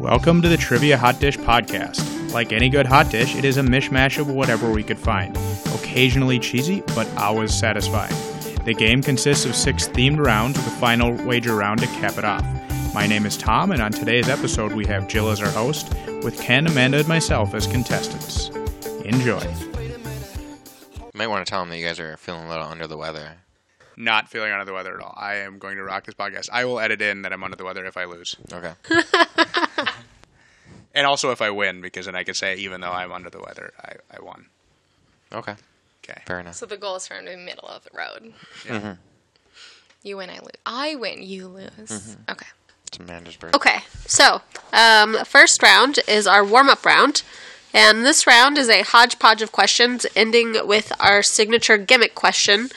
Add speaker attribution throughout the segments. Speaker 1: Welcome to the Trivia Hot Dish Podcast. Like any good hot dish, it is a mishmash of whatever we could find, occasionally cheesy, but always satisfying. The game consists of six themed rounds, with a final wager round to cap it off. My name is Tom, and on today's episode, we have Jill as our host, with Ken, Amanda, and myself as contestants. Enjoy.
Speaker 2: You might want to tell them that you guys are feeling a little under the weather.
Speaker 1: Not feeling under the weather at all. I am going to rock this podcast. I will edit in that I'm under the weather if I lose.
Speaker 2: Okay.
Speaker 1: And also if I win, because then I could say, even though I'm under the weather, I, I won.
Speaker 2: Okay.
Speaker 1: Okay.
Speaker 2: Fair enough.
Speaker 3: So the goal is for him to be middle of the road.
Speaker 1: Yeah.
Speaker 2: Mm-hmm.
Speaker 3: You win, I lose. I win, you lose.
Speaker 2: Mm-hmm.
Speaker 3: Okay.
Speaker 2: It's Amanda's birthday.
Speaker 4: Okay, so um, first round is our warm up round. And this round is a hodgepodge of questions ending with our signature gimmick question.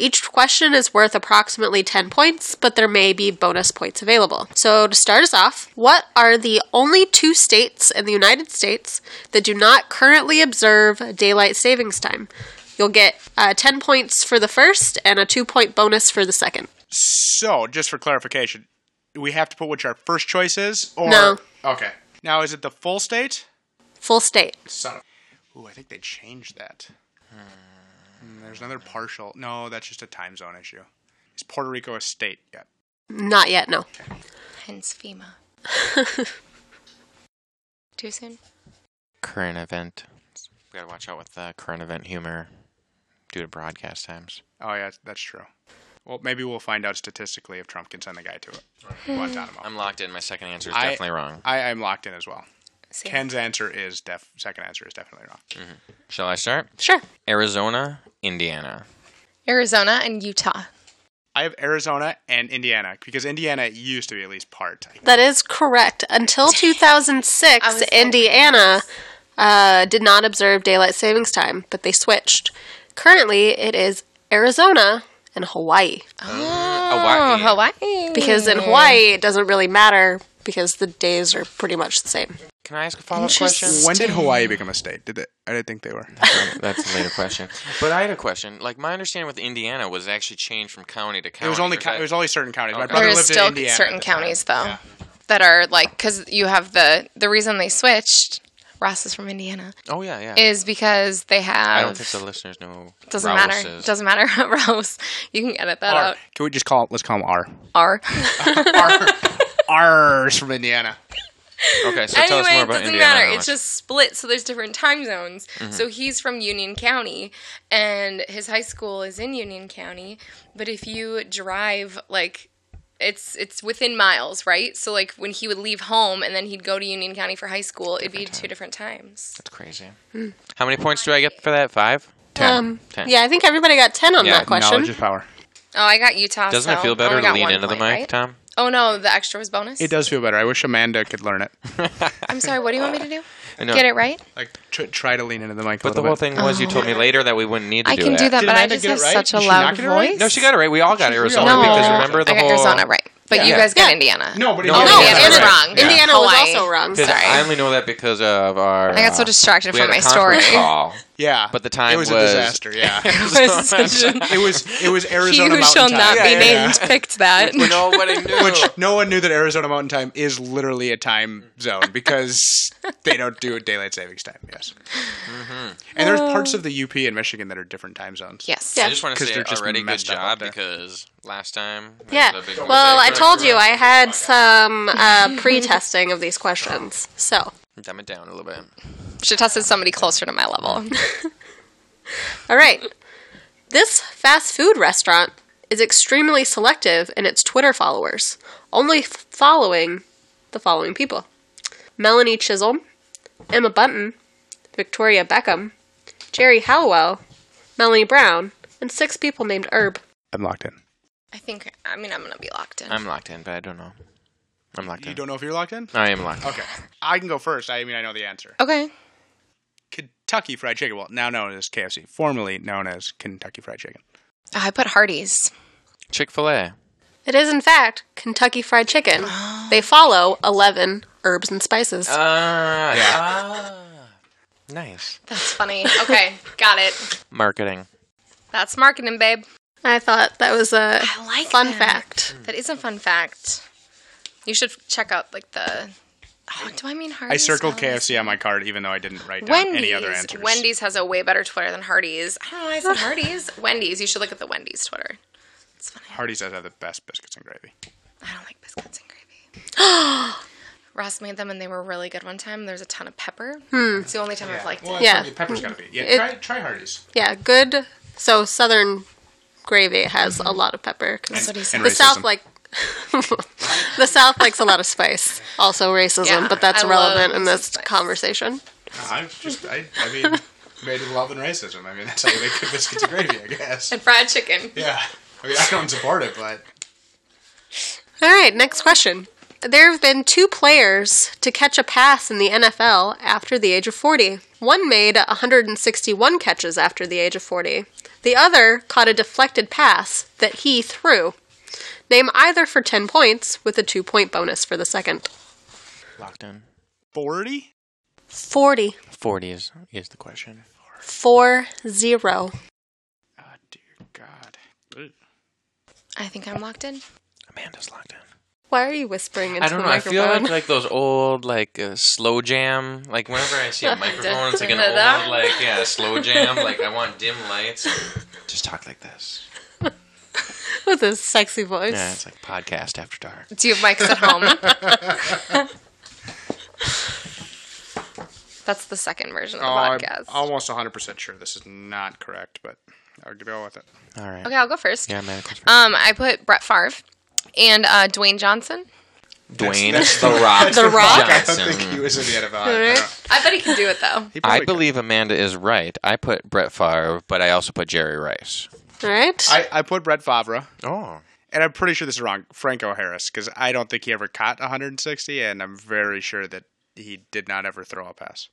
Speaker 4: Each question is worth approximately 10 points, but there may be bonus points available. So, to start us off, what are the only two states in the United States that do not currently observe daylight savings time? You'll get uh, 10 points for the first and a two point bonus for the second.
Speaker 1: So, just for clarification, do we have to put which our first choice is? Or...
Speaker 4: No.
Speaker 1: Okay. Now, is it the full state?
Speaker 4: Full state.
Speaker 1: Son of. Ooh, I think they changed that. Hmm, There's another partial. No, that's just a time zone issue. Is Puerto Rico a state yet?
Speaker 4: Not yet, no.
Speaker 3: Hence FEMA. Too soon?
Speaker 2: Current event. We gotta watch out with the current event humor due to broadcast times.
Speaker 1: Oh, yeah, that's true. Well, maybe we'll find out statistically if Trump can send the guy to it. Guantanamo.
Speaker 2: I'm locked in. My second answer is
Speaker 1: I-
Speaker 2: definitely wrong.
Speaker 1: I, I'm locked in as well.
Speaker 3: Same.
Speaker 1: Ken's answer is def. Second answer is definitely wrong.
Speaker 2: Shall I start?
Speaker 4: Sure.
Speaker 2: Arizona, Indiana.
Speaker 3: Arizona and Utah.
Speaker 1: I have Arizona and Indiana because Indiana used to be at least part.
Speaker 4: That is correct. Until 2006,
Speaker 3: I was so
Speaker 4: Indiana uh, did not observe daylight savings time, but they switched. Currently, it is Arizona and Hawaii
Speaker 2: Hawaii.
Speaker 3: Hawaii.
Speaker 4: because in Hawaii it doesn't really matter because the days are pretty much the same.
Speaker 2: Can I ask a follow up question?
Speaker 1: When did Hawaii become a state? Did they? I didn't think they were.
Speaker 2: That's a later question. But I had a question. Like, my understanding with Indiana was it actually changed from county to county.
Speaker 1: It was only
Speaker 2: or is
Speaker 1: co-
Speaker 2: that-
Speaker 1: it was only certain counties. My
Speaker 2: Okay.
Speaker 1: brother
Speaker 3: There is
Speaker 1: lived
Speaker 3: still
Speaker 1: in Indiana. uh,
Speaker 3: certain
Speaker 1: at the time.
Speaker 3: counties, though, that are like, because you have the, the reason they switched, Ross is from Indiana,
Speaker 2: Oh, yeah, yeah.
Speaker 3: is because they have.
Speaker 2: I don't think the listeners know.
Speaker 3: doesn't matter.
Speaker 2: Rouse's.
Speaker 3: Doesn't matter. Rouse. You can edit that
Speaker 1: R.
Speaker 3: out.
Speaker 1: Can we just call? Let's call him R.
Speaker 3: R.
Speaker 1: R. R's from Indiana.
Speaker 2: Okay, so tell us
Speaker 3: anyway,
Speaker 2: more
Speaker 3: it
Speaker 2: about
Speaker 3: doesn't
Speaker 2: Indiana. Mm-hmm.
Speaker 3: matter.
Speaker 2: now.
Speaker 3: It's just split, so there's different time zones. So he's from Union County, and his high school is in Union County. But if you drive, like, it's it's within miles, right? So like when he would leave home and then he'd go to Union County for high school, it'd be two different times.
Speaker 2: That's crazy.
Speaker 3: Hmm.
Speaker 2: How many points do I get for that? Five? Ten.
Speaker 4: Um,
Speaker 2: Ten.
Speaker 4: Yeah, I think everybody got 10 on
Speaker 2: Yeah,
Speaker 4: that question.
Speaker 1: Knowledge is power.
Speaker 3: Oh, I got Utah.
Speaker 2: Doesn't
Speaker 3: so
Speaker 2: it feel
Speaker 3: I
Speaker 2: better
Speaker 3: only
Speaker 2: to
Speaker 3: got
Speaker 2: lean
Speaker 3: one
Speaker 2: into the mic,
Speaker 3: point, right?
Speaker 2: Tom?
Speaker 3: Oh no, the extra was bonus.
Speaker 1: It does feel better. I wish Amanda could learn it.
Speaker 3: I'm sorry. What do you want me to do?
Speaker 2: No.
Speaker 3: Get it right.
Speaker 1: Like tr- try to lean into the mic. a
Speaker 2: But the
Speaker 1: little
Speaker 2: whole
Speaker 1: bit.
Speaker 2: thing was you told me later that we wouldn't need to
Speaker 3: Oh. I
Speaker 2: do
Speaker 3: can
Speaker 2: that.
Speaker 3: do that,
Speaker 1: Did
Speaker 3: but I
Speaker 1: Amanda
Speaker 3: just
Speaker 1: get it
Speaker 3: have
Speaker 1: right?
Speaker 3: such a
Speaker 1: Did she
Speaker 3: loud
Speaker 1: not get it right?
Speaker 3: voice.
Speaker 2: No, she got it right. We all got Arizona
Speaker 1: No.
Speaker 2: because remember the
Speaker 3: I got
Speaker 2: whole.
Speaker 3: Arizona right, but you
Speaker 2: Yeah.
Speaker 3: guys got
Speaker 4: Yeah.
Speaker 3: Indiana.
Speaker 1: No, but
Speaker 2: No,
Speaker 3: Oh,
Speaker 1: Indiana.
Speaker 4: no,
Speaker 2: Yeah,
Speaker 4: Indiana,
Speaker 2: that's right. Yeah.
Speaker 4: Indiana
Speaker 3: Hawaii.
Speaker 4: was also wrong.
Speaker 2: 'Cause
Speaker 4: Sorry.
Speaker 2: I only know that because of our.
Speaker 3: I got so
Speaker 2: uh,
Speaker 3: distracted
Speaker 2: we had
Speaker 3: from
Speaker 2: a
Speaker 3: my story.
Speaker 2: conference call.
Speaker 1: Yeah,
Speaker 2: But the time
Speaker 1: it was, a
Speaker 2: was-
Speaker 1: disaster. Yeah,
Speaker 3: was such a-
Speaker 1: it was it was
Speaker 3: he
Speaker 1: Arizona
Speaker 3: who
Speaker 1: Mountain
Speaker 3: shall
Speaker 1: Time.
Speaker 3: not
Speaker 2: Yeah,
Speaker 3: be
Speaker 2: yeah,
Speaker 3: named picked that.
Speaker 2: Nobody knew.
Speaker 1: Which no one knew that Arizona Mountain Time is literally a time zone because they don't do daylight savings time. Yes, and there's parts of the UP and Michigan that are different time zones.
Speaker 3: Yes.
Speaker 2: I
Speaker 4: Yeah.
Speaker 2: just want to
Speaker 1: 'Cause
Speaker 2: say
Speaker 1: they're just
Speaker 2: already good
Speaker 1: messed up
Speaker 2: job
Speaker 1: up there.
Speaker 2: because last time. I
Speaker 4: Yeah.
Speaker 2: did a big
Speaker 4: Well, I
Speaker 2: mistake.
Speaker 4: told you I had some uh, pre-testing of these questions. So,
Speaker 2: Dumb it down a little bit.
Speaker 3: Should have tested somebody closer to my level.
Speaker 4: all right. This fast food restaurant is extremely selective in its Twitter followers, only f- following the following people: Melanie Chisholm, Emma Bunton, Victoria Beckham, Jerry Halliwell, Melanie Brown, and six people named Herb.
Speaker 1: I'm locked in.
Speaker 3: I think, I mean, I'm going to be locked in.
Speaker 2: I'm locked in, but I don't know. I'm locked
Speaker 1: You
Speaker 2: in.
Speaker 1: don't know if you're locked in.
Speaker 2: I am locked in.
Speaker 1: Okay, I can go first. I mean, I know the answer.
Speaker 3: okay.
Speaker 1: Kentucky Fried Chicken, well, now known as KFC, formerly known as Kentucky Fried Chicken.
Speaker 3: Oh, I put Hardee's.
Speaker 2: Chick fil A.
Speaker 4: It is, in fact, Kentucky Fried Chicken. They follow eleven herbs and spices.
Speaker 3: Oh.
Speaker 2: Ah, ah. Nice.
Speaker 3: That's funny. Okay. got it.
Speaker 2: Marketing.
Speaker 3: That's marketing, babe.
Speaker 4: I thought that was a
Speaker 3: I like
Speaker 4: fun
Speaker 3: that.
Speaker 4: fact.
Speaker 3: That is a fun fact. You should check out, like, the Oh, do I mean Hardee's?
Speaker 1: I circled
Speaker 3: Smiles?
Speaker 1: KFC on my card, even though I didn't write down
Speaker 3: Wendy's.
Speaker 1: any other answers.
Speaker 3: Wendy's has a way better Twitter than Hardee's. I don't know why I said Hardee's. Wendy's. You should look at the Wendy's Twitter. It's funny.
Speaker 1: Hardee's does have the best biscuits and gravy.
Speaker 3: I don't like biscuits and gravy. Ross made them and they were really good one time. There's a ton of pepper. It's the only time I've liked it.
Speaker 4: Yeah. probably
Speaker 1: pepper's gotta be. Yeah,
Speaker 4: It-
Speaker 1: try
Speaker 4: try-
Speaker 1: try Hardee's.
Speaker 4: Yeah, good. So southern gravy has a lot of pepper. 'cause
Speaker 3: That's what he said.
Speaker 1: Mm-hmm. and
Speaker 4: the
Speaker 1: racism.
Speaker 4: South like the South likes a lot of spice. Also racism,
Speaker 3: Yeah,
Speaker 4: but that's
Speaker 3: I
Speaker 4: relevant
Speaker 3: love
Speaker 4: in this
Speaker 3: spice.
Speaker 4: conversation.
Speaker 1: I'm just I, I mean made in love and racism. I mean that's how you make good biscuits and gravy, I guess.
Speaker 3: And fried chicken.
Speaker 1: Yeah. I mean I don't support it, but
Speaker 4: All right, next question. There have been two players to catch a pass in the NFL after the age of 40. One made 161 catches after the age of 40. The other caught a deflected pass that he threw. Name either for 10 points with a 2 point bonus for the second.
Speaker 2: Locked in.
Speaker 1: forty?
Speaker 4: 40
Speaker 2: Forty is is the question.
Speaker 4: 4 0.
Speaker 1: Oh
Speaker 2: Ah,
Speaker 1: dear God.
Speaker 3: I think I'm locked in.
Speaker 2: Amanda's locked in.
Speaker 4: Why are you whispering into
Speaker 2: I don't
Speaker 4: the
Speaker 2: know. I feel
Speaker 4: microphone?
Speaker 2: like like those old like uh, slow jam. Like whenever I see a microphone, it's like an
Speaker 3: Da-da-da.
Speaker 2: old like yeah slow jam. Like I want dim lights. Just talk like this.
Speaker 4: With his sexy voice.
Speaker 2: Yeah, it's like podcast after dark.
Speaker 3: Do you have mics at home? That's the second version of
Speaker 2: Oh,
Speaker 3: the podcast.
Speaker 1: Uh, almost hundred percent sure this is not correct, but I'll go with it.
Speaker 2: All right.
Speaker 3: okay, I'll go first.
Speaker 2: Yeah, man. goes first.
Speaker 3: Um, I put Brett Favre and uh, Dwayne Johnson.
Speaker 2: Dwayne the Rock.
Speaker 4: The Rock.
Speaker 1: I don't
Speaker 2: Johnson.
Speaker 1: think he was in the NFL.
Speaker 4: right.
Speaker 1: I don't-
Speaker 3: I bet he can do it though.
Speaker 1: he
Speaker 2: I
Speaker 1: probably-
Speaker 2: believe Amanda is right. I put Brett Favre, but I also put Jerry Rice.
Speaker 4: All right.
Speaker 1: I, I put Brett Favre.
Speaker 2: Oh.
Speaker 1: and I'm pretty sure this is wrong, Franco Harris, because I don't think he ever caught 160, and I'm very sure that he did not ever throw a pass.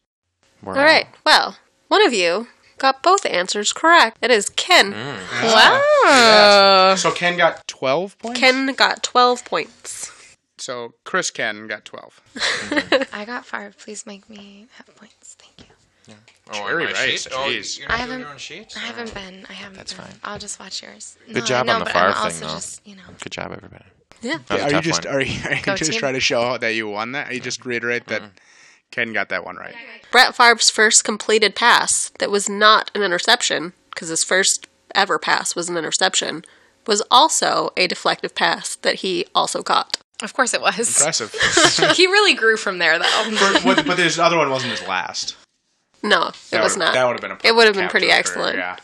Speaker 2: We're
Speaker 4: All right. Well, one of you got both answers correct. It is Ken.
Speaker 1: Mm.
Speaker 2: Uh,
Speaker 1: So Ken got 12 points.
Speaker 4: Ken got 12 points.
Speaker 1: So Chris Ken got 12.
Speaker 3: I got Favre. Please make me have points. Thank you.
Speaker 2: Oh,
Speaker 1: Jerry
Speaker 2: my
Speaker 1: Rice,
Speaker 2: sheet? Oh,
Speaker 1: jeez.
Speaker 2: you're not
Speaker 3: I
Speaker 2: doing
Speaker 3: haven't-
Speaker 2: your own sheets?
Speaker 3: I haven't been. I haven't.
Speaker 2: That's
Speaker 3: been.
Speaker 2: fine.
Speaker 3: I'll just watch yours.
Speaker 2: Good job on the
Speaker 3: I'm
Speaker 2: Favre thing,
Speaker 3: also
Speaker 2: though.
Speaker 3: Just, you know,
Speaker 2: Good job, everybody.
Speaker 4: Yeah.
Speaker 2: That was a
Speaker 1: Are you
Speaker 2: tough
Speaker 1: just
Speaker 2: one.
Speaker 1: are you, are you
Speaker 3: Go
Speaker 1: just
Speaker 3: team.
Speaker 1: trying to show that you won that? Are you just reiterate that Ken got that one right?
Speaker 4: Brett Favre's first completed pass that was not an interception, because his first ever pass was an interception, was also a deflective pass that he also caught.
Speaker 3: of course it was.
Speaker 1: Impressive.
Speaker 3: he really grew from there, though.
Speaker 1: but, but, but this other one wasn't his last.
Speaker 4: No, it
Speaker 1: That
Speaker 4: was
Speaker 1: would-
Speaker 4: not.
Speaker 1: That would have been a
Speaker 4: It would have been
Speaker 1: capture
Speaker 4: pretty
Speaker 1: for-
Speaker 4: excellent.
Speaker 1: Yeah.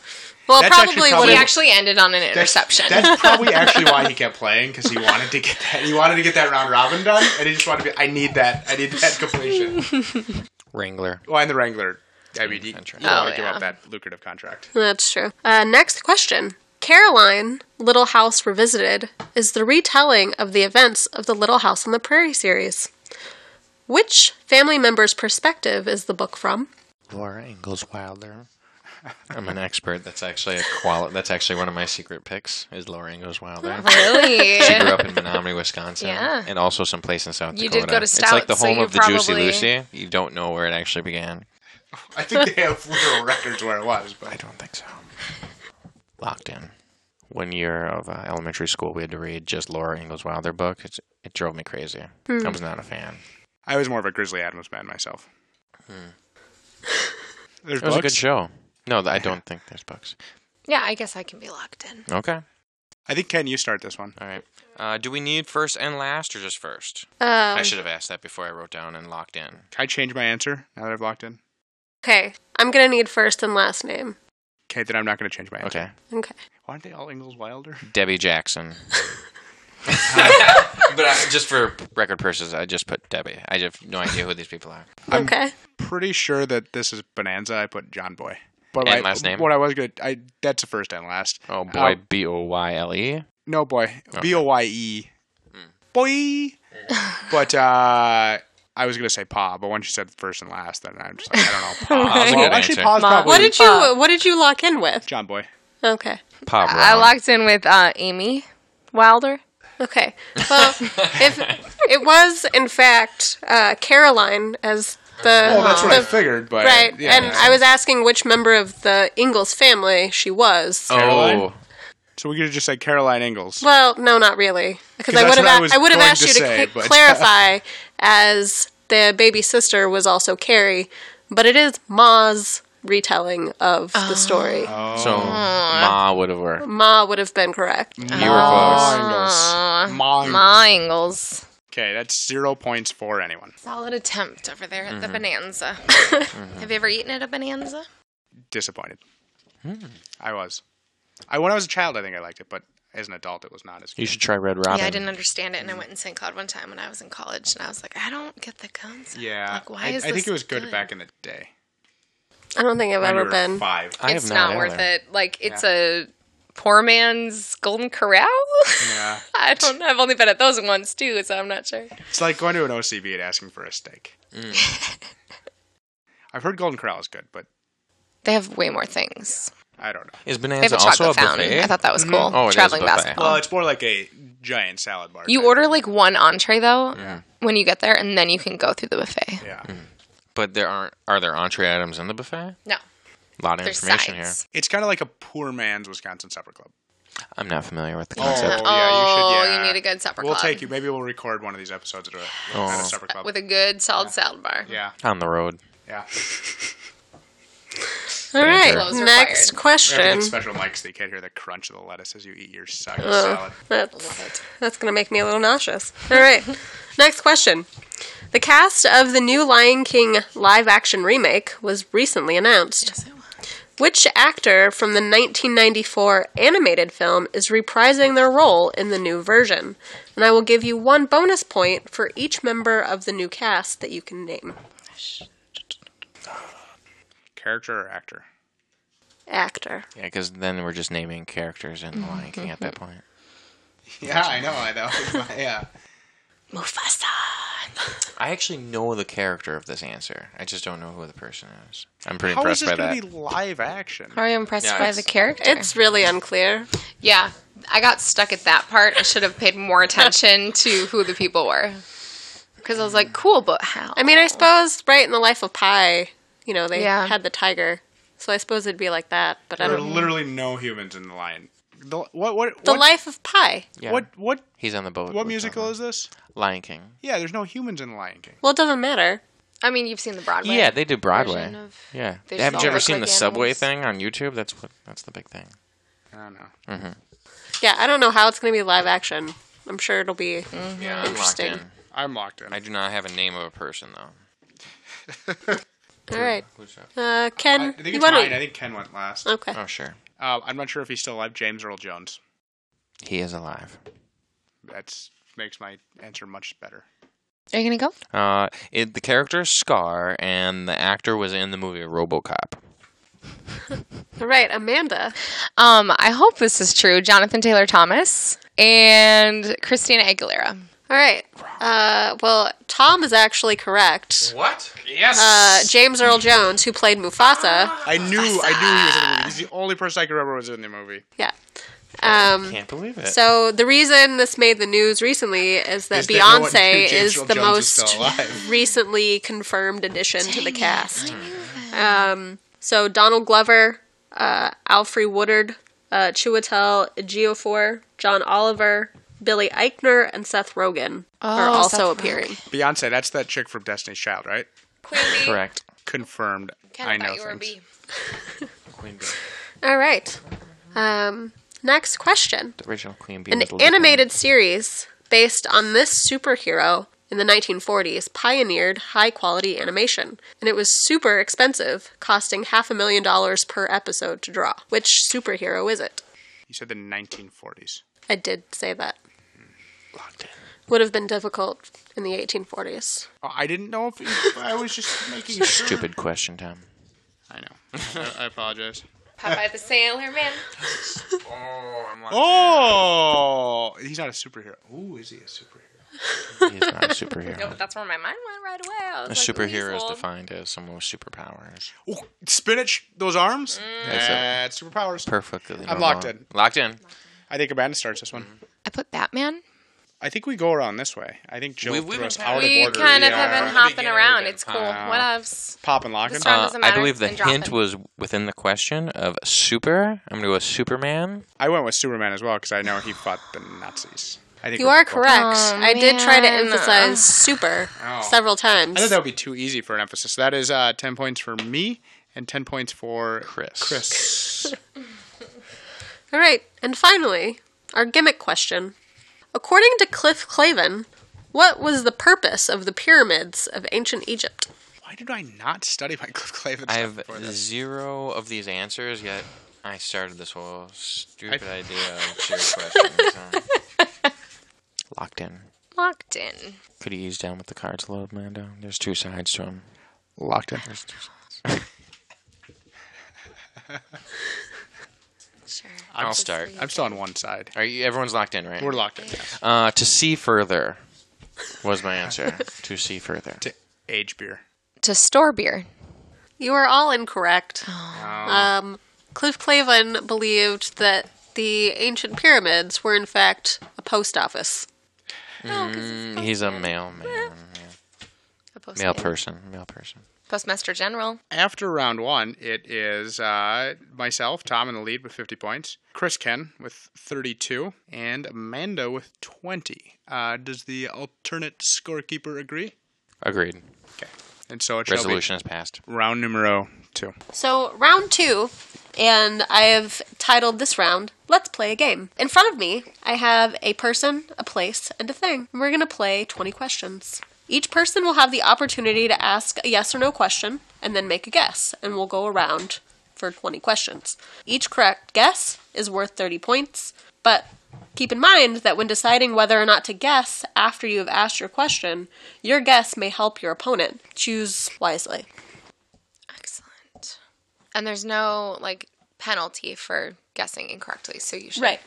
Speaker 4: Well,
Speaker 1: That's actually
Speaker 4: probably would
Speaker 3: He
Speaker 1: probably-
Speaker 4: have.
Speaker 3: actually ended on an
Speaker 1: That's-
Speaker 3: interception.
Speaker 1: That's probably actually why he kept playing because he wanted to get that. He wanted to get that round robin done, and he just wanted to be. I need that. I need that completion. uh,
Speaker 2: Wrangler.
Speaker 1: Well, and the Wrangler. I mean, you, you
Speaker 2: Contract.
Speaker 1: don't want
Speaker 3: Oh,
Speaker 1: to give
Speaker 3: yeah.
Speaker 1: up that lucrative contract.
Speaker 4: That's true. Uh, next question. Caroline, Little House Revisited, is the retelling of the events of the Little House on the Prairie series. Which family member's perspective is the book from?
Speaker 2: Laura Ingalls Wilder. I'm an expert. That's actually a quali- That's actually one of my secret picks. Is Laura Ingalls Wilder. She
Speaker 3: Oh, really.
Speaker 2: grew up in Menominee, Wisconsin,
Speaker 3: Yeah.
Speaker 2: and also some place in South
Speaker 3: You
Speaker 2: Dakota.
Speaker 3: did go to
Speaker 2: it's like
Speaker 3: Stout,
Speaker 2: the
Speaker 3: so
Speaker 2: home
Speaker 3: you
Speaker 2: of the Juicy
Speaker 3: probably-
Speaker 2: Lucy. You don't know where it actually began.
Speaker 1: I think they have literal records where it was, but
Speaker 2: I don't think so. Locked in. One year of uh, elementary school, we had to read just Laura Ingalls Wilder book. It's, it drove me crazy.
Speaker 3: Hmm.
Speaker 2: I was not a fan.
Speaker 1: I was more of a Grizzly Adams man myself. Hmm. There's
Speaker 2: It was a good
Speaker 1: books.
Speaker 2: show. No, th- I don't think there's books.
Speaker 3: yeah, I guess I can be locked in.
Speaker 2: Okay.
Speaker 1: I think Ken, you start this one.
Speaker 2: All right. Uh, do we need first and last or just first? I
Speaker 4: Um,
Speaker 2: should have asked that before I wrote down and locked in.
Speaker 1: Can I change my answer now that I've locked in?
Speaker 4: okay, I'm going to need first and last name.
Speaker 1: Okay, then I'm not going to change my answer.
Speaker 2: Okay.
Speaker 4: Okay.
Speaker 1: Why aren't they all Ingalls Wilder?
Speaker 2: Debbie Jackson. but I, just for record purposes, I just put Debbie. I have no idea who these people are.
Speaker 1: I'm-
Speaker 4: okay.
Speaker 1: Pretty sure that this is Bonanza. I put John Boy. But
Speaker 2: And
Speaker 1: I-
Speaker 2: last name?
Speaker 1: What I was good. I that's the first and last.
Speaker 2: Oh boy,
Speaker 1: Uh,
Speaker 2: B O Y L E.
Speaker 1: no boy. B o y e.
Speaker 2: Hmm.
Speaker 1: Boy. But uh, I was going to say Pa, but when she said first and last, then I'm just like I don't know. Pa.
Speaker 2: That was a
Speaker 1: Well,
Speaker 2: good
Speaker 1: actually,
Speaker 2: answer.
Speaker 1: Pa's
Speaker 3: Ma-
Speaker 1: probably
Speaker 4: What did you
Speaker 3: Uh,
Speaker 4: What did you lock in with?
Speaker 1: John Boy.
Speaker 4: Okay.
Speaker 2: Pop
Speaker 3: I
Speaker 2: wrong.
Speaker 3: locked in with uh, Amy Wilder.
Speaker 4: Okay. Well, if it was in fact uh, Caroline as the
Speaker 1: Well, Oh, that's what I
Speaker 4: the-
Speaker 1: figured, but
Speaker 4: Right,
Speaker 1: yeah,
Speaker 4: and I was asking which member of the Ingalls family she was.
Speaker 2: Oh,
Speaker 1: Caroline? so we could have just said Caroline Ingalls.
Speaker 4: Well, no, not really, because
Speaker 1: 'Cause
Speaker 4: I would
Speaker 1: that's
Speaker 4: have
Speaker 1: what I
Speaker 4: a-
Speaker 1: was
Speaker 4: I would have
Speaker 1: going
Speaker 4: asked
Speaker 1: to
Speaker 4: you to
Speaker 1: say,
Speaker 4: c-
Speaker 1: but-
Speaker 4: clarify as the baby sister was also Carrie, but it is Ma's retelling of
Speaker 3: Ah.
Speaker 4: the story.
Speaker 1: Oh.
Speaker 2: So
Speaker 3: Mm.
Speaker 2: Ma would have worked.
Speaker 4: Ma would have been correct.
Speaker 2: You were close.
Speaker 3: Aw,
Speaker 1: Mine.
Speaker 3: Ma Ingles.
Speaker 1: Okay, that's zero points for anyone.
Speaker 3: Solid attempt over there at the
Speaker 1: Mm-hmm.
Speaker 3: Bonanza. Have you ever eaten at a Bonanza?
Speaker 1: Disappointed.
Speaker 2: Hmm.
Speaker 1: I was. I when I was a child, I think I liked it, but as an adult, it was not as good.
Speaker 2: You should try Red Robin.
Speaker 3: Yeah, I didn't understand it, and I went in St. Cloud one time when I was in college, and I was like, I don't get the concept.
Speaker 1: Yeah,
Speaker 3: like why
Speaker 1: I,
Speaker 3: is
Speaker 1: I think
Speaker 3: this
Speaker 1: it was good,
Speaker 3: good?
Speaker 1: back in the day.
Speaker 4: I don't think I've
Speaker 1: When we
Speaker 4: ever
Speaker 1: were
Speaker 4: been.
Speaker 1: five.
Speaker 2: I have
Speaker 3: it's
Speaker 2: no
Speaker 3: not
Speaker 2: idea
Speaker 3: worth
Speaker 2: there.
Speaker 3: it. Like it's a poor man's Golden Corral.
Speaker 1: Yeah,
Speaker 3: I don't. know. I've only been at those ones too, so I'm not sure.
Speaker 1: it's like going to an OCB and asking for a steak.
Speaker 2: Hmm.
Speaker 1: I've heard Golden Corral is good, but
Speaker 3: They have way more things.
Speaker 1: I don't know.
Speaker 2: Is
Speaker 3: They have
Speaker 2: Bonanza
Speaker 3: a
Speaker 2: also a
Speaker 3: chocolate fountain.
Speaker 2: buffet?
Speaker 3: I thought that was cool.
Speaker 2: Oh, it is a
Speaker 3: Traveling
Speaker 2: buffet.
Speaker 3: basketball.
Speaker 1: Well, it's more like a giant salad bar.
Speaker 3: you
Speaker 1: type.
Speaker 3: order like one entree though when you get there, and then you can go through the buffet.
Speaker 1: Yeah,
Speaker 2: Hmm. But there aren't. Are there entree items in the buffet?
Speaker 3: No,
Speaker 2: A lot of
Speaker 3: there's
Speaker 2: information here.
Speaker 3: sides.
Speaker 1: it's kind of like a poor man's Wisconsin supper club.
Speaker 2: I'm not familiar with the
Speaker 1: Oh,
Speaker 2: concept.
Speaker 1: yeah, you should.
Speaker 3: Oh,
Speaker 1: Yeah.
Speaker 3: you need a good supper
Speaker 1: We'll
Speaker 3: club.
Speaker 1: take you. Maybe we'll record one of these episodes at a,
Speaker 2: Oh.
Speaker 1: at a supper club.
Speaker 3: With a good solid salad bar.
Speaker 1: yeah,
Speaker 2: On the road.
Speaker 1: yeah.
Speaker 4: All right,
Speaker 3: Those are fired.
Speaker 4: next
Speaker 1: We have to
Speaker 4: question.
Speaker 1: get special mics so you can't hear the crunch of the lettuce as you eat your sa- salad.
Speaker 4: That's, that's going to make me a little nauseous. All right, next question. The cast of the new Lion King live action remake was recently announced. Which actor from the 1994 animated film is reprising their role in the new version? And I will give you one bonus point for each member of the new cast that you can name.
Speaker 1: Character or actor?
Speaker 4: Actor.
Speaker 2: Yeah, because then we're just naming characters in the
Speaker 3: Mm-hmm,
Speaker 2: Lion King at that point.
Speaker 1: Yeah, I know, I know. yeah.
Speaker 3: Mufasa.
Speaker 2: I actually know the character of this answer. I just don't know who the person is. I'm pretty
Speaker 1: How is
Speaker 2: impressed
Speaker 1: this
Speaker 2: by
Speaker 1: going
Speaker 2: that.
Speaker 1: to be live action?
Speaker 3: Are you impressed
Speaker 2: Yeah,
Speaker 3: by
Speaker 2: it's-
Speaker 3: the character?
Speaker 4: It's really unclear.
Speaker 3: yeah. I got stuck at that part. I should have paid more attention to who the people were. Because I was like, cool, but how?
Speaker 4: I mean, I suppose right in the life of Pi, you know, they
Speaker 3: Yeah.
Speaker 4: had the tiger, so I suppose it'd be like that. But I
Speaker 1: There are
Speaker 4: don't.
Speaker 1: literally no humans in the lion. The, what, what,
Speaker 4: The
Speaker 1: what,
Speaker 4: life of Pi.
Speaker 2: Yeah.
Speaker 1: what, what,
Speaker 2: He's on the boat.
Speaker 1: what musical is this?
Speaker 2: Lion King?
Speaker 1: Yeah, there's no humans in Lion King.
Speaker 4: Well, it doesn't matter.
Speaker 3: I mean, you've seen the Broadway.
Speaker 2: Yeah, they did Broadway.
Speaker 3: version of-
Speaker 2: Yeah.
Speaker 3: they just
Speaker 2: Haven't
Speaker 3: all
Speaker 2: you ever
Speaker 3: look
Speaker 2: seen the
Speaker 3: like
Speaker 2: subway
Speaker 3: animals.
Speaker 2: thing on YouTube? That's what. That's the big thing.
Speaker 1: I don't know.
Speaker 4: Yeah, I don't know how it's going to be live action. I'm sure it'll be.
Speaker 2: Yeah, I'm locked
Speaker 4: Interesting.
Speaker 2: in.
Speaker 1: I'm locked in.
Speaker 2: I do not have a name of a person though.
Speaker 4: All right,
Speaker 2: Who's that?
Speaker 4: uh,
Speaker 1: I
Speaker 4: Ken.
Speaker 1: I think
Speaker 4: you
Speaker 1: it's
Speaker 4: wanna-
Speaker 1: mine. I think Ken went last. Uh,
Speaker 4: Okay.
Speaker 2: Oh sure,
Speaker 1: I'm not sure if he's still alive. James Earl Jones.
Speaker 2: he is alive.
Speaker 1: That's makes my answer much better.
Speaker 3: Are you going to go?
Speaker 2: Uh, it, the character is Scar, and the actor was in the movie RoboCop.
Speaker 4: All right, Amanda.
Speaker 3: Um, I hope this is true. Jonathan Taylor Thomas and Christina Aguilera.
Speaker 4: All right. Uh, well, Tom is actually correct.
Speaker 2: What?
Speaker 4: Uh, James Earl Jones, who played Mufasa.
Speaker 1: I knew, I knew he was in the movie. He's the only person I could remember was in the movie.
Speaker 4: Yeah. Um,
Speaker 2: Can't believe it.
Speaker 4: so the reason this made the news recently is that
Speaker 1: Is that no one
Speaker 4: Beyonce
Speaker 1: knew James
Speaker 4: is
Speaker 1: Earl
Speaker 4: the
Speaker 1: Jones is
Speaker 4: most
Speaker 1: still alive.
Speaker 4: recently confirmed addition to the cast. Um, so Donald Glover, uh, Alfre Woodard, uh, Chiwetel Ejiofor, John Oliver, Billy Eichner, and Seth Rogen are
Speaker 3: Oh,
Speaker 4: also
Speaker 3: Seth Rogen.
Speaker 4: appearing.
Speaker 1: Beyonce, that's that chick from Destiny's Child, right?
Speaker 3: Queen Bee.
Speaker 2: Correct.
Speaker 1: Confirmed.
Speaker 3: Kinda
Speaker 1: I know
Speaker 3: thought you were a
Speaker 1: things.
Speaker 3: bee.
Speaker 2: Queen Bee.
Speaker 4: All right. Um, next question.
Speaker 2: The original Queen Bee.
Speaker 4: An
Speaker 2: was Lily
Speaker 4: animated series based on this superhero in the 1940s pioneered high quality animation, and it was super expensive, costing half a million dollars per episode to draw. Which superhero is it?
Speaker 1: You said the 1940s.
Speaker 4: I did say that.
Speaker 2: Blunt. Locked in.
Speaker 4: Would have been difficult in the 1840s.
Speaker 1: Oh, I didn't know if if I was just making sure.
Speaker 2: Stupid question, Tom.
Speaker 1: I know. I, I apologize.
Speaker 3: Popeye the Sailor Man.
Speaker 2: Oh, I'm locked.
Speaker 1: Oh, he's not a superhero. Ooh, is he a superhero?
Speaker 2: He's not a superhero.
Speaker 3: No, but that's where my mind went right away. I
Speaker 2: A
Speaker 3: was like, ooh, he's
Speaker 2: superhero is
Speaker 3: old.
Speaker 2: defined as someone with superpowers.
Speaker 1: Ooh, spinach, those arms?
Speaker 3: Mm.
Speaker 2: That's a
Speaker 1: That's superpowers.
Speaker 2: perfectly.
Speaker 1: I'm
Speaker 2: normal-
Speaker 1: locked in.
Speaker 2: Locked in.
Speaker 1: I think Amanda starts this one.
Speaker 2: Mm-hmm.
Speaker 3: I put Batman.
Speaker 1: I think we go around this way. I think Jill
Speaker 2: We've- we've
Speaker 1: threw us
Speaker 2: been
Speaker 1: out of
Speaker 3: We
Speaker 1: order.
Speaker 3: kind of
Speaker 1: Yeah.
Speaker 3: have been
Speaker 2: From the
Speaker 3: hopping
Speaker 2: beginning,
Speaker 3: around.
Speaker 2: we've
Speaker 3: It's cool.
Speaker 2: been-
Speaker 1: Uh,
Speaker 3: what else?
Speaker 1: Pop and lock
Speaker 3: The
Speaker 1: 'em?
Speaker 3: song
Speaker 2: Uh,
Speaker 3: doesn't
Speaker 2: I
Speaker 3: matter.
Speaker 2: believe the
Speaker 3: It's been
Speaker 2: hint
Speaker 3: dropping.
Speaker 2: was within the question of super. I'm going to go with Superman.
Speaker 1: I went with Superman as well because I know he fought the Nazis.
Speaker 2: I think
Speaker 4: You
Speaker 2: we're
Speaker 4: are
Speaker 2: both-
Speaker 4: correct.
Speaker 3: Oh,
Speaker 4: I did try to
Speaker 3: man.
Speaker 4: emphasize super
Speaker 1: Oh.
Speaker 4: several times.
Speaker 1: I thought that would be too easy for an emphasis. That is uh, 10 points for me and 10 points for
Speaker 2: Chris.
Speaker 1: Chris.
Speaker 4: All right, and finally, our gimmick question. According to Cliff Clavin, what was the purpose of the pyramids of ancient Egypt?
Speaker 1: Why did I not study my Cliff Clavin
Speaker 2: I
Speaker 1: stuff
Speaker 2: have
Speaker 1: before this?
Speaker 2: zero of these answers yet. I started this whole stupid
Speaker 1: I-
Speaker 2: idea of two questions. so. Locked in.
Speaker 3: Locked in.
Speaker 2: Could you ease down with the cards a little, Mando? There's two sides to them.
Speaker 1: Locked in.
Speaker 2: There's two sides.
Speaker 3: Sure.
Speaker 2: I'll start.
Speaker 1: I'm still on one side.
Speaker 2: Are you? Everyone's locked in, right?
Speaker 1: We're locked in. yes.
Speaker 2: Uh, to see further was my answer. to see further.
Speaker 1: To age beer.
Speaker 3: To store beer.
Speaker 4: You are all incorrect. Um, Cliff Clavin believed that the ancient pyramids were, in fact, a post office.
Speaker 2: Mm, he's a mailman.
Speaker 3: A
Speaker 2: Male
Speaker 3: postman.
Speaker 2: person. Male person.
Speaker 3: Postmaster General.
Speaker 1: After round one, it is uh, myself, Tom, in the lead with 50 points, Chris Ken with 32, and Amanda with 20. Uh, does the alternate scorekeeper agree?
Speaker 2: Agreed.
Speaker 1: Okay. And so it shall
Speaker 2: Resolution is passed.
Speaker 1: be round numero two.
Speaker 4: So, round two, and I have titled this round, Let's Play a Game. In front of me, I have a person, a place, and a thing. We're going to play 20 questions. Each person will have the opportunity to ask a yes or no question and then make a guess, and we'll go around for 20 questions. Each correct guess is worth 30 points, but keep in mind that when deciding whether or not to guess after you have asked your question, your guess may help your opponent. Choose wisely.
Speaker 3: Excellent. And there's no like penalty for guessing incorrectly, so you should.
Speaker 4: Right.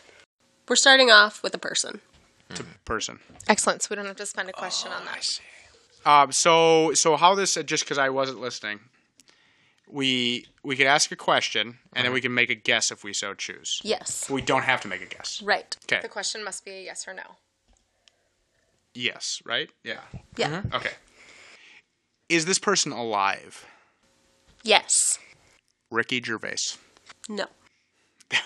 Speaker 4: We're starting off with a person.
Speaker 1: It's
Speaker 2: Mm-hmm.
Speaker 1: a person.
Speaker 3: Excellent. So we don't have to spend a question
Speaker 2: Oh,
Speaker 3: on that.
Speaker 1: Um, so so how this uh, just because I wasn't listening, we we could ask a question and then
Speaker 2: Mm-hmm.
Speaker 1: we can make a guess if we so choose.
Speaker 4: Yes.
Speaker 1: We don't have to make a guess.
Speaker 4: Right.
Speaker 1: Okay.
Speaker 3: The question must be a yes or no.
Speaker 1: Yes. Right. Yeah.
Speaker 4: Yeah.
Speaker 2: Mm-hmm.
Speaker 1: Okay. Is this person alive?
Speaker 4: Yes.
Speaker 1: Ricky Gervais.
Speaker 4: No.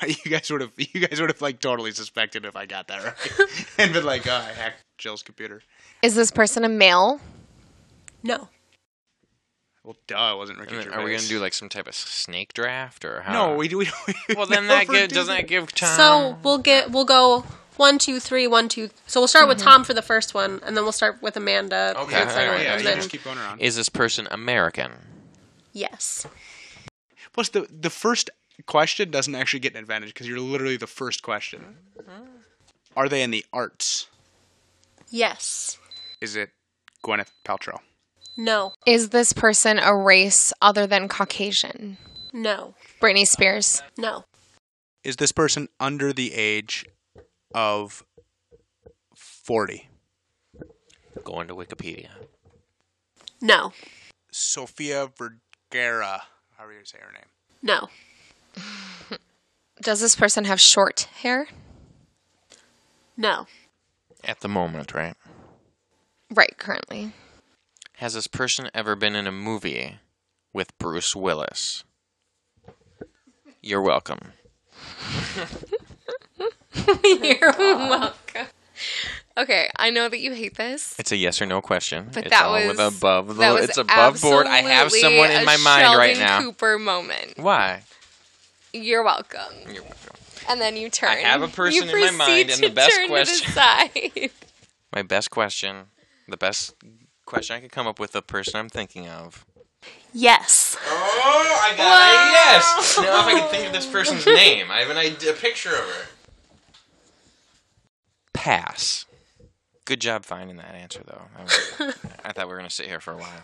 Speaker 1: you guys would have you guys would have like totally suspected if I got that right and been like, oh, I hacked Jill's computer.
Speaker 3: Is this person a male?
Speaker 4: No.
Speaker 1: Well, duh, it wasn't Ricky
Speaker 2: And then
Speaker 1: Gervais.
Speaker 2: Are we gonna do like some type of snake draft or how?
Speaker 1: No, we do. We, we
Speaker 2: Well, then that
Speaker 1: never
Speaker 2: give,
Speaker 1: do
Speaker 2: doesn't that give time?
Speaker 4: So we'll get we'll go one two three one two. So we'll start with Tom for the first one, and then we'll start with Amanda. for the
Speaker 2: Mm-hmm. Okay.
Speaker 4: second one,
Speaker 1: Yeah,
Speaker 4: and
Speaker 1: you
Speaker 4: then-
Speaker 1: just keep going around.
Speaker 2: Is this person American?
Speaker 4: yes.
Speaker 1: Plus, the the first question doesn't actually get an advantage because you're literally the first question. Are they in the arts?
Speaker 4: Yes.
Speaker 1: Is it Gwyneth Paltrow?
Speaker 4: No.
Speaker 3: Is this person a race other than Caucasian?
Speaker 4: No.
Speaker 3: Britney Spears.
Speaker 4: No.
Speaker 1: Is this person under the age of forty?
Speaker 2: Going to Wikipedia.
Speaker 4: No.
Speaker 1: Sofia Vergara. How are you gonna say her name?
Speaker 4: No.
Speaker 3: Does this person have short hair?
Speaker 4: No.
Speaker 2: At the moment, right?
Speaker 3: Right, currently.
Speaker 2: Has this person ever been in a movie with Bruce Willis? You're welcome.
Speaker 3: You're welcome. Okay, I know that you hate this.
Speaker 2: It's a yes or no question.
Speaker 3: But
Speaker 2: it's
Speaker 3: that
Speaker 2: all
Speaker 3: was
Speaker 2: with above.
Speaker 3: that
Speaker 2: The,
Speaker 3: was
Speaker 2: it's above board. I have
Speaker 3: absolutely
Speaker 2: someone in
Speaker 3: a
Speaker 2: my mind right
Speaker 3: Sheldon
Speaker 2: now.
Speaker 3: Cooper moment.
Speaker 2: Why?
Speaker 3: You're welcome.
Speaker 2: You're welcome.
Speaker 3: And then you turn.
Speaker 2: I have a
Speaker 3: You
Speaker 2: person in my mind,
Speaker 3: proceed
Speaker 2: and
Speaker 3: to
Speaker 2: the best
Speaker 3: turn to
Speaker 2: question-
Speaker 3: side.
Speaker 2: My best question, the best question I could come up with, the person I'm thinking of.
Speaker 4: Yes.
Speaker 2: Oh, I got it. yes. Now if I can think of this person's name, I have an idea, a picture of her. Pass. Good job finding that answer, though. I, was- I thought we were gonna sit here for a while.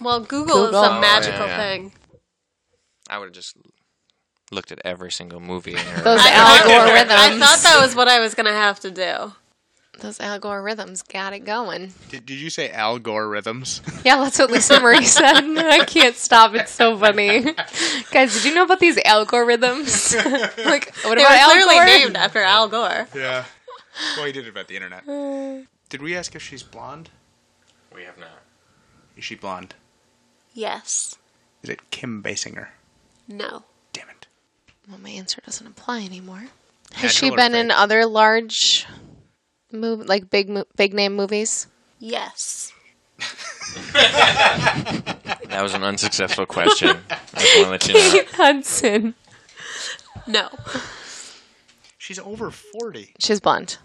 Speaker 4: Well, Google,
Speaker 3: Google.
Speaker 4: is
Speaker 3: Oh,
Speaker 4: a magical
Speaker 2: yeah, yeah.
Speaker 4: thing.
Speaker 2: I would have just looked at every single movie. In her
Speaker 3: Those
Speaker 4: I
Speaker 3: algorithms.
Speaker 4: thought that was what I was gonna have to do.
Speaker 3: Those algorithms got it going.
Speaker 1: Did, did you say algorithms?
Speaker 3: Yeah, that's what Lisa Marie said. I can't stop. It's so funny. Guys, did you know about these algorithms? like, what
Speaker 4: They were
Speaker 3: about
Speaker 4: clearly
Speaker 3: algorithms?
Speaker 4: named after Al Gore.
Speaker 1: yeah. Well, he did invent the internet. Did we ask if she's blonde?
Speaker 2: we have not.
Speaker 1: Is she blonde?
Speaker 4: Yes.
Speaker 1: Is it Kim Basinger?
Speaker 4: No.
Speaker 1: Damn it.
Speaker 3: Well, my answer doesn't apply anymore. Has she
Speaker 1: Natural or
Speaker 3: been in
Speaker 1: fake?
Speaker 3: other large Move like big mo- big name movies.
Speaker 4: Yes.
Speaker 2: That was an unsuccessful question. I just want to let you know.
Speaker 3: Hudson.
Speaker 4: No.
Speaker 1: She's over 40.
Speaker 3: She's blonde.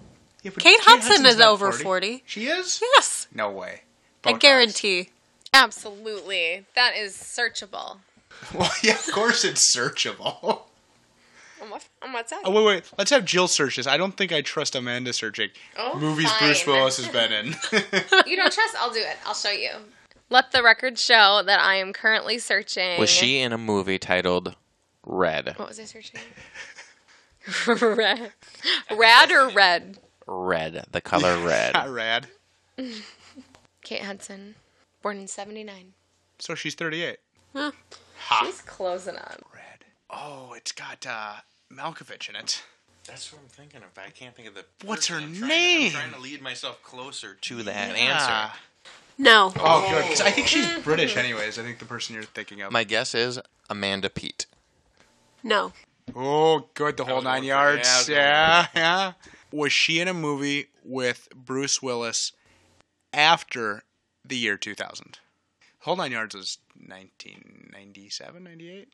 Speaker 1: Yeah, but
Speaker 4: Kate Hudson
Speaker 1: Hudson's
Speaker 4: is
Speaker 1: not
Speaker 4: over 40.
Speaker 1: She is?
Speaker 4: Yes.
Speaker 1: No way.
Speaker 4: I
Speaker 1: Botox.
Speaker 4: guarantee.
Speaker 5: Absolutely. That is searchable.
Speaker 1: Well, yeah, of course it's searchable.
Speaker 5: On what, on what side?
Speaker 1: Oh, wait, wait. Let's have Jill search this. I don't think I trust Amanda searching
Speaker 5: Oh,
Speaker 1: movies Bruce
Speaker 5: fine.
Speaker 1: Willis has been in.
Speaker 5: you don't trust? I'll do it. I'll show you. Let the record show that I am currently searching.
Speaker 2: Was she in a movie titled Red?
Speaker 5: What was I searching? red. Rad or red?
Speaker 2: Red, the color
Speaker 1: Not rad.
Speaker 2: red.
Speaker 5: Kate Hudson, born in 79.
Speaker 1: So she's 38.
Speaker 4: Huh.
Speaker 1: Ha.
Speaker 5: She's closing up.
Speaker 1: Red. Oh, it's got uh, Malkovich in it.
Speaker 2: That's what I'm thinking of. I can't think of the.
Speaker 1: What's person. her I'm trying to- I'm name? trying to
Speaker 2: lead myself closer to that
Speaker 1: Ah.
Speaker 4: No.
Speaker 1: Oh, good. 'cause I think she's
Speaker 4: Mm.
Speaker 1: British, anyways. I think the person you're thinking of.
Speaker 2: My guess is Amanda Pete.
Speaker 4: No.
Speaker 1: Oh, good. The whole
Speaker 2: was
Speaker 1: nine
Speaker 2: going for-
Speaker 1: yards.
Speaker 2: yeah, I was going
Speaker 1: Yeah, yeah. Was she in a movie with Bruce Willis after the year 2000? Whole nine yards was 1997, 98?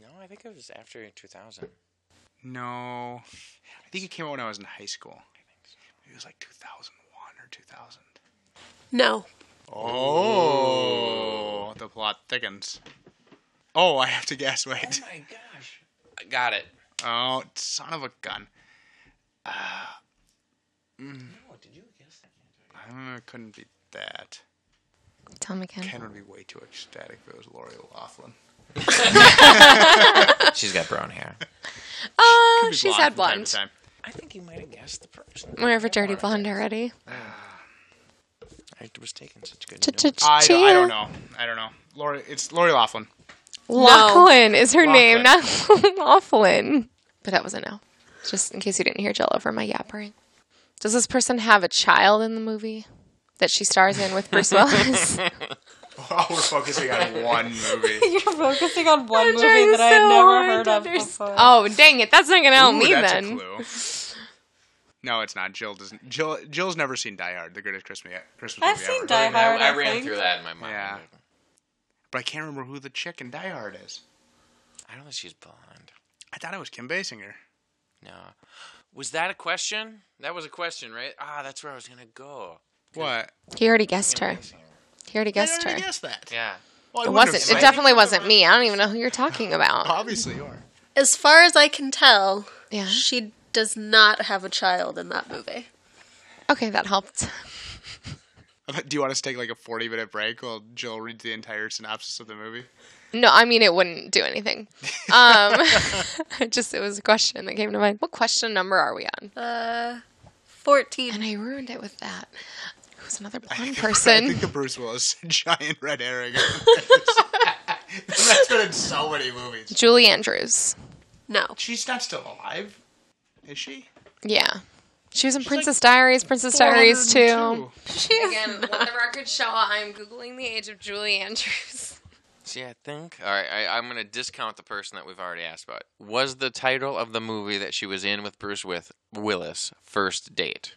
Speaker 2: No, I think it was after 2000.
Speaker 1: No. I think it came out when I was in high school. Maybe It was like 2001 or 2000.
Speaker 4: No.
Speaker 1: Oh, the plot thickens. Oh, I have to guess. Wait.
Speaker 2: My gosh. I got it.
Speaker 1: Oh, son of a gun.
Speaker 2: Oh, did you guess that?
Speaker 1: I don't know. It couldn't be that.
Speaker 5: Tell me, Ken.
Speaker 1: Ken would be way too ecstatic if it was Lori Laughlin.
Speaker 2: She's got brown hair.
Speaker 5: Oh, she's had blonde.
Speaker 2: I think you might have guessed the person.
Speaker 5: Whatever, dirty blonde already.
Speaker 2: I was taking such good
Speaker 1: I, don't,
Speaker 2: notes.
Speaker 1: I don't
Speaker 3: Ch-ch-chia.
Speaker 1: know. I don't know. Lori, it's Lori Laughlin.
Speaker 3: Lachlan is her name, not Laughlin. But that was a no. Just in case you didn't hear Jill over my yappering. Does this person have a child in the movie that she stars in with Bruce Willis?
Speaker 1: Oh, we're focusing on one movie.
Speaker 6: You're focusing on one movie
Speaker 3: trying
Speaker 6: that I
Speaker 3: so
Speaker 6: had
Speaker 3: hard
Speaker 6: never heard
Speaker 3: to
Speaker 6: of
Speaker 3: understand.
Speaker 6: before.
Speaker 3: oh, dang it. That's not going to help
Speaker 1: Ooh,
Speaker 3: me
Speaker 1: that's
Speaker 3: then.
Speaker 1: a clue. No, it's not. Jill doesn't. Jill Jill's never seen Die Hard, the greatest Christmas Christmas
Speaker 6: I've
Speaker 1: movie
Speaker 6: seen
Speaker 1: ever.
Speaker 6: Die Hard. I,
Speaker 2: I ran
Speaker 6: think.
Speaker 2: through that in my mind.
Speaker 1: Yeah. But I can't remember who the chick in Die Hard is.
Speaker 2: I don't think she's blonde.
Speaker 1: I thought it was Kim Basinger.
Speaker 2: No. Was that a question? That was a question, right? Ah, that's where I was gonna go.
Speaker 1: What?
Speaker 3: He already guessed her. He already guessed
Speaker 1: I
Speaker 3: her.
Speaker 1: already guessed that.
Speaker 2: Yeah.
Speaker 1: Well, I
Speaker 3: It
Speaker 1: wouldn't have
Speaker 3: wasn't.
Speaker 1: said
Speaker 3: It definitely wasn't me. I don't even know who you're talking about.
Speaker 1: Obviously, you are.
Speaker 4: As far as I can tell,
Speaker 3: Yeah.
Speaker 4: she does not have a child in that movie.
Speaker 3: Okay, that helped.
Speaker 1: Do you want us to take like a forty-minute break while Jill reads the entire synopsis of the movie?
Speaker 3: No, I mean it wouldn't do anything. Um, just it was a question that came to mind. What question number are we on?
Speaker 4: Uh,
Speaker 3: And
Speaker 4: 14.
Speaker 3: I ruined it with that. Who's another blonde
Speaker 1: I
Speaker 3: person?
Speaker 1: think the Bruce Willis giant red herring. That's been in so many movies.
Speaker 3: Julie Andrews.
Speaker 4: No.
Speaker 1: She's not still alive, is she?
Speaker 3: Yeah. She was in
Speaker 1: like
Speaker 3: Princess Diaries, Princess Diaries 2.
Speaker 1: 402.
Speaker 4: She is
Speaker 5: Again, let the record show I'm Googling the age of Julie Andrews.
Speaker 2: See, I think. All right, I, I'm gonna discount the person that we've already asked about. Was the title of the movie that she was in with Bruce with Willis first date?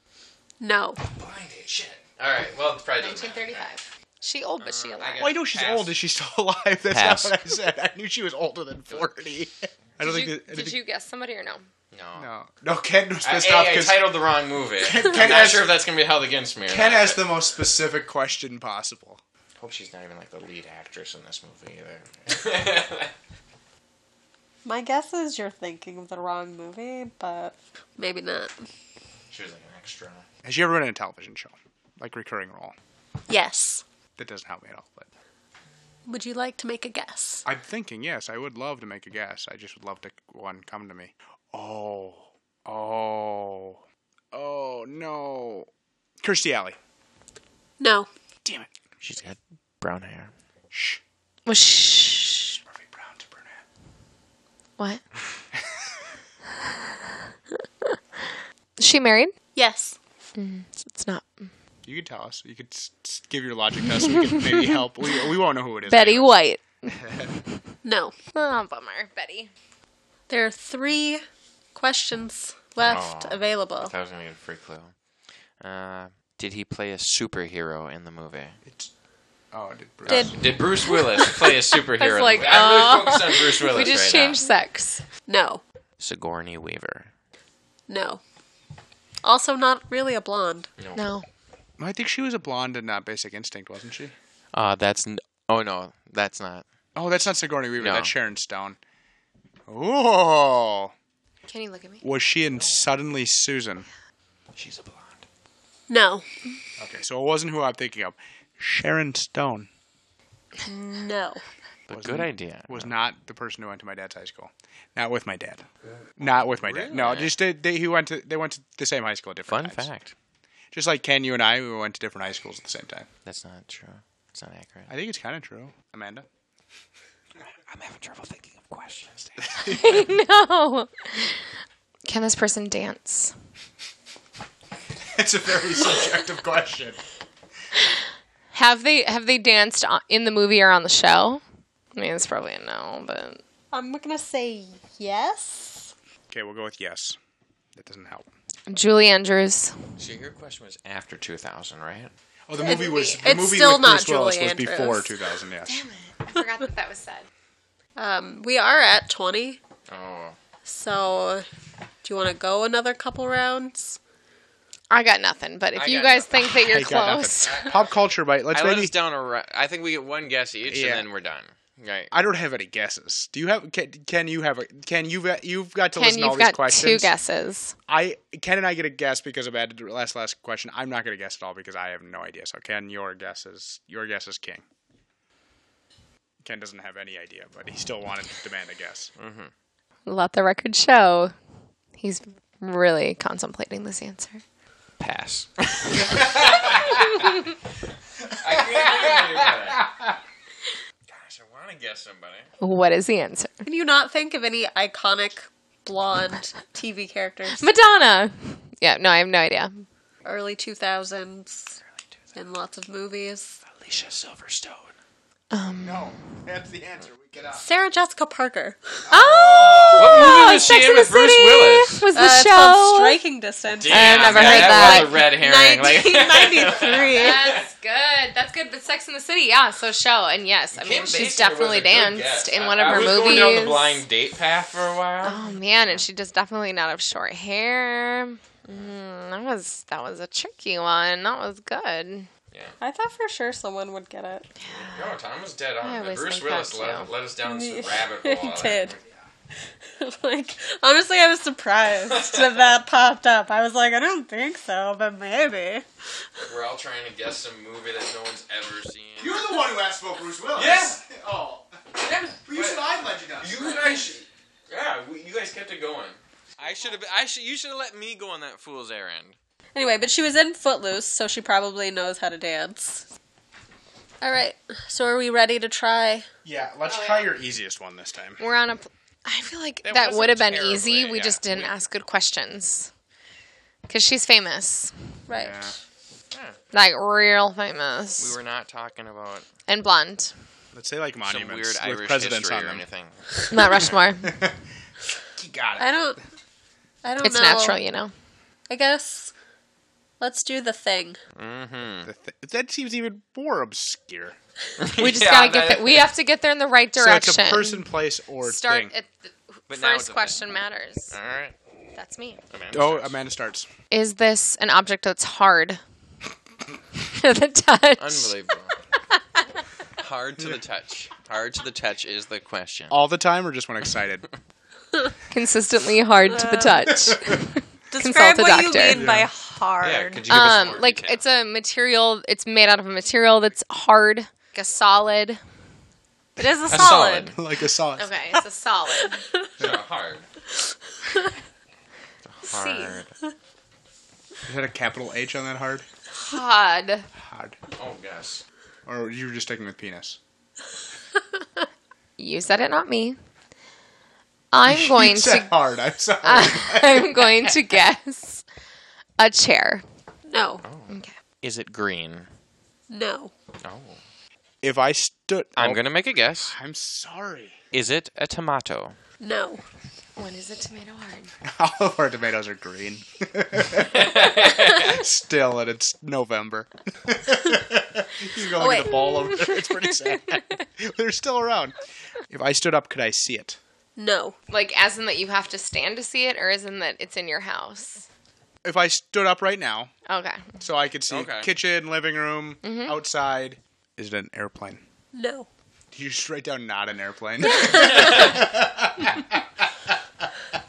Speaker 4: No.
Speaker 2: Blind date. Shit. All right. Well, it's probably. doesn't matter.
Speaker 5: 1935.
Speaker 3: She old, but she alive.
Speaker 1: Well, Uh, I know she's
Speaker 2: Pass.
Speaker 1: old. Is she still alive? That's
Speaker 2: Pass.
Speaker 1: not what I said. I knew she was older than forty. I don't
Speaker 5: Did,
Speaker 1: think.
Speaker 5: you,
Speaker 1: that- I don't
Speaker 5: did
Speaker 1: think-
Speaker 5: you guess somebody or no?
Speaker 2: No.
Speaker 1: No, Uh, no. Ken was
Speaker 2: I,
Speaker 1: pissed
Speaker 2: A,
Speaker 1: off
Speaker 2: I
Speaker 1: because
Speaker 2: titled the wrong movie. I'm
Speaker 1: Ken
Speaker 2: not
Speaker 1: has-
Speaker 2: sure if that's gonna be held against me. Or
Speaker 1: Ken
Speaker 2: not.
Speaker 1: asked the most specific question possible.
Speaker 2: Hope she's not even like the lead actress in this movie either.
Speaker 6: My guess is you're thinking of the wrong movie, but
Speaker 4: Maybe not.
Speaker 2: she was like an extra.
Speaker 1: Has she ever been in a television show, like recurring role?
Speaker 4: Yes.
Speaker 1: That doesn't help me at all. But
Speaker 4: Would you like to make a guess?
Speaker 1: I'm thinking, yes, I would love to make a guess. I just would love to one come to me. Oh, oh, oh no, Kirstie Alley.
Speaker 4: No.
Speaker 1: Damn it.
Speaker 2: She's got brown hair.
Speaker 1: Shh.
Speaker 3: Was she...
Speaker 1: Murphy Brown to brunette.
Speaker 3: What? Is she married?
Speaker 4: Yes.
Speaker 3: It's not.
Speaker 1: You could tell us. You could s- s- give your logic to us. We could maybe help. We, we won't know who it is.
Speaker 3: Betty White.
Speaker 4: No.
Speaker 5: Oh, bummer, Betty.
Speaker 4: There are three questions left
Speaker 2: Oh.
Speaker 4: available.
Speaker 2: That was gonna be a free clue. Uh, did he play a superhero in the movie?
Speaker 1: It's, oh, did Bruce?
Speaker 2: Did, Bruce Willis play a superhero? in the
Speaker 3: like,
Speaker 2: movie? I'm
Speaker 3: oh.
Speaker 2: really focused on Bruce Willis
Speaker 3: We just
Speaker 2: right now.
Speaker 3: changed sex.
Speaker 4: No.
Speaker 2: Sigourney Weaver.
Speaker 4: No. Also, not really a blonde.
Speaker 3: No.
Speaker 1: I think she was a blonde and not Basic Instinct, wasn't she?
Speaker 2: Uh, that's n- oh no, that's not.
Speaker 1: Oh, that's not Sigourney Weaver.
Speaker 2: No.
Speaker 1: That's Sharon Stone. Oh,
Speaker 3: Can you look at me?
Speaker 1: was she in Suddenly Susan?
Speaker 2: She's a blonde.
Speaker 4: No.
Speaker 1: Okay, so it wasn't who I'm thinking of. Sharon Stone
Speaker 4: No.
Speaker 2: But
Speaker 1: Wasn't-
Speaker 2: good idea.
Speaker 1: was not the person who went to my dad's high school. Not with my dad. Not with my dad. No,
Speaker 2: Really?
Speaker 1: just they, they he went to they went to the same high school at different
Speaker 2: Fun
Speaker 1: times.
Speaker 2: fact.
Speaker 1: Just like Ken, you and I, we went to different high schools at the same time.
Speaker 2: That's not true. It's not accurate.
Speaker 1: I think it's kind of true, Amanda.
Speaker 2: I'm having trouble thinking of questions.
Speaker 3: No. Can this person dance?
Speaker 1: It's a very subjective question.
Speaker 3: Have they have they danced on- in the movie or on the show? I mean, it's probably a no, but
Speaker 7: I'm gonna say yes.
Speaker 1: Okay, we'll go with yes. That doesn't help.
Speaker 3: Julie Andrews.
Speaker 2: So your question was after 2000, right?
Speaker 1: Oh, the movie was the
Speaker 4: it's
Speaker 1: movie
Speaker 4: still
Speaker 1: with
Speaker 4: not
Speaker 1: Bruce Willis
Speaker 4: Julie
Speaker 1: was before
Speaker 4: Andrews.
Speaker 1: 2000. Yes.
Speaker 3: I forgot that that was said.
Speaker 4: Um, we are at 20.
Speaker 2: Oh.
Speaker 4: So, do you want to go another couple rounds?
Speaker 3: I got nothing, but if
Speaker 2: I
Speaker 3: you
Speaker 2: got
Speaker 3: guys
Speaker 2: nothing.
Speaker 3: think that you're
Speaker 1: I got nothing.
Speaker 3: close,
Speaker 1: Pop culture bite. Let's
Speaker 2: I let
Speaker 1: maybe.
Speaker 2: us down a ri- I think we get one guess each
Speaker 1: Yeah.
Speaker 2: and then we're done. Right.
Speaker 1: I don't have any guesses. Do you have? Can, can you have a? Can you? You've got to
Speaker 3: Ken,
Speaker 1: listen to all
Speaker 3: you've
Speaker 1: these
Speaker 3: got
Speaker 1: questions.
Speaker 3: two guesses.
Speaker 1: I Ken and I get a guess because I've added the last last question. I'm not going to guess at all because I have no idea. So Ken, your guess is your guess is king. Ken doesn't have any idea, but he still wanted to demand a guess.
Speaker 3: Let the record show. He's really contemplating this answer.
Speaker 2: Pass. Gosh, I want to guess somebody.
Speaker 3: What is the answer?
Speaker 4: Can you not think of any iconic blonde TV characters?
Speaker 3: Madonna. Yeah, no, I have no idea.
Speaker 4: Early 2000s in lots of movies.
Speaker 2: Alicia Silverstone.
Speaker 1: No, that's the answer. We get out.
Speaker 4: Sarah Jessica Parker.
Speaker 3: Oh,
Speaker 2: What movie was
Speaker 3: Sex
Speaker 2: she in
Speaker 3: and the
Speaker 2: with Bruce
Speaker 3: City
Speaker 2: Willis?
Speaker 3: was the
Speaker 4: Uh, it's
Speaker 3: show.
Speaker 4: called Striking Distance.
Speaker 2: Damn,
Speaker 3: never
Speaker 2: yeah,
Speaker 3: heard
Speaker 2: that. was a
Speaker 3: that.
Speaker 2: red herring. Like,
Speaker 4: 1993.
Speaker 3: That's good. That's good. But Sex in the City, yeah. So show and yes, I mean she's definitely danced in one of her movies.
Speaker 2: Going down the blind date path for a while.
Speaker 3: Oh man, and she does definitely not have short hair. Mm, that was that was a tricky one. That was good.
Speaker 7: I thought for sure someone would get it.
Speaker 2: No, Tom was dead
Speaker 3: I
Speaker 2: on.
Speaker 3: always
Speaker 2: Bruce
Speaker 3: think
Speaker 2: Willis
Speaker 3: that,
Speaker 2: let,
Speaker 3: too.
Speaker 2: let us down some
Speaker 7: He
Speaker 2: rabbit hole.
Speaker 7: did. like honestly, I was surprised that that popped up. I was like, I don't think so, but maybe.
Speaker 2: We're all trying to guess some movie that no one's ever seen.
Speaker 1: You're the one who asked about Bruce Willis.
Speaker 2: Yes.
Speaker 1: Oh, you said I'd let you down.
Speaker 2: You guys, yeah, we- you guys kept it going. I should have. I should. You should have let me go on that fool's errand.
Speaker 4: Anyway, but she was in Footloose, so she probably knows how to dance. All right, so are we ready to try?
Speaker 1: Yeah,
Speaker 3: Oh,
Speaker 1: let's try your easiest one this time.
Speaker 3: We're on a. pl- I feel like
Speaker 2: That
Speaker 3: that
Speaker 2: wasn't
Speaker 3: would have been
Speaker 2: terrible,
Speaker 3: easy. We
Speaker 2: yeah.
Speaker 3: just didn't ask good questions. Cause she's famous,
Speaker 4: Right.
Speaker 1: Yeah.
Speaker 3: like real famous,
Speaker 2: We were not talking about
Speaker 3: and blonde.
Speaker 1: Let's say like
Speaker 2: some
Speaker 1: monuments
Speaker 2: weird
Speaker 1: with
Speaker 2: Irish
Speaker 1: presidents
Speaker 2: history
Speaker 1: on
Speaker 2: or
Speaker 1: them.
Speaker 2: anything.
Speaker 3: Not Rushmore.
Speaker 1: You got
Speaker 4: I don't. I
Speaker 2: Oh,
Speaker 4: don't
Speaker 3: it's
Speaker 4: know.
Speaker 3: natural, you know.
Speaker 4: I guess. Let's do the thing.
Speaker 2: Mm-hmm.
Speaker 1: The th- that seems even more obscure.
Speaker 3: We just gotta get there. We have to get there in the right direction.
Speaker 1: So it's a person, place, or
Speaker 3: Start
Speaker 1: thing.
Speaker 3: at the
Speaker 2: But now it's
Speaker 3: first
Speaker 2: a
Speaker 3: question matters.
Speaker 2: All right.
Speaker 3: That's me.
Speaker 2: Amanda
Speaker 1: oh,
Speaker 2: starts.
Speaker 1: Amanda starts.
Speaker 3: Is this an object that's hard? to the touch.
Speaker 2: Unbelievable. Hard to the touch. Hard to the touch is the question.
Speaker 1: All the time, or just when excited?
Speaker 3: Consistently hard
Speaker 2: Uh,
Speaker 3: to the touch.
Speaker 4: Describe
Speaker 3: Consult a
Speaker 4: what you
Speaker 3: doctor.
Speaker 4: mean by
Speaker 2: Yeah,
Speaker 4: hard.
Speaker 2: could you give us
Speaker 3: um,
Speaker 2: more
Speaker 3: like
Speaker 2: detail?
Speaker 3: it's a material. It's made out of a material that's hard, like a solid.
Speaker 4: it is a
Speaker 2: A
Speaker 4: solid.
Speaker 1: like a solid.
Speaker 3: Okay, it's a solid.
Speaker 2: So hard.
Speaker 3: C.
Speaker 2: Hard.
Speaker 1: Is that a capital H on that hard?
Speaker 3: Hard.
Speaker 1: Hard.
Speaker 2: Oh yes.
Speaker 1: Or you were just sticking with penis?
Speaker 3: You said it, not me. I'm going
Speaker 1: You said
Speaker 3: to.
Speaker 1: hard. I'm sorry.
Speaker 3: Uh, I'm going to guess a chair.
Speaker 4: No.
Speaker 3: Okay.
Speaker 2: Is it green?
Speaker 4: No.
Speaker 2: Oh.
Speaker 1: if I stood,
Speaker 2: I'm
Speaker 1: Oh,
Speaker 2: gonna make a guess.
Speaker 1: I'm sorry.
Speaker 2: Is it a tomato?
Speaker 4: No.
Speaker 8: When is a tomato hard?
Speaker 1: All of our tomatoes are green. Still, and it's November. you go look at
Speaker 3: Oh,
Speaker 8: wait.
Speaker 1: the ball over there. It's pretty sad. They're still around. If I stood up, could I see it?
Speaker 4: No.
Speaker 3: Like, as in that you have to stand to see it, or as in that it's in your house?
Speaker 1: If I stood up right now,
Speaker 3: Okay.
Speaker 1: so I could see
Speaker 2: Okay.
Speaker 1: kitchen, living room, outside. Is it an airplane?
Speaker 4: No.
Speaker 1: Did you just write down not an airplane?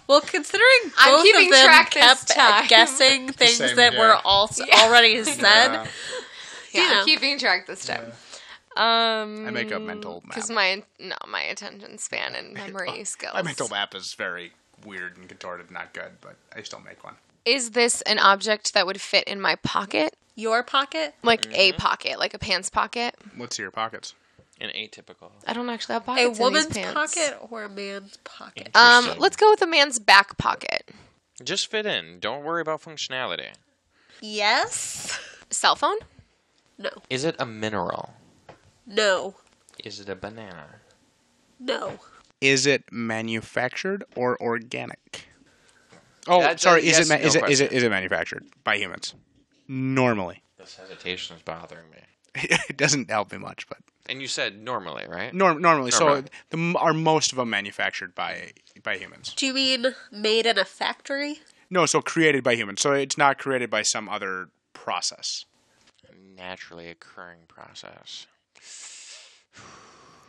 Speaker 4: Well, considering both
Speaker 3: I'm keeping
Speaker 4: of them
Speaker 3: track this
Speaker 4: kept
Speaker 3: time.
Speaker 4: guessing things
Speaker 1: Same,
Speaker 4: that were
Speaker 1: yeah.
Speaker 4: all already said,
Speaker 1: Yeah.
Speaker 3: Yeah,
Speaker 4: You know.
Speaker 3: I'm keeping track this time. Um,
Speaker 1: I make a mental map.
Speaker 3: because my no, my attention span and memory skills.
Speaker 1: My mental map is very weird and contorted, not good, but I still make one.
Speaker 3: Is this an object that would fit in my pocket,
Speaker 4: your pocket.
Speaker 3: like a
Speaker 1: Mm-hmm.
Speaker 3: pocket, like a pants pocket?
Speaker 1: Let's see your pockets.
Speaker 2: An atypical.
Speaker 3: I don't actually have
Speaker 4: A
Speaker 3: pockets.
Speaker 4: woman's
Speaker 3: in these pants.
Speaker 4: pocket or a man's pocket?
Speaker 3: Um,
Speaker 2: Interesting.
Speaker 3: let's go with a man's back pocket.
Speaker 2: Just fit in. Don't worry about functionality.
Speaker 4: Yes.
Speaker 3: Cell phone.
Speaker 4: No.
Speaker 2: Is it a mineral?
Speaker 4: No.
Speaker 2: Is it a banana?
Speaker 4: No.
Speaker 1: Is it manufactured or organic? Oh,
Speaker 2: That's a
Speaker 1: sorry. is
Speaker 2: yes,
Speaker 1: it ma-
Speaker 2: no
Speaker 1: is it is it
Speaker 2: question.
Speaker 1: is it manufactured by humans? Normally,
Speaker 2: This hesitation is bothering me.
Speaker 1: it doesn't help me much, but
Speaker 2: And you said normally, right?
Speaker 1: norm- normally. So
Speaker 2: Normally.
Speaker 1: the, are most of them manufactured by by humans?
Speaker 4: Do you mean made in a factory?
Speaker 1: No, so created by humans. So it's not created by some other process.
Speaker 2: Naturally occurring process.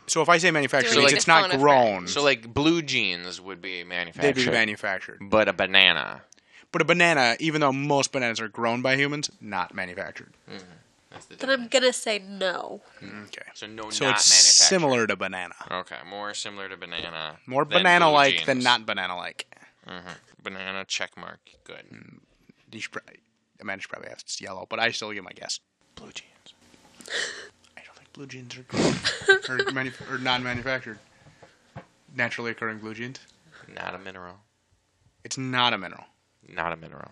Speaker 1: So if I say manufactured,
Speaker 3: Doing
Speaker 1: it means
Speaker 3: the
Speaker 1: it's not
Speaker 3: phone
Speaker 1: grown.
Speaker 2: So like blue jeans would Mm. be
Speaker 1: They'd
Speaker 2: manufactured,
Speaker 1: be manufactured.
Speaker 2: but a banana.
Speaker 1: But a banana, even though most bananas are grown by humans, not manufactured.
Speaker 2: That's the
Speaker 4: Then I'm gonna say no.
Speaker 1: Okay.
Speaker 2: So no,
Speaker 1: So
Speaker 2: not
Speaker 1: it's
Speaker 2: manufactured.
Speaker 1: similar to banana.
Speaker 2: Okay, more similar to banana.
Speaker 1: More
Speaker 2: than blue
Speaker 1: banana like than
Speaker 2: jeans.
Speaker 1: not banana like.
Speaker 2: Banana check mark.
Speaker 1: Hmm.
Speaker 2: Good.
Speaker 1: You should probably, Amanda should probably ask it's yellow, but I still give my guess. Blue jeans. I don't think blue jeans are grown or, manu- or non manufactured. Naturally occurring blue jeans.
Speaker 2: Not a mineral.
Speaker 1: It's not a mineral.
Speaker 2: Not a mineral.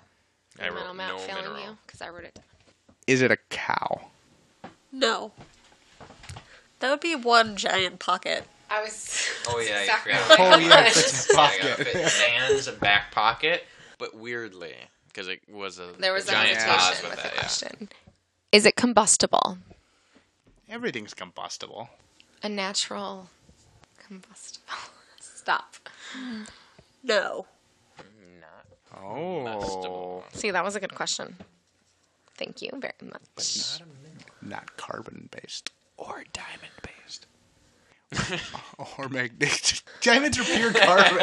Speaker 2: I
Speaker 3: Mental
Speaker 2: wrote
Speaker 3: map
Speaker 2: no
Speaker 3: failing
Speaker 2: mineral.
Speaker 3: you because I wrote it. down.
Speaker 1: Is it a cow?
Speaker 4: No. That would be one giant pocket.
Speaker 3: I was.
Speaker 2: Oh yeah, you
Speaker 3: Sorry.
Speaker 2: forgot.
Speaker 1: Oh, yeah, it's a
Speaker 2: I got
Speaker 1: pocket.
Speaker 2: fit man's and back pocket, but weirdly, because it was a
Speaker 3: There was a
Speaker 2: giant pause with
Speaker 3: hesitation with the
Speaker 2: that. Yeah.
Speaker 3: question. Is it combustible?
Speaker 1: Everything's combustible.
Speaker 3: A natural combustible. Stop.
Speaker 4: No.
Speaker 2: Not
Speaker 1: Oh.
Speaker 2: combustible.
Speaker 3: See, that was a good question. Thank you very much.
Speaker 1: Not carbon based.
Speaker 2: or diamond based.
Speaker 1: Or magnetic. Diamonds are pure carbon.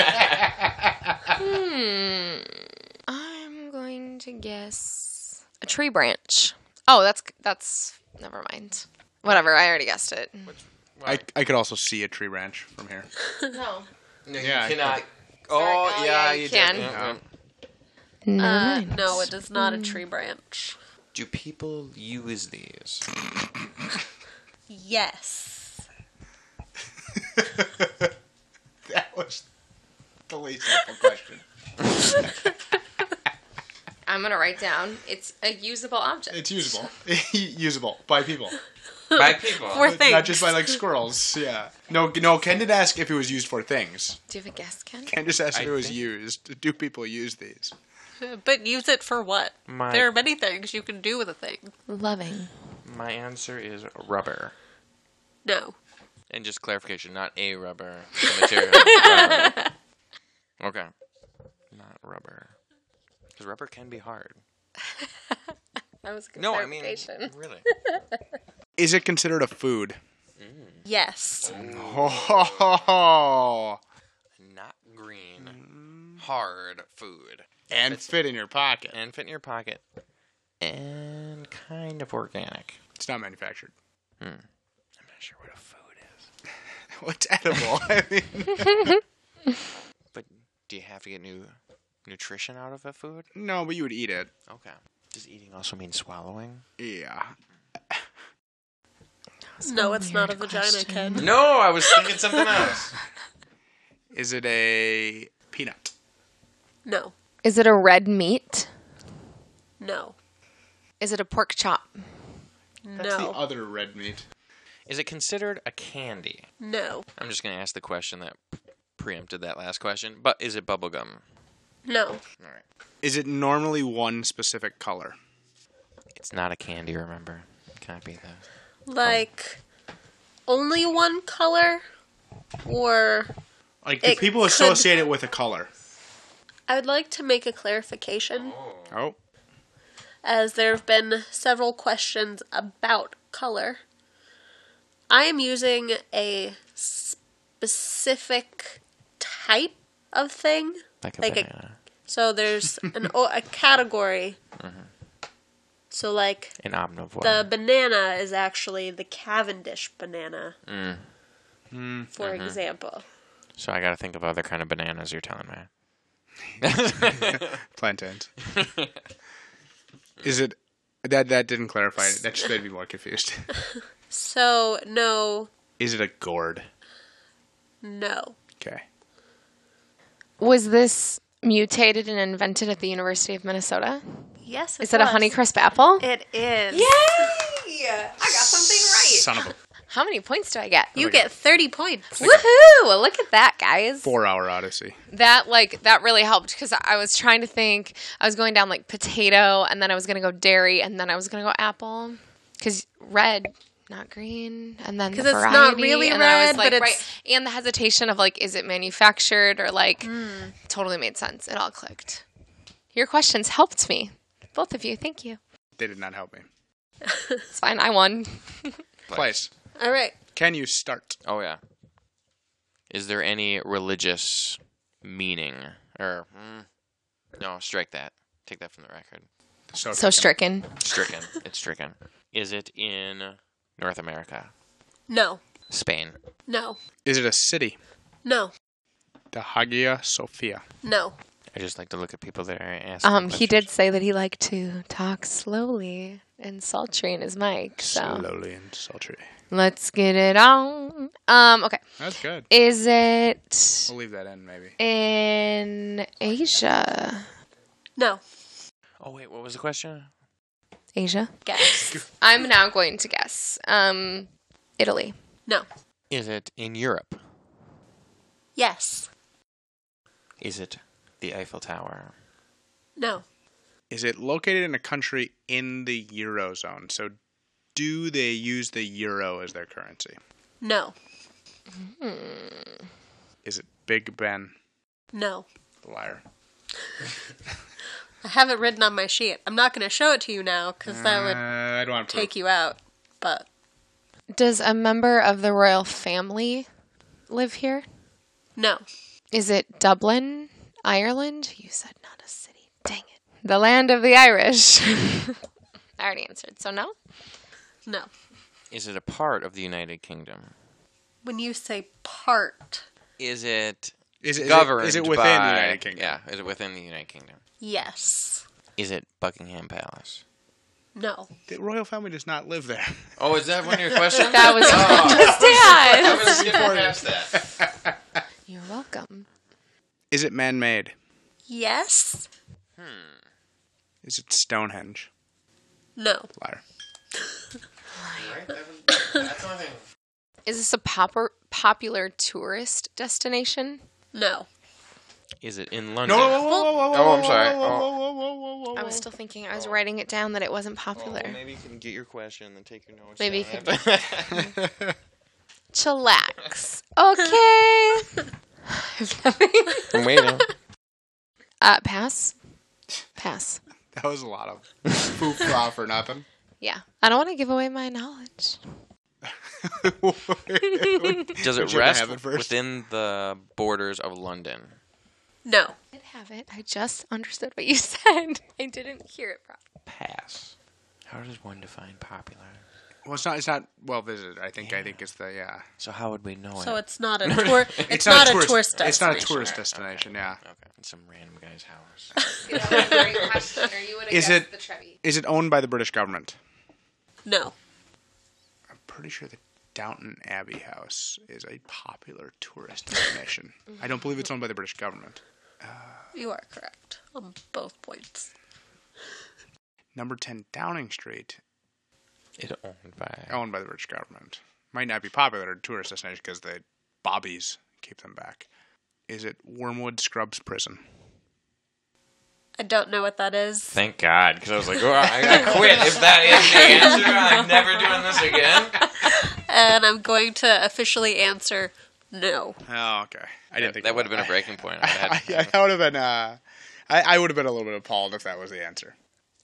Speaker 3: I'm going to guess a tree branch. Oh, that's that's never mind. Whatever, I already guessed it.
Speaker 1: I, I could also see a tree branch from here.
Speaker 3: No.
Speaker 2: No,
Speaker 1: Yeah, I
Speaker 2: you cannot.
Speaker 3: Oh,
Speaker 2: Oh, yeah,
Speaker 3: yeah, you
Speaker 2: you
Speaker 3: can.
Speaker 2: Did. Yeah, yeah.
Speaker 3: No.
Speaker 4: Uh, no, it is not a tree
Speaker 3: Hmm.
Speaker 4: branch.
Speaker 2: Do people use these?
Speaker 4: Yes.
Speaker 1: That was the least simple question.
Speaker 3: I'm gonna write down. It's a usable object.
Speaker 1: It's usable. usable by people.
Speaker 2: By people.
Speaker 4: For things.
Speaker 1: Not just by like squirrels. Yeah. No, no. Ken did ask if it was used for things.
Speaker 3: Do you have a guess, Ken?
Speaker 1: Ken just asked if
Speaker 2: I
Speaker 1: it was
Speaker 2: think-
Speaker 1: used. Do people use these?
Speaker 3: Hmm.
Speaker 4: But use it for what?
Speaker 2: My-
Speaker 4: There are many things you can do with a thing.
Speaker 3: Loving.
Speaker 2: My answer is rubber.
Speaker 4: No.
Speaker 2: And just clarification, not a rubber the material. rubber. Okay. Not rubber. Because rubber can be hard.
Speaker 3: That was a good
Speaker 2: No, I mean,
Speaker 3: clarification.
Speaker 2: really.
Speaker 1: Is it considered a food?
Speaker 4: Yes.
Speaker 1: Oh.
Speaker 2: Not green. Hard food.
Speaker 1: And fit in your pocket.
Speaker 2: And fit in your pocket. And kind of organic.
Speaker 1: It's not manufactured.
Speaker 2: I'm not sure what a food is.
Speaker 1: Well, it's edible. I mean,
Speaker 2: But do you have to get new nutrition out of a food?
Speaker 1: no, but you would eat it.
Speaker 2: Okay. Does eating also mean swallowing?
Speaker 1: Yeah.
Speaker 4: No, it's not a vagina, Ken.
Speaker 2: No, I was thinking something else.
Speaker 1: Is it a peanut?
Speaker 4: No.
Speaker 3: Is it a red meat?
Speaker 4: No.
Speaker 3: Is it a pork chop?
Speaker 1: That's the
Speaker 4: No.
Speaker 1: other red meat.
Speaker 2: Is it considered a candy?
Speaker 4: No.
Speaker 2: I'm just going to ask the question that p- preempted that last question, but is it bubblegum?
Speaker 4: No.
Speaker 2: All right.
Speaker 1: Is it normally one specific color?
Speaker 2: It's not a candy, remember? Copy that.
Speaker 4: Like only one color or
Speaker 1: Like do
Speaker 4: It
Speaker 1: people
Speaker 4: could-
Speaker 1: associate it with a color?
Speaker 4: I would like to make a clarification
Speaker 1: Oh,
Speaker 4: as there have been several questions about color. I am using a specific type of thing.
Speaker 2: Like a
Speaker 4: Like a-
Speaker 2: banana.
Speaker 4: So there's an o- a category. So like
Speaker 2: An omnivore.
Speaker 4: the banana is actually the Cavendish banana, for example.
Speaker 2: So I got to think of other kind of bananas you're telling me.
Speaker 1: plantains. Is it that that didn't clarify it? That just made me more confused.
Speaker 4: So no,
Speaker 1: Is it a gourd?
Speaker 4: no.
Speaker 1: Okay.
Speaker 3: Was this mutated and invented at the University of Minnesota?
Speaker 4: Yes,
Speaker 3: Is it a
Speaker 4: was.
Speaker 3: Honeycrisp apple?
Speaker 4: It is.
Speaker 1: Son of a
Speaker 3: How many points do I get?
Speaker 4: You get thirty points.
Speaker 3: Woohoo! Well, look at that, guys.
Speaker 1: four-hour odyssey.
Speaker 3: That like that really helped because I was trying to think. I was going down like potato, and then I was gonna go dairy, and then I was gonna go apple because red, not green, and then because
Speaker 4: it's not really red, but it's-
Speaker 3: and the hesitation of like, is it manufactured or like,
Speaker 4: Hmm.
Speaker 3: totally made sense. It all clicked. Your questions helped me, both of you. Thank you.
Speaker 1: They did not help me.
Speaker 3: It's fine. I won.
Speaker 1: Place.
Speaker 4: All right.
Speaker 1: Can you start?
Speaker 2: Oh yeah. Is there any religious meaning or mm, no? Strike that. Take that from the record.
Speaker 3: So stricken.
Speaker 2: Stricken. it's stricken. Is it in North America?
Speaker 4: No.
Speaker 2: Spain.
Speaker 4: No.
Speaker 1: Is it a city?
Speaker 4: No.
Speaker 1: The Hagia Sophia.
Speaker 4: No.
Speaker 2: I just like to look at people that are asking.
Speaker 3: Um, he
Speaker 2: questions.
Speaker 3: did say that he liked to talk slowly and sultry in his mic. So
Speaker 1: Slowly and sultry.
Speaker 3: let's get it on. Um, okay.
Speaker 1: That's good.
Speaker 3: Is it
Speaker 1: We'll leave that in, maybe.
Speaker 3: in Asia?
Speaker 4: No.
Speaker 2: Oh wait, what was the question?
Speaker 3: Asia?
Speaker 4: Guess.
Speaker 3: I'm now going to guess. Um, Italy.
Speaker 4: no.
Speaker 2: Is it in Europe?
Speaker 4: Yes.
Speaker 2: Is it the Eiffel Tower?
Speaker 4: No.
Speaker 1: Is it located in a country in the Eurozone? So do they use the euro as their currency?
Speaker 4: No.
Speaker 1: Is it Big Ben?
Speaker 4: No.
Speaker 1: Liar.
Speaker 4: I have it written on my sheet. I'm not going to show it to you now because that
Speaker 1: Uh,
Speaker 4: would
Speaker 1: I don't want to
Speaker 4: take you out. But
Speaker 3: Does a member of the royal family live here?
Speaker 4: no.
Speaker 3: Is it Dublin, Ireland? You said not a city. Dang it. The land of the Irish. I already answered, so no?
Speaker 4: No.
Speaker 2: Is it a part of the United Kingdom?
Speaker 4: When you say part,
Speaker 2: Is it
Speaker 1: Is it, is it-
Speaker 2: governed?
Speaker 1: is it within
Speaker 2: by-
Speaker 1: the United Kingdom?
Speaker 2: Yeah. Is it within the United Kingdom?
Speaker 4: yes.
Speaker 2: Is it Buckingham Palace?
Speaker 4: No.
Speaker 1: The royal family does not live there.
Speaker 2: Oh, is that one of your questions?
Speaker 3: That was just dad.
Speaker 2: was skipping past that.
Speaker 3: You're welcome.
Speaker 1: Is it man made?
Speaker 4: Yes.
Speaker 1: Is it Stonehenge?
Speaker 4: No.
Speaker 1: Liar.
Speaker 3: Is this a popper, popular tourist destination?
Speaker 4: No.
Speaker 2: Is it in London?
Speaker 1: whoa, whoa, whoa,
Speaker 2: Oh, I'm sorry. Oh.
Speaker 1: whoa, whoa, whoa, whoa,
Speaker 3: I was still thinking, I was writing it down that it wasn't popular.
Speaker 1: Oh,
Speaker 2: maybe you can get your question and take your notes.
Speaker 3: Maybe down. you
Speaker 2: can.
Speaker 3: Chillax. Okay. I have nothing.
Speaker 2: I'm waiting.
Speaker 3: Uh, pass. Pass.
Speaker 1: That was a lot of poop fly for nothing.
Speaker 3: Yeah. I don't want to give away my knowledge.
Speaker 2: Does
Speaker 1: Would
Speaker 2: it
Speaker 1: you
Speaker 2: rest
Speaker 1: have it first?
Speaker 2: within the borders of London?
Speaker 4: No.
Speaker 3: I did have it. I just understood what you said. I didn't hear it properly.
Speaker 2: Pass. How does one define popular?
Speaker 1: well, it's not. It's not well visited. I think. I think it's the yeah.
Speaker 2: So how would we
Speaker 1: Oh,
Speaker 2: know
Speaker 4: So
Speaker 2: it?
Speaker 4: it's not a tour. It's, not, a tourist.
Speaker 1: It's not a
Speaker 4: destination.
Speaker 1: tourist destination. Yeah.
Speaker 2: Okay. in some random guy's house.
Speaker 1: Is guessed it- the Is it owned by the British government?
Speaker 4: No.
Speaker 1: I'm pretty sure the Downton Abbey House is a popular tourist destination.
Speaker 4: Mm-hmm.
Speaker 1: I don't believe it's owned by the British government.
Speaker 4: You are correct on both points.
Speaker 1: Number ten Downing Street,
Speaker 2: It's owned by.
Speaker 1: owned by the British government, might not be popular tourist destination because the bobbies keep them back. is at Wormwood Scrubs Prison.
Speaker 4: I don't know what that is.
Speaker 2: Thank God, because I was like, oh, I gotta quit if that is the answer. I'm never doing this again.
Speaker 4: And I'm going to officially answer no.
Speaker 1: Oh, okay. I didn't think
Speaker 2: That would have been a breaking point. I had-
Speaker 1: I, I would have been. Uh, I, I would have been a little bit appalled if that was the answer.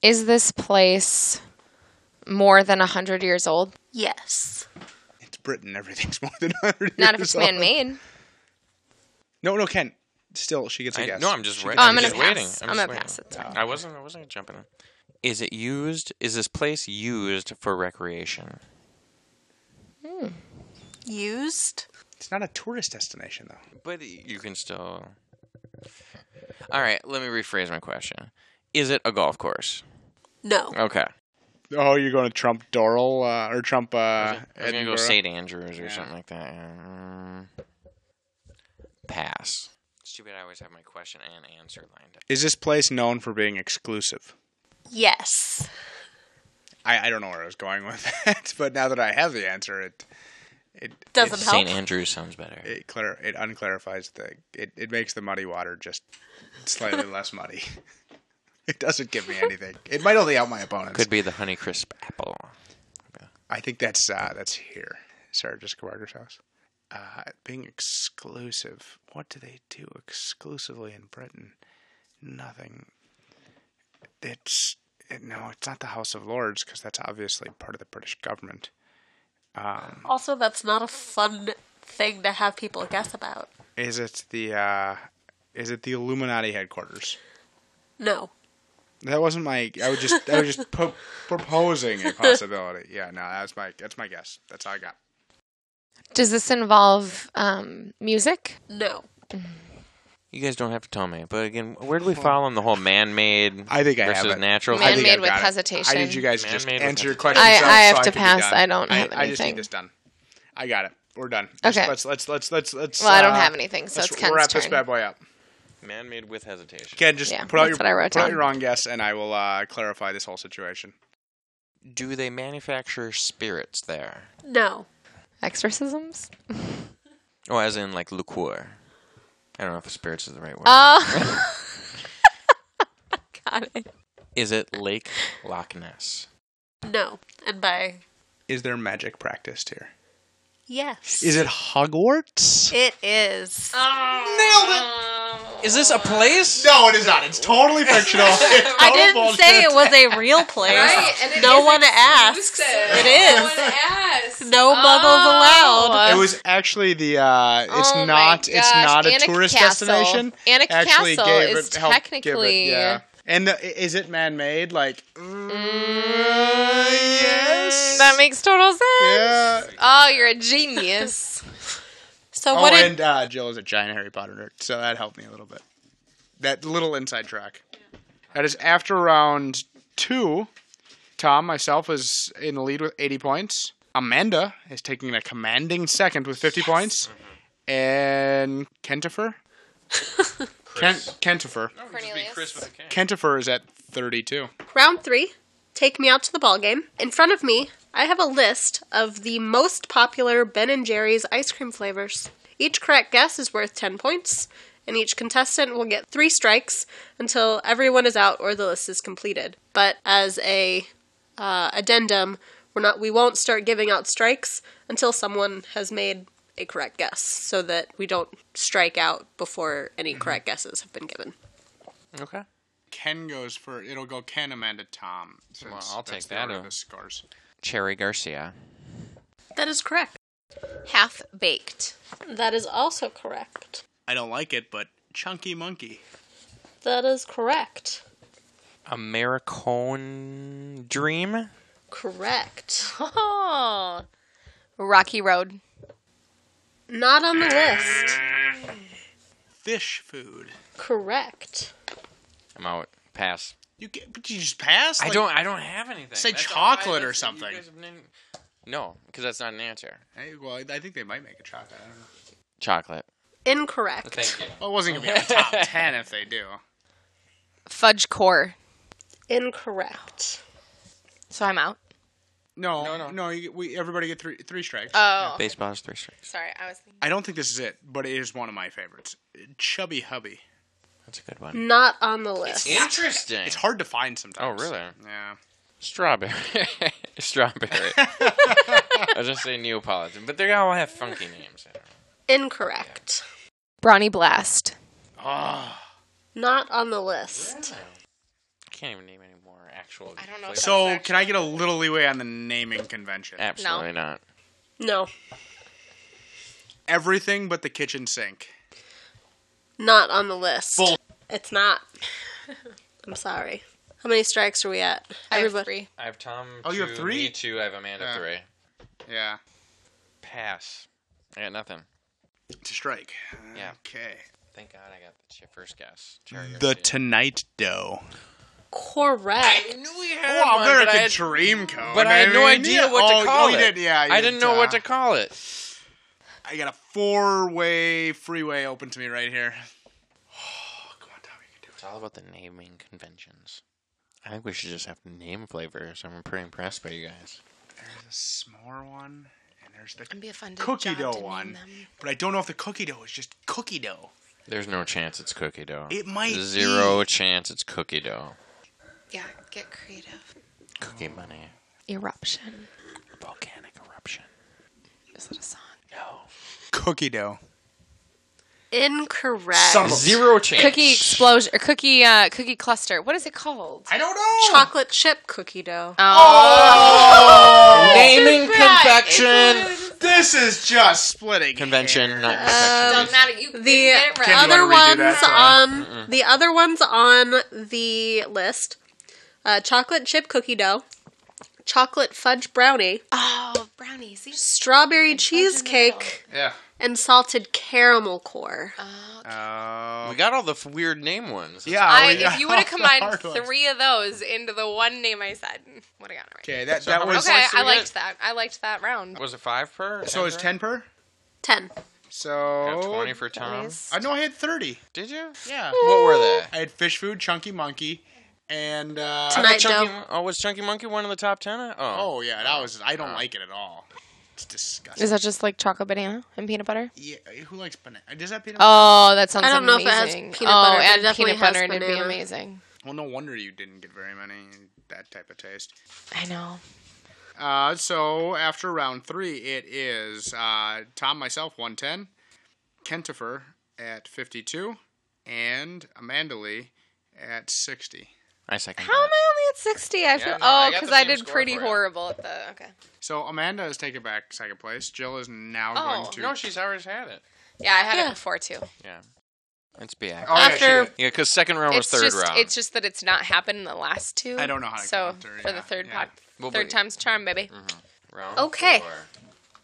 Speaker 3: Is this place more than 100 years old?
Speaker 4: Yes.
Speaker 1: It's Britain. Everything's more than 100
Speaker 3: Not if
Speaker 1: years
Speaker 3: it's
Speaker 1: old.
Speaker 3: man made.
Speaker 1: No, no, Ken. Still, she gets a
Speaker 2: I-
Speaker 1: guess.
Speaker 2: no, I'm just
Speaker 1: She
Speaker 2: right.
Speaker 3: Oh, I'm
Speaker 2: I'm
Speaker 3: gonna
Speaker 2: just waiting.
Speaker 3: pass.
Speaker 2: I'm
Speaker 3: I'm,
Speaker 2: just
Speaker 3: gonna
Speaker 2: waiting.
Speaker 3: pass. It's fine.
Speaker 2: I wasn't. I wasn't jumping in. Is it used? Is this place used for recreation?
Speaker 4: Used?
Speaker 1: It's not a tourist destination, though.
Speaker 2: But you can still. All right, let me rephrase my question. Is it a golf course?
Speaker 4: No.
Speaker 2: Okay.
Speaker 1: Oh, you're going to Trump Doral uh, or Trump? Uh,
Speaker 2: I was gonna go
Speaker 1: Edinburgh?
Speaker 2: St. Andrews or
Speaker 1: Yeah.
Speaker 2: something like that. Um, pass. Stupid. I always have my question and answer lined up.
Speaker 1: Is this place known for being exclusive?
Speaker 4: Yes.
Speaker 1: I, I don't know where I was going with that, but now that I have the answer, it it
Speaker 4: Doesn't help.
Speaker 2: St. Andrews sounds better.
Speaker 1: it clar- it unclarifies the it, it makes the muddy water just slightly less muddy. It doesn't give me anything. It might only help my opponents.
Speaker 2: Could be the Honeycrisp apple.
Speaker 1: I think that's uh, that's here. Sarah Jessica Parker's house. Uh, being exclusive. What do they do exclusively in Britain? Nothing. It's it, no, it's not the House of Lords because that's obviously part of the British government.
Speaker 4: Also, that's not a fun thing to have people guess about.
Speaker 1: Is it the uh, is it the Illuminati headquarters?
Speaker 4: No.
Speaker 1: That wasn't my. I was just I was just po- proposing a possibility. Yeah, no, that's my that's my guess. That's how I got.
Speaker 3: Does this involve um, music?
Speaker 4: No.
Speaker 2: You guys don't have to tell me. But again, where do we fall on the whole man-made
Speaker 1: I think I have
Speaker 2: versus
Speaker 1: it.
Speaker 2: natural?
Speaker 1: I think
Speaker 3: Man-made
Speaker 1: I've
Speaker 3: with
Speaker 1: got it.
Speaker 3: hesitation.
Speaker 1: I need you guys to just
Speaker 2: Man-made with
Speaker 1: answer your
Speaker 2: hesitation.
Speaker 1: questions.
Speaker 3: I-
Speaker 1: out
Speaker 3: I
Speaker 1: so
Speaker 3: have to
Speaker 1: can be
Speaker 3: pass.
Speaker 1: done.
Speaker 3: I don't
Speaker 1: I,
Speaker 3: have
Speaker 1: I just need
Speaker 3: anything.
Speaker 1: this done. I got it. We're done. Just
Speaker 3: Okay.
Speaker 1: Let's let's let's let's let's.
Speaker 3: Well, I don't
Speaker 1: uh,
Speaker 3: have anything, so
Speaker 1: let's
Speaker 3: it's Ken's
Speaker 1: wrap this
Speaker 3: turn.
Speaker 1: bad boy up.
Speaker 2: Man-made with hesitation.
Speaker 1: Ken, just
Speaker 3: Yeah,
Speaker 1: put out
Speaker 3: that's
Speaker 1: your
Speaker 3: what I wrote
Speaker 1: put out
Speaker 3: down.
Speaker 1: your wrong guess, and I will uh, clarify this whole situation.
Speaker 2: Do they manufacture spirits there?
Speaker 4: No.
Speaker 3: Exorcisms?
Speaker 2: Oh, as in like liqueur. I don't know if spirits is the right word.
Speaker 3: Oh. Got it.
Speaker 2: is it Lake Loch Ness?
Speaker 4: No. And by
Speaker 1: Is there magic practiced here?
Speaker 4: yes.
Speaker 1: Is it Hogwarts?
Speaker 4: It is.
Speaker 1: Oh,
Speaker 2: Is this a place?
Speaker 1: No, it is not. It's totally fictional. It's total
Speaker 4: I didn't
Speaker 1: bullshit.
Speaker 4: say it was a real place. no one asks. It is. No muggles allowed.
Speaker 1: Oh. It was actually the. Uh, it's
Speaker 3: Oh my
Speaker 1: not. It's
Speaker 3: gosh,
Speaker 1: not a
Speaker 3: Annick
Speaker 1: tourist
Speaker 3: Castle.
Speaker 1: destination.
Speaker 3: Annick
Speaker 1: actually
Speaker 3: Castle
Speaker 1: gave
Speaker 3: is
Speaker 1: it, helped give it,
Speaker 3: technically-
Speaker 1: yeah. And the, i- is it man-made? Like, mm, yes.
Speaker 3: That makes total sense.
Speaker 1: yeah.
Speaker 3: Oh, you're a genius.
Speaker 4: So
Speaker 1: Oh,
Speaker 4: what did
Speaker 1: and uh, Jill is a giant Harry Potter nerd, so that helped me a little bit. That little inside track. That is after round two. Tom, myself, is in the lead with 80 points. Amanda is taking a commanding second with 50 points. And Kentifer? Kent, Kentifer. Kentifer is at 32.
Speaker 4: Round three, take me out to the ball game. In front of me, I have a list of the most popular Ben and Jerry's ice cream flavors. Each correct guess is worth 10 points, and each contestant will get three strikes until everyone is out or the list is completed. But as a uh, addendum, we're not we won't start giving out strikes until someone has made a correct guess, so that we don't strike out before any correct guesses have been given.
Speaker 2: Okay.
Speaker 1: Ken goes for it'll go Ken, Amanda, Tom. since
Speaker 2: Well, I'll
Speaker 1: that's
Speaker 2: take
Speaker 1: the
Speaker 2: that,
Speaker 1: order of
Speaker 2: uh,
Speaker 1: The scores.
Speaker 2: Cherry Garcia.
Speaker 4: That is correct.
Speaker 3: Half baked.
Speaker 4: That is also correct.
Speaker 1: I don't like it, but Chunky Monkey.
Speaker 4: That is correct.
Speaker 2: Americone Dream.
Speaker 4: Correct.
Speaker 3: Oh. Rocky Road.
Speaker 4: Not on the list.
Speaker 1: Fish food.
Speaker 4: Correct.
Speaker 2: I'm out. Pass.
Speaker 1: You get, but you just pass.
Speaker 2: I
Speaker 1: Like,
Speaker 2: don't. I don't have anything.
Speaker 1: Say
Speaker 2: That's all I-
Speaker 1: chocolate or
Speaker 2: that's- you
Speaker 1: something.
Speaker 2: guys have named- No, because that's not an answer.
Speaker 1: Hey, well, I think they might make a chocolate. I don't know.
Speaker 2: Chocolate.
Speaker 4: Incorrect.
Speaker 2: Thank you.
Speaker 1: Well, it wasn't gonna be on the top ten if they do.
Speaker 3: Fudge core.
Speaker 4: Incorrect.
Speaker 3: So I'm out.
Speaker 1: No, no,
Speaker 2: No, no. Uh,
Speaker 1: no. you, we everybody get three three strikes.
Speaker 9: Oh,
Speaker 2: Baseball is three strikes.
Speaker 9: sorry. I was thinking.
Speaker 1: I don't think this is it, but it is one of my favorites. Chubby Hubby.
Speaker 2: That's a good one.
Speaker 4: Not on the list.
Speaker 2: Interesting.
Speaker 1: It's hard to find sometimes.
Speaker 2: Oh, really?
Speaker 1: Yeah.
Speaker 2: Strawberry. Strawberry. I was just saying Neapolitan, but they all have funky names. I don't know.
Speaker 4: Incorrect.
Speaker 9: Brawny Blast.
Speaker 1: Oh.
Speaker 2: Ah.
Speaker 4: Not on the list.
Speaker 2: I can't even name any more actual.
Speaker 9: I don't know.
Speaker 2: flavors.
Speaker 1: So can I get a little leeway on the naming convention?
Speaker 2: Absolutely not.
Speaker 4: No.
Speaker 1: Everything but the kitchen sink.
Speaker 4: Not on the list.
Speaker 1: Bull.
Speaker 4: It's not. I'm sorry. How many strikes are we at?
Speaker 9: I have
Speaker 4: Everybody-
Speaker 9: three.
Speaker 2: I have Tom.
Speaker 1: Oh, you have
Speaker 2: two,
Speaker 1: three?
Speaker 2: Me two. I have Amanda
Speaker 1: Yeah.
Speaker 2: three.
Speaker 1: Yeah.
Speaker 2: Pass. I got nothing.
Speaker 1: To strike.
Speaker 2: Yeah.
Speaker 1: Okay.
Speaker 2: Thank God I got the chi- first guess. Cherry
Speaker 1: The
Speaker 2: Garcia.
Speaker 1: Tonight Dough.
Speaker 4: Correct.
Speaker 2: I knew we had
Speaker 1: Oh,
Speaker 2: one,
Speaker 1: American
Speaker 2: but I had,
Speaker 1: Dream Code.
Speaker 2: but I had no
Speaker 1: mean,
Speaker 2: idea
Speaker 1: yeah.
Speaker 2: what to
Speaker 1: Oh,
Speaker 2: call
Speaker 1: oh, you
Speaker 2: it.
Speaker 1: did, yeah, you
Speaker 2: I
Speaker 1: did,
Speaker 2: didn't know what
Speaker 1: uh,
Speaker 2: to call it.
Speaker 1: I got a four-way freeway open to me right here. Oh, come on, Tom, you can do
Speaker 2: It's all about the naming conventions. I think we should just have name flavors. I'm pretty impressed by you guys.
Speaker 1: it. There's a s'more one, and there's the
Speaker 9: It'd be a fun
Speaker 1: cookie
Speaker 9: job
Speaker 1: dough
Speaker 9: to name
Speaker 1: one.
Speaker 9: them.
Speaker 1: But I don't know if the cookie dough is just cookie dough.
Speaker 2: There's no chance it's cookie dough.
Speaker 1: It might
Speaker 2: Zero chance it's cookie dough.
Speaker 9: Yeah, get creative.
Speaker 2: Cookie money.
Speaker 9: Eruption.
Speaker 2: Volcanic eruption.
Speaker 9: Is it a song?
Speaker 2: No.
Speaker 1: Cookie dough.
Speaker 4: Incorrect.
Speaker 1: Some-
Speaker 2: Zero chance.
Speaker 9: Cookie explosion or cookie uh, cookie cluster. What is it called?
Speaker 1: I don't know.
Speaker 4: Chocolate chip cookie dough.
Speaker 9: Oh,
Speaker 2: Naming convention.
Speaker 1: This is just splitting.
Speaker 2: Convention, Um, not
Speaker 9: Doesn't
Speaker 2: confectioneries.
Speaker 9: matter. You
Speaker 4: The
Speaker 9: you get it right.
Speaker 1: Can you
Speaker 4: other
Speaker 1: wanna redo
Speaker 4: ones
Speaker 1: that,
Speaker 4: on the other ones on the list: uh, chocolate chip cookie dough, chocolate fudge brownie,
Speaker 9: Oh, brownies. These-
Speaker 4: strawberry cheesecake,
Speaker 1: Yeah.
Speaker 4: and salted caramel core.
Speaker 1: Uh,
Speaker 2: we got all the f- weird name ones.
Speaker 1: Oh, yeah.
Speaker 9: I,
Speaker 1: we got
Speaker 9: if you would have
Speaker 1: all the
Speaker 9: combined
Speaker 1: hard ones.
Speaker 9: three of those into the one name I said, would have gotten it right.
Speaker 1: Okay, that, that was.
Speaker 9: Okay,
Speaker 2: Let's do
Speaker 9: I
Speaker 2: it.
Speaker 9: liked that. I liked that round.
Speaker 2: Was it five per?
Speaker 1: So it's
Speaker 2: per?
Speaker 1: 10 per?
Speaker 4: Ten.
Speaker 1: So.
Speaker 2: Got Twenty for
Speaker 3: Um,
Speaker 2: Tom.
Speaker 9: Please.
Speaker 1: I know I had 30.
Speaker 2: Did you?
Speaker 1: Yeah.
Speaker 2: What were they?
Speaker 1: I had fish food, chunky monkey, and. Uh,
Speaker 2: Oh,
Speaker 4: Tonight-
Speaker 2: Chunky,
Speaker 4: Dough.
Speaker 2: oh, was Chunky Monkey one of the top ten? Oh.
Speaker 1: Oh, yeah, that was. I don't like it at all. It's disgusting.
Speaker 9: Is that just like chocolate banana and peanut butter?
Speaker 1: yeah, who likes banana? Does that peanut
Speaker 9: Oh, that sounds
Speaker 4: I don't know if it has
Speaker 9: amazing.
Speaker 4: peanut butter, but it
Speaker 9: Oh, add
Speaker 4: definitely
Speaker 9: peanut
Speaker 4: has
Speaker 9: butter and it'd be
Speaker 4: banana.
Speaker 9: amazing.
Speaker 1: Well, no wonder you didn't get very many that type of taste.
Speaker 9: I know.
Speaker 1: Uh, so after round three, it is uh, Tom, myself, 110, Kentifer at 52, and Amanda Lee at 60.
Speaker 2: I second.
Speaker 9: How am I only at 60? I feel.
Speaker 2: no, I
Speaker 9: oh,
Speaker 2: got
Speaker 9: because
Speaker 2: the
Speaker 9: I
Speaker 2: same
Speaker 9: did
Speaker 2: score
Speaker 9: pretty
Speaker 2: for you.
Speaker 9: horrible at the. Okay.
Speaker 1: So Amanda is taking back second place. Jill is now
Speaker 9: Oh,
Speaker 1: going to.
Speaker 2: No, she's always had it.
Speaker 9: Yeah, I had it before too.
Speaker 2: Yeah. Let's be accurate.
Speaker 1: Oh, yeah, she
Speaker 4: After
Speaker 1: did.
Speaker 2: Yeah, because second round
Speaker 9: It's
Speaker 2: was third
Speaker 9: just,
Speaker 2: round.
Speaker 9: it's just that it's not happened in the last two.
Speaker 1: I don't know how to
Speaker 9: So
Speaker 1: count, or-
Speaker 9: for
Speaker 1: yeah,
Speaker 9: the third
Speaker 1: yeah.
Speaker 9: pod,
Speaker 2: Well,
Speaker 9: third
Speaker 2: but-
Speaker 9: time's charm, baby.
Speaker 1: Mm-hmm.
Speaker 2: round
Speaker 4: Okay.
Speaker 2: four.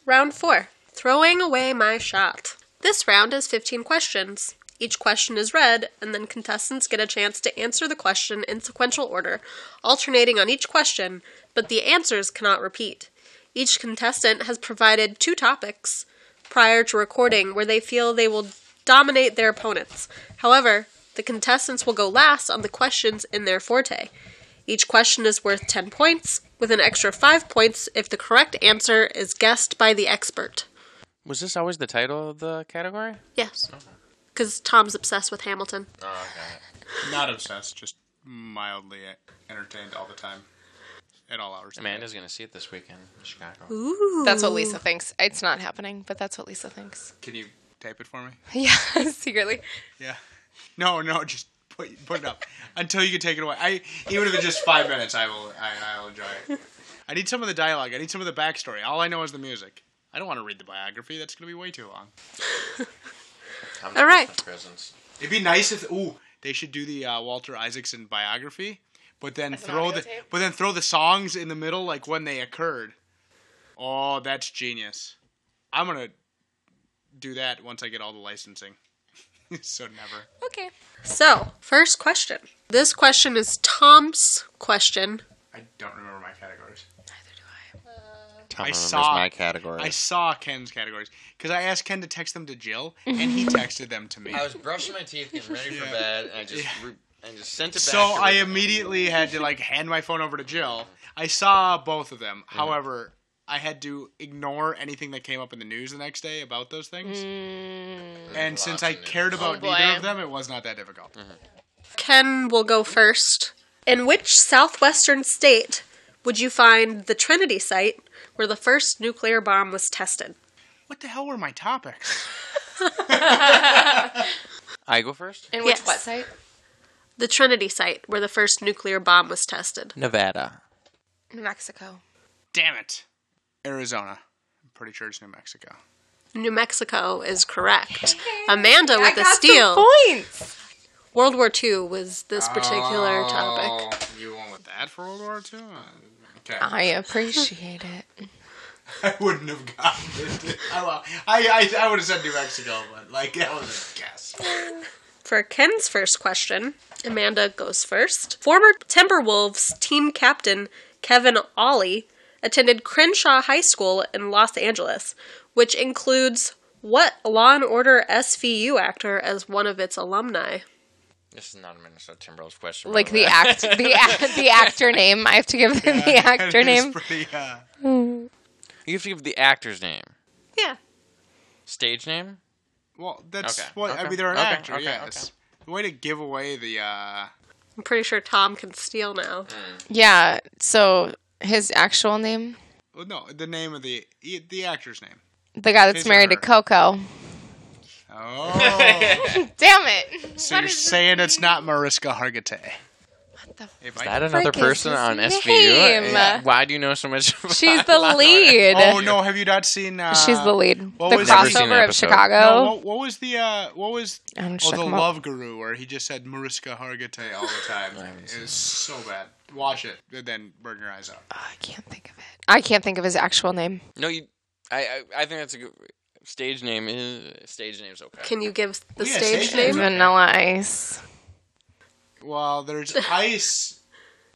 Speaker 4: Round four Throwing Away My Shot. This round is 15 questions. Each question is read, and then contestants get a chance to answer the question in sequential order, alternating on each question, but the answers cannot repeat. Each contestant has provided two topics prior to recording where they feel they will dominate their opponents. However, the contestants will go last on the questions in their forte. Each question is worth 10 points, with an extra 5 points if the correct answer is guessed by the expert.
Speaker 2: Was this always the title of the category?
Speaker 4: Yes. Because Tom's obsessed with Hamilton.
Speaker 2: Oh, okay.
Speaker 1: Not obsessed, just mildly entertained all the time, at all hours.
Speaker 2: Amanda's gonna see it this weekend in Chicago.
Speaker 9: That's what Lisa thinks. It's not happening, but that's what Lisa thinks.
Speaker 1: Can you type it for me?
Speaker 9: yeah, secretly.
Speaker 1: Yeah. No, no, just put put it up until you can take it away. I even if it's just five minutes, I will I, I'll enjoy it. I need some of the dialogue. I need some of the backstory. All I know is the music. I don't want to read the biography. That's going to be way too long.
Speaker 2: Tom's
Speaker 4: All right.
Speaker 2: Christmas presents.
Speaker 1: It'd be nice if ooh they should do the uh, Walter Isaacson biography, but then throw
Speaker 9: audio
Speaker 1: the
Speaker 9: tape?
Speaker 1: but then throw the songs in the middle like when they occurred. Oh, that's genius. I'm gonna do that once I get all the licensing. so never.
Speaker 9: Okay.
Speaker 4: So, first question. This question is Tom's question.
Speaker 1: I don't remember my categories.
Speaker 2: Tom
Speaker 1: I
Speaker 2: remembers
Speaker 1: saw-
Speaker 2: my category.
Speaker 1: I saw Ken's categories because I asked Ken to text them to Jill, and he texted them to me.
Speaker 2: I was brushing my teeth, getting ready for bed, and I just re- and just sent it back.
Speaker 1: So
Speaker 2: to
Speaker 1: I
Speaker 2: Rick.
Speaker 1: immediately had to like hand my phone over to Jill. I saw both of them. However, I had to ignore anything that came up in the news the next day about those
Speaker 9: Mm.
Speaker 1: things. And since I cared about
Speaker 9: Oh,
Speaker 10: boy.
Speaker 1: neither of them, it was not that difficult.
Speaker 4: Ken will go first. In which southwestern state would you find the Trinity site where the first nuclear bomb was tested?
Speaker 1: What the hell were my topics?
Speaker 2: I go first.
Speaker 9: And which
Speaker 4: Yes.
Speaker 9: website?
Speaker 4: The Trinity site where the first nuclear bomb was tested.
Speaker 2: Nevada.
Speaker 9: New Mexico.
Speaker 1: Damn it. Arizona. I'm pretty sure it's New Mexico.
Speaker 4: New Mexico is correct. Amanda with a steal.
Speaker 9: Points.
Speaker 4: World War II was this particular topic.
Speaker 1: Oh, you went with that for World War II? Okay.
Speaker 9: I appreciate it.
Speaker 1: I wouldn't have gotten it. I, well, I, I, I would have said New Mexico, but like that was a guess.
Speaker 4: For Ken's first question, Amanda goes first. Former Timberwolves team captain Kevin Ollie attended Crenshaw High School in Los Angeles, which includes what Law and Order SVU actor as one of its alumni?
Speaker 2: This is not a Minnesota Timberwolves question. by
Speaker 9: Like
Speaker 2: way.
Speaker 9: the act, the act, the actor name. I have to give them the actor
Speaker 1: That is
Speaker 9: name.
Speaker 1: pretty, uh,
Speaker 2: You have to give the actor's name,
Speaker 4: Yeah.
Speaker 2: stage name.
Speaker 1: well, that's
Speaker 2: Okay,
Speaker 1: what I
Speaker 2: okay,
Speaker 1: mean. They're an
Speaker 2: okay,
Speaker 1: actor,
Speaker 2: okay,
Speaker 1: yes. The way to give away the uh,
Speaker 4: I'm pretty sure Tom can steal now.
Speaker 9: Yeah. So his actual name,
Speaker 1: well, oh, no, the name of the e, the actor's name.
Speaker 9: the guy that's
Speaker 1: His or
Speaker 9: married to
Speaker 1: her?
Speaker 9: Coco.
Speaker 1: Oh,
Speaker 9: Damn it!
Speaker 1: so you're saying it's not Mariska Hargitay?
Speaker 9: the f-
Speaker 1: It
Speaker 2: Is
Speaker 1: might-
Speaker 2: that another
Speaker 9: frick is
Speaker 2: person
Speaker 9: his
Speaker 2: on SVU?
Speaker 9: name?
Speaker 2: Yeah. Why do you know so much? About
Speaker 9: She's the lead.
Speaker 1: oh no, have you not seen? Uh,
Speaker 9: She's the lead.
Speaker 1: what
Speaker 9: the
Speaker 1: was it? Never
Speaker 2: seen an
Speaker 9: crossover of
Speaker 2: episode.
Speaker 9: Chicago.
Speaker 1: No, what, what was the uh, what was
Speaker 9: I'm just
Speaker 1: oh the
Speaker 9: looking 'em up.
Speaker 1: Love Guru where he just said Mariska Hargitay all the time? it was so bad. Watch it and then burn your eyes out.
Speaker 9: I can't think of it. I can't think of his actual name.
Speaker 2: No, you. I, I I think that's a good stage name. Is stage name's okay.
Speaker 4: Can you give the
Speaker 1: Yeah,
Speaker 4: stage
Speaker 1: stage
Speaker 4: name?
Speaker 1: name.
Speaker 9: Vanilla Ice.
Speaker 1: Well, there's ice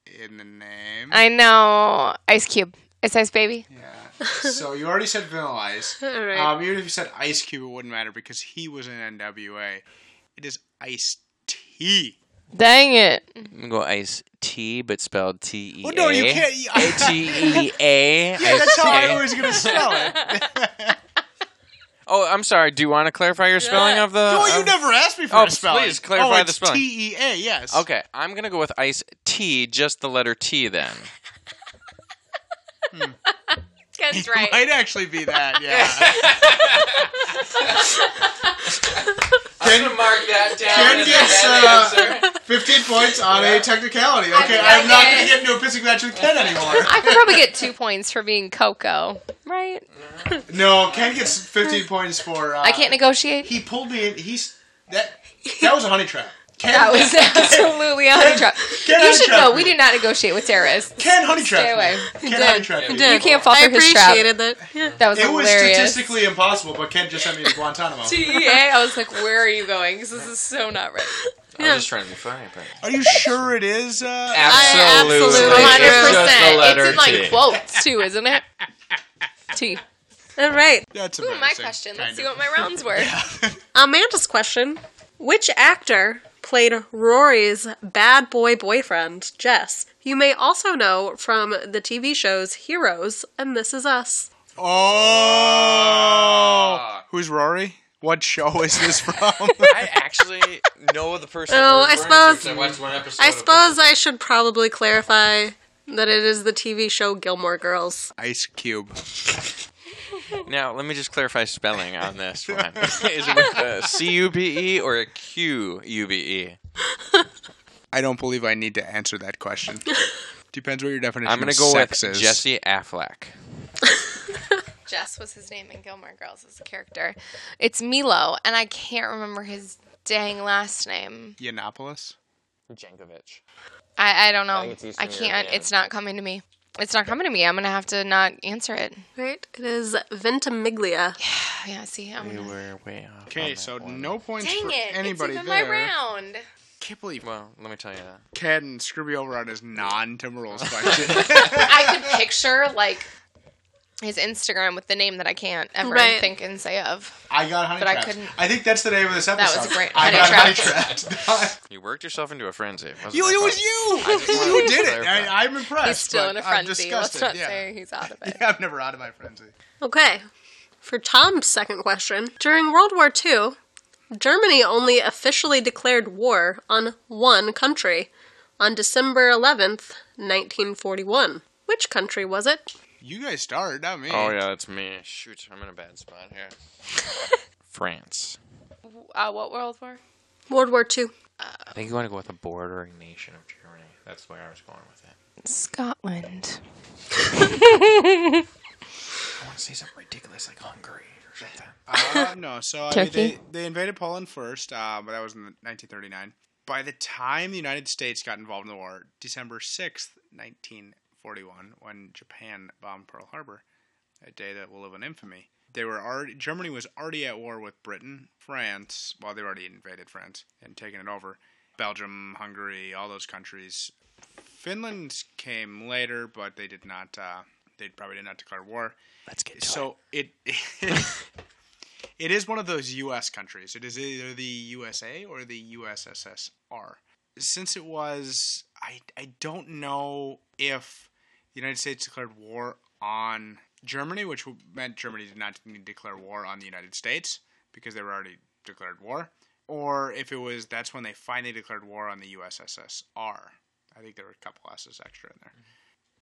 Speaker 1: in the name.
Speaker 9: I know Ice Cube. It's Ice Baby.
Speaker 1: Yeah. So you already said Vanilla Ice.
Speaker 4: All right.
Speaker 1: Um, even if you said Ice Cube, it wouldn't matter because he was in NWA. It is Ice T.
Speaker 9: Dang it!
Speaker 2: I'm gonna go Ice T, but spelled T E A.
Speaker 1: Well, Oh, no, you can't.
Speaker 2: A T E A.
Speaker 1: Yeah, that's how I was gonna spell it.
Speaker 2: Oh, I'm sorry. Do you want to clarify your spelling of the?
Speaker 1: Oh, you
Speaker 2: of-
Speaker 1: never asked me for a
Speaker 2: oh,
Speaker 1: spelling.
Speaker 2: please clarify
Speaker 1: oh,
Speaker 2: the spelling.
Speaker 1: T E A. Yes.
Speaker 2: Okay, I'm gonna go with Ice T, just the letter T then.
Speaker 9: That's
Speaker 1: Might actually be that. Yeah.
Speaker 2: I'm gonna mark that down.
Speaker 1: Ken gets uh, 15 points on a technicality. Okay, I'm not gonna get into a pissing match with Ken anymore.
Speaker 9: I could probably get two points for being Coco, right?
Speaker 1: No, Ken gets 15 points for. Uh,
Speaker 9: I can't negotiate.
Speaker 1: He pulled me in. He's that. That was a honey trap. Ken,
Speaker 9: That was absolutely on the trap.
Speaker 1: Ken
Speaker 9: You
Speaker 1: honey
Speaker 9: should know
Speaker 1: trapped
Speaker 9: we
Speaker 1: me.
Speaker 9: did not negotiate with terrorists.
Speaker 1: Ken honey trap.
Speaker 9: Stay away.
Speaker 1: Ken honey trap. me.
Speaker 9: You can't fall
Speaker 4: I
Speaker 9: for his trap.
Speaker 4: appreciated that. Yeah.
Speaker 9: That was
Speaker 1: It was
Speaker 9: hilarious.
Speaker 1: statistically impossible, but Ken just sent me to Guantanamo.
Speaker 9: Yeah, I was like, where are you going? 'Cause this is so not right.
Speaker 2: I'm just trying to be funny, but
Speaker 1: Are you sure it is? Uh,
Speaker 2: absolutely, it's
Speaker 4: absolutely-
Speaker 2: just the
Speaker 9: 100%.
Speaker 2: letter
Speaker 9: It's in like
Speaker 2: T.
Speaker 9: quotes too, isn't it? T.
Speaker 4: All right.
Speaker 1: that's
Speaker 9: Ooh, my question. Let's see what my rounds were.
Speaker 4: Amanda's question Which actor played Rory's bad boy boyfriend, Jess? You may also know from the TV shows Heroes and This Is Us.
Speaker 9: Ah.
Speaker 1: Oh, who's Rory? What show is this from?
Speaker 2: I actually know the person.
Speaker 4: Oh,
Speaker 2: we're
Speaker 4: I
Speaker 2: referring to 'cause
Speaker 4: suppose-
Speaker 2: I watched one episode.
Speaker 4: I
Speaker 2: of it.
Speaker 4: suppose I should probably clarify that it is the TV show Gilmore Girls.
Speaker 1: Ice Cube.
Speaker 2: Now, let me just clarify spelling on this one. Is it with a C U B E or a Q U B E?
Speaker 1: I don't believe I need to answer that question. Depends what your definition
Speaker 2: I'm gonna
Speaker 1: of
Speaker 2: go with
Speaker 1: sex is.
Speaker 2: Jesse Affleck.
Speaker 9: Jess was his name in Gilmore Girls as a character. It's Milo, and I can't remember his dang last name.
Speaker 1: Yiannopoulos?
Speaker 2: Jankovic.
Speaker 9: I, I don't know.
Speaker 2: think it's
Speaker 9: I,
Speaker 2: Eastern
Speaker 9: can't.
Speaker 2: European.
Speaker 9: It's not coming to me. It's not coming to me. I'm gonna have to not answer it. Oh,
Speaker 4: Right? It is Ventimiglia.
Speaker 9: Yeah, see, I'm
Speaker 2: We
Speaker 9: gonna...
Speaker 2: were way off.
Speaker 1: Okay,
Speaker 2: on
Speaker 1: so
Speaker 2: that one.
Speaker 1: no points
Speaker 9: Dang
Speaker 1: for
Speaker 9: it!
Speaker 1: anybody
Speaker 9: it's even
Speaker 1: there.
Speaker 9: my round.
Speaker 1: Can't believe
Speaker 2: Well, let me tell you that.
Speaker 1: Ken screwed me over on his non-Timberwolves question.
Speaker 9: I could picture like his Instagram with the name that I can't ever
Speaker 4: Right.
Speaker 9: think and say of.
Speaker 1: I got honey
Speaker 9: But I
Speaker 1: trapped. I,
Speaker 9: couldn't-
Speaker 1: think that's the name of this
Speaker 9: was
Speaker 1: episode.
Speaker 9: a great-
Speaker 1: I
Speaker 9: honey
Speaker 1: got
Speaker 9: trapped.
Speaker 1: honey trapped.
Speaker 2: You worked yourself into a frenzy. It wasn't
Speaker 1: you,
Speaker 2: my
Speaker 1: it was
Speaker 2: fault.
Speaker 1: you.
Speaker 2: wanted
Speaker 1: you
Speaker 2: to
Speaker 1: did it.
Speaker 2: clarify.
Speaker 1: I, I'm impressed.
Speaker 9: He's still
Speaker 1: but
Speaker 9: in a
Speaker 1: I'm
Speaker 9: frenzy. Let's
Speaker 1: disgusted.
Speaker 9: not
Speaker 1: yeah.
Speaker 9: say he's out of it.
Speaker 1: Yeah, I'm never out of my frenzy.
Speaker 4: Okay. For Tom's second question, during World War II, Germany only officially declared war on one country on December 11th, 1941. Which country was it?
Speaker 1: You guys started, not me.
Speaker 2: Oh yeah, that's me. Shoot, I'm in a bad spot here. France.
Speaker 9: Uh, what World War?
Speaker 4: World War II.
Speaker 2: I think you want to go with a bordering nation of Germany. That's where I was going with it.
Speaker 9: Scotland.
Speaker 2: I want to say something ridiculous like Hungary or something.
Speaker 1: Uh, no, so I mean,
Speaker 9: Turkey?
Speaker 1: they, they invaded Poland first, uh, but that was in 1939. By the time the United States got involved in the war, December 6th, 1941, when Japan bombed Pearl Harbor, a day that will live in infamy, they were already Germany was already at war with Britain, France. Well, they already invaded France and taken it over. Belgium, Hungary, all those countries. Finland came later, but they did not. Uh, they probably did not declare war. Let's get so it It is one of those U.S. countries. It is either the USA or the USSR. Since it was, I, I don't know if the United States declared war on Germany, which meant Germany did not need to declare war on the United States because they were already declared war, or if it was that's when they finally declared war on the USSR. I think there were a couple S's extra in there.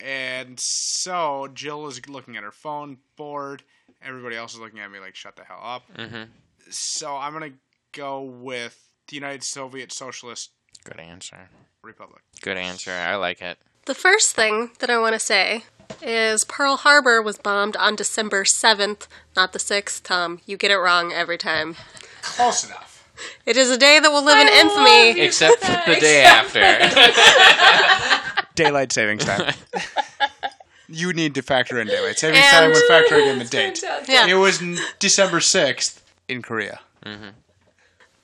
Speaker 1: And so Jill is looking at her phone, bored. Everybody else is looking at me like, shut the hell up.
Speaker 2: Mhm.
Speaker 1: So I'm going to go with the United Soviet Socialist
Speaker 2: Good answer.
Speaker 1: Republic.
Speaker 2: Good answer. I like it.
Speaker 4: The first thing that I want to say is Pearl Harbor was bombed on December 7th, not the 6th, Tom. You get it wrong every time.
Speaker 1: Close enough.
Speaker 4: It is a day that will live in infamy.
Speaker 2: Except for the day after.
Speaker 1: Daylight savings time. you need to factor in daylight savings
Speaker 4: And-
Speaker 1: time when factoring in the date.
Speaker 4: Yeah.
Speaker 1: It was n- December 6th in Korea.
Speaker 4: Uh,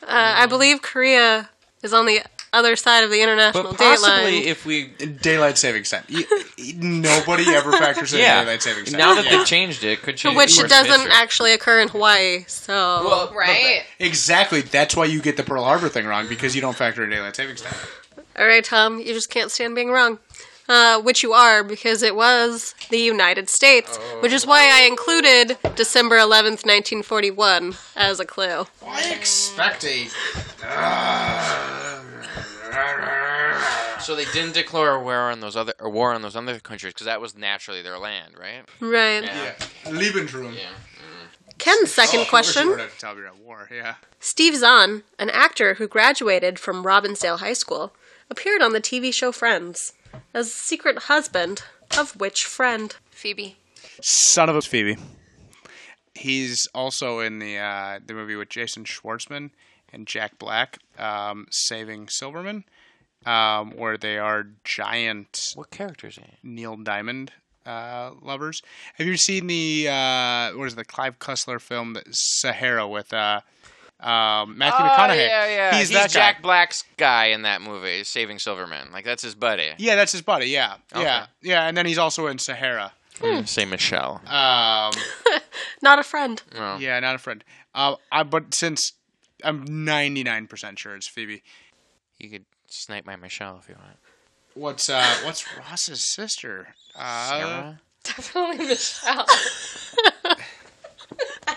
Speaker 4: I believe Korea is on the other side of the international
Speaker 2: But
Speaker 4: date
Speaker 2: possibly
Speaker 4: line.
Speaker 2: if we
Speaker 1: Daylight savings time. You- nobody ever factors in
Speaker 2: yeah.
Speaker 1: daylight savings time.
Speaker 2: Now that
Speaker 1: Yeah.
Speaker 2: they've changed it, could change.
Speaker 4: which
Speaker 2: the course of
Speaker 4: doesn't
Speaker 2: history.
Speaker 4: actually occur in Hawaii. So
Speaker 9: Right.
Speaker 1: Exactly. That's why you get the Pearl Harbor thing wrong because you don't factor in daylight savings time.
Speaker 4: All right, Tom, you just can't stand being wrong. Uh, which you are because it was the United States, which is why I included December 11th, 1941 as a clue.
Speaker 1: I expect a
Speaker 2: So they didn't declare a war on those other a war on those other countries because that was naturally their land, right?
Speaker 4: Right.
Speaker 1: Lebensraum.
Speaker 4: Ken's second question.
Speaker 1: Tell me about war. Yeah.
Speaker 4: Steve Zahn, an actor who graduated from Robbinsdale High School, appeared on the TV show Friends as secret husband of which friend?
Speaker 9: Phoebe.
Speaker 1: Son of a Phoebe. He's also in the uh, the movie with Jason Schwartzman and Jack Black, um, Saving Silverman, um, where they are giant
Speaker 2: What characters? Are you?
Speaker 1: Neil Diamond uh, lovers. Have you seen the uh, what is it, the Clive Cussler film that- Sahara with uh, um, Matthew McConaughey?
Speaker 2: Oh, yeah, yeah.
Speaker 1: He's,
Speaker 2: He's,
Speaker 1: that
Speaker 2: Jack
Speaker 1: guy.
Speaker 2: Black's guy in that movie, Saving Silverman. Like that's his buddy.
Speaker 1: Yeah, that's his buddy. Yeah, yeah, yeah. And then he's also in Sahara.
Speaker 2: Say Michelle.
Speaker 1: Um,
Speaker 4: Not a friend.
Speaker 1: yeah, not a friend. Uh, I, but since I'm 99% sure it's Phoebe.
Speaker 2: you could snipe my Michelle if you want.
Speaker 1: What's uh, what's Ross's sister? Uh,
Speaker 2: Sarah?
Speaker 9: Definitely Michelle.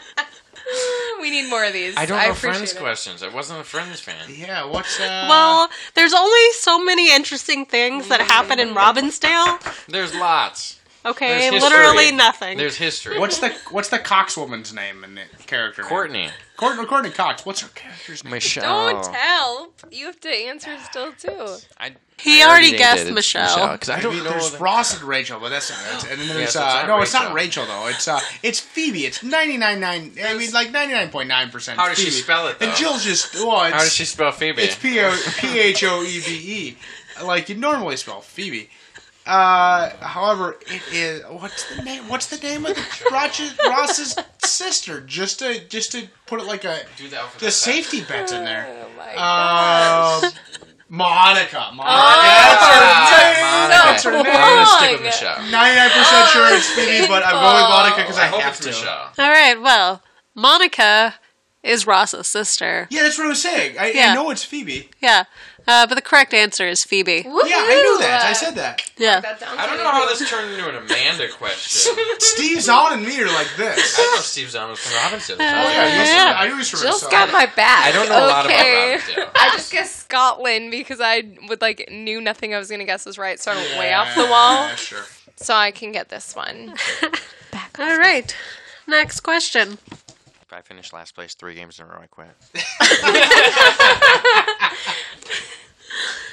Speaker 9: we need more of these.
Speaker 2: I don't know
Speaker 9: appreciate
Speaker 2: Friends
Speaker 9: it.
Speaker 2: questions. I wasn't a Friends fan.
Speaker 1: yeah. What's uh,
Speaker 4: Well, there's only so many interesting things that happen in Robbinsdale.
Speaker 2: There's lots.
Speaker 4: Okay,
Speaker 2: There's
Speaker 4: literally
Speaker 2: history.
Speaker 4: nothing.
Speaker 2: There's history.
Speaker 1: What's the what's the Cox woman's name in the character? name?
Speaker 2: Courtney?
Speaker 1: Courtney, Courtney Cox. What's her character's name?
Speaker 2: Michelle.
Speaker 9: tell. You have to answer still too.
Speaker 2: I,
Speaker 4: He already guessed Michelle.
Speaker 2: because I
Speaker 1: I mean,
Speaker 2: don't know.
Speaker 1: there's
Speaker 2: the-
Speaker 1: Ross and Rachel, but that's not it. And then there's
Speaker 2: Yes,
Speaker 1: uh,
Speaker 2: it's not
Speaker 1: no, it's not
Speaker 2: Rachel.
Speaker 1: Rachel though. It's uh, it's Phoebe. It's ninety nine nine. I mean, like ninety nine point nine percent.
Speaker 2: How does she spell it,
Speaker 1: And
Speaker 2: though?
Speaker 1: Jill's just well, it's,
Speaker 2: How does she spell Phoebe?
Speaker 1: It's P O P H O E B E, like you normally spell Phoebe. Uh, however, it is what's the name? What's the name of the Ross's, Ross's sister? Just to just to put it like a
Speaker 2: Do that for
Speaker 1: the
Speaker 2: the
Speaker 1: safety bets in there.
Speaker 9: Oh my
Speaker 1: Um, Monica. Monica.
Speaker 9: God.
Speaker 2: Monica.
Speaker 9: so
Speaker 2: I'm gonna stick with
Speaker 9: wrong.
Speaker 2: Michelle.
Speaker 1: 99% sure it's Phoebe, but I'm going with Monica because I,
Speaker 2: I hope
Speaker 1: have
Speaker 2: it's
Speaker 1: to.
Speaker 2: Michelle.
Speaker 4: All right, well, Monica is Ross's sister.
Speaker 1: Yeah, that's what I was saying. I, I
Speaker 4: Yeah.
Speaker 1: know it's Phoebe.
Speaker 4: Yeah, uh, but the correct answer is Phoebe.
Speaker 1: Yeah, I knew that. I said that.
Speaker 4: Yeah.
Speaker 2: I don't know how this turned into an Amanda question.
Speaker 1: Steve Zahn and me are like this.
Speaker 2: I don't know Steve Zahn was from Robinson.
Speaker 1: Oh, yeah, you
Speaker 4: Yeah.
Speaker 1: I always remember
Speaker 9: Jill's
Speaker 1: Zahn.
Speaker 9: got my back.
Speaker 2: I don't know a lot about
Speaker 3: Okay.
Speaker 2: Robinson.
Speaker 3: I just guessed Scotland because I would like knew nothing I was gonna guess was right, so I went way off the
Speaker 1: Yeah,
Speaker 3: wall.
Speaker 1: sure.
Speaker 9: So I can get this one.
Speaker 4: All right, next question.
Speaker 2: If I finish last place three games in a row, I quit.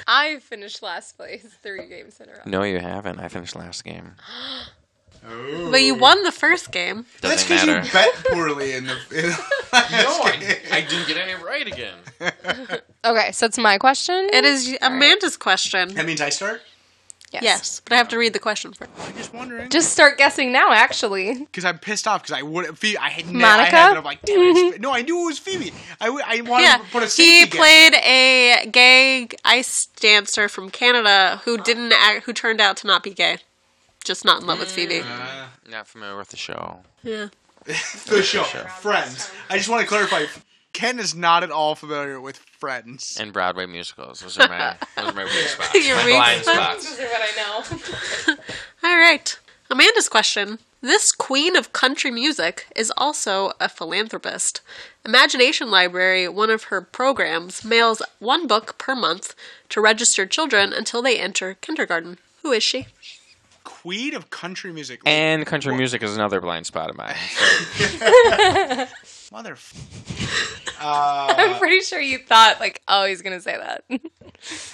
Speaker 3: I finished last place three games in a row.
Speaker 2: No, you haven't. I finished last game.
Speaker 4: But you won the first game.
Speaker 1: That's because
Speaker 2: Doesn't
Speaker 1: you
Speaker 2: matter.
Speaker 1: bet poorly in the. In the last game.
Speaker 2: I didn't get any right again.
Speaker 9: Okay, so it's my question.
Speaker 4: It is Amanda's question.
Speaker 1: That means I start?
Speaker 9: Yes.
Speaker 4: Yes, but I have to read the question first.
Speaker 1: I'm just wondering.
Speaker 9: Just start guessing now. Actually,
Speaker 1: Because I'm pissed off because I would. Phoebe, I had
Speaker 9: Monica?
Speaker 1: I had it, I'm like, damn it, it's Phoe- No, I knew it was Phoebe. I, w- I wanted
Speaker 4: Yeah,
Speaker 1: to put a safety
Speaker 4: he
Speaker 1: guess
Speaker 4: played a gay ice dancer from Canada who didn't act, who turned out to not be gay, just not in love with Phoebe.
Speaker 1: Uh,
Speaker 2: Not familiar with the show.
Speaker 4: Yeah.
Speaker 1: in the show. Friends. I just want to clarify. Ken is not at all familiar with Friends.
Speaker 2: And Broadway musicals. Those are my those are my weak spots.
Speaker 4: Your
Speaker 2: my
Speaker 4: weak
Speaker 2: blind
Speaker 4: spots.
Speaker 2: spots.
Speaker 3: But I know.
Speaker 4: All right, Amanda's question. This queen of country music is also a philanthropist. Imagination Library, one of her programs, mails one book per month to registered children until they enter kindergarten. Who is she?
Speaker 1: Queen of country music.
Speaker 2: And country music is another blind spot of mine. So
Speaker 1: Mother. Uh,
Speaker 9: I'm pretty sure you thought like, oh, he's gonna say that.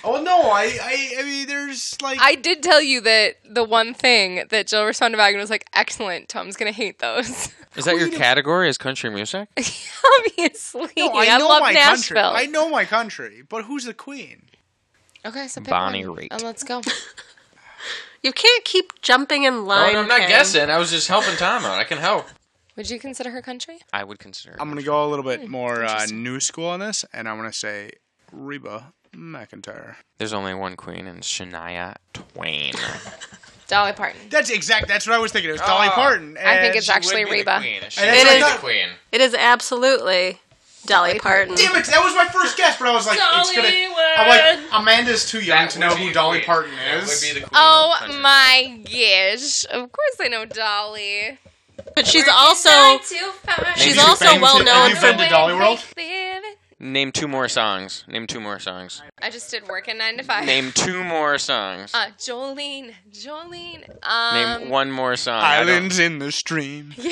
Speaker 1: Oh, no. I, I, I mean, there's like.
Speaker 9: I did tell you that the one thing that Jill responded back and was like, "Excellent, Tom's gonna hate those."
Speaker 2: is that your category? Is country music?
Speaker 9: Obviously,
Speaker 1: No, I,
Speaker 9: I,
Speaker 1: know
Speaker 9: love
Speaker 1: my
Speaker 9: Nashville.
Speaker 1: country. I know my country, but who's the queen?
Speaker 9: Okay, so pick
Speaker 2: Bonnie
Speaker 9: one,
Speaker 2: Raitt.
Speaker 9: and let's go.
Speaker 4: You can't keep jumping in
Speaker 2: Oh,
Speaker 4: line.
Speaker 2: no, I'm not
Speaker 4: Ken.
Speaker 2: guessing. I was just helping Tom out. I can help.
Speaker 9: Would you consider her country?
Speaker 2: I would consider.
Speaker 1: I'm gonna go a little bit more uh, new school on this, and I'm gonna say Reba McIntyre.
Speaker 2: There's only one queen, and Shania Twain.
Speaker 9: Dolly Parton.
Speaker 1: That's exact. That's what I was thinking. It was Dolly
Speaker 2: Ah.
Speaker 1: Parton.
Speaker 9: I think
Speaker 1: and
Speaker 9: it's
Speaker 1: she
Speaker 9: actually
Speaker 1: would be the-
Speaker 9: Reba.
Speaker 1: It
Speaker 2: it
Speaker 1: is-
Speaker 2: is the queen.
Speaker 4: It is absolutely Dolly Parton.
Speaker 1: Damn it! That was my first guess, but I was like, it's gonna. I'm like, Amanda's too young to
Speaker 2: would
Speaker 1: know
Speaker 2: be
Speaker 1: who
Speaker 2: the
Speaker 1: Dolly
Speaker 2: queen.
Speaker 1: Parton
Speaker 2: That
Speaker 1: is.
Speaker 2: would be the queen
Speaker 9: Oh
Speaker 2: of country
Speaker 9: my gosh! Of course I know Dolly.
Speaker 4: But she's also she's
Speaker 2: you've
Speaker 4: also
Speaker 2: been to-
Speaker 4: well
Speaker 2: have
Speaker 4: known
Speaker 1: you been
Speaker 4: for
Speaker 1: to Dolly World?
Speaker 2: Name two more songs. Name two more songs.
Speaker 9: I just did work in nine to five.
Speaker 2: Name two more songs.
Speaker 9: Uh, Jolene, Jolene. Um,
Speaker 2: Name one more song. I don't-
Speaker 1: Islands in the stream.
Speaker 9: so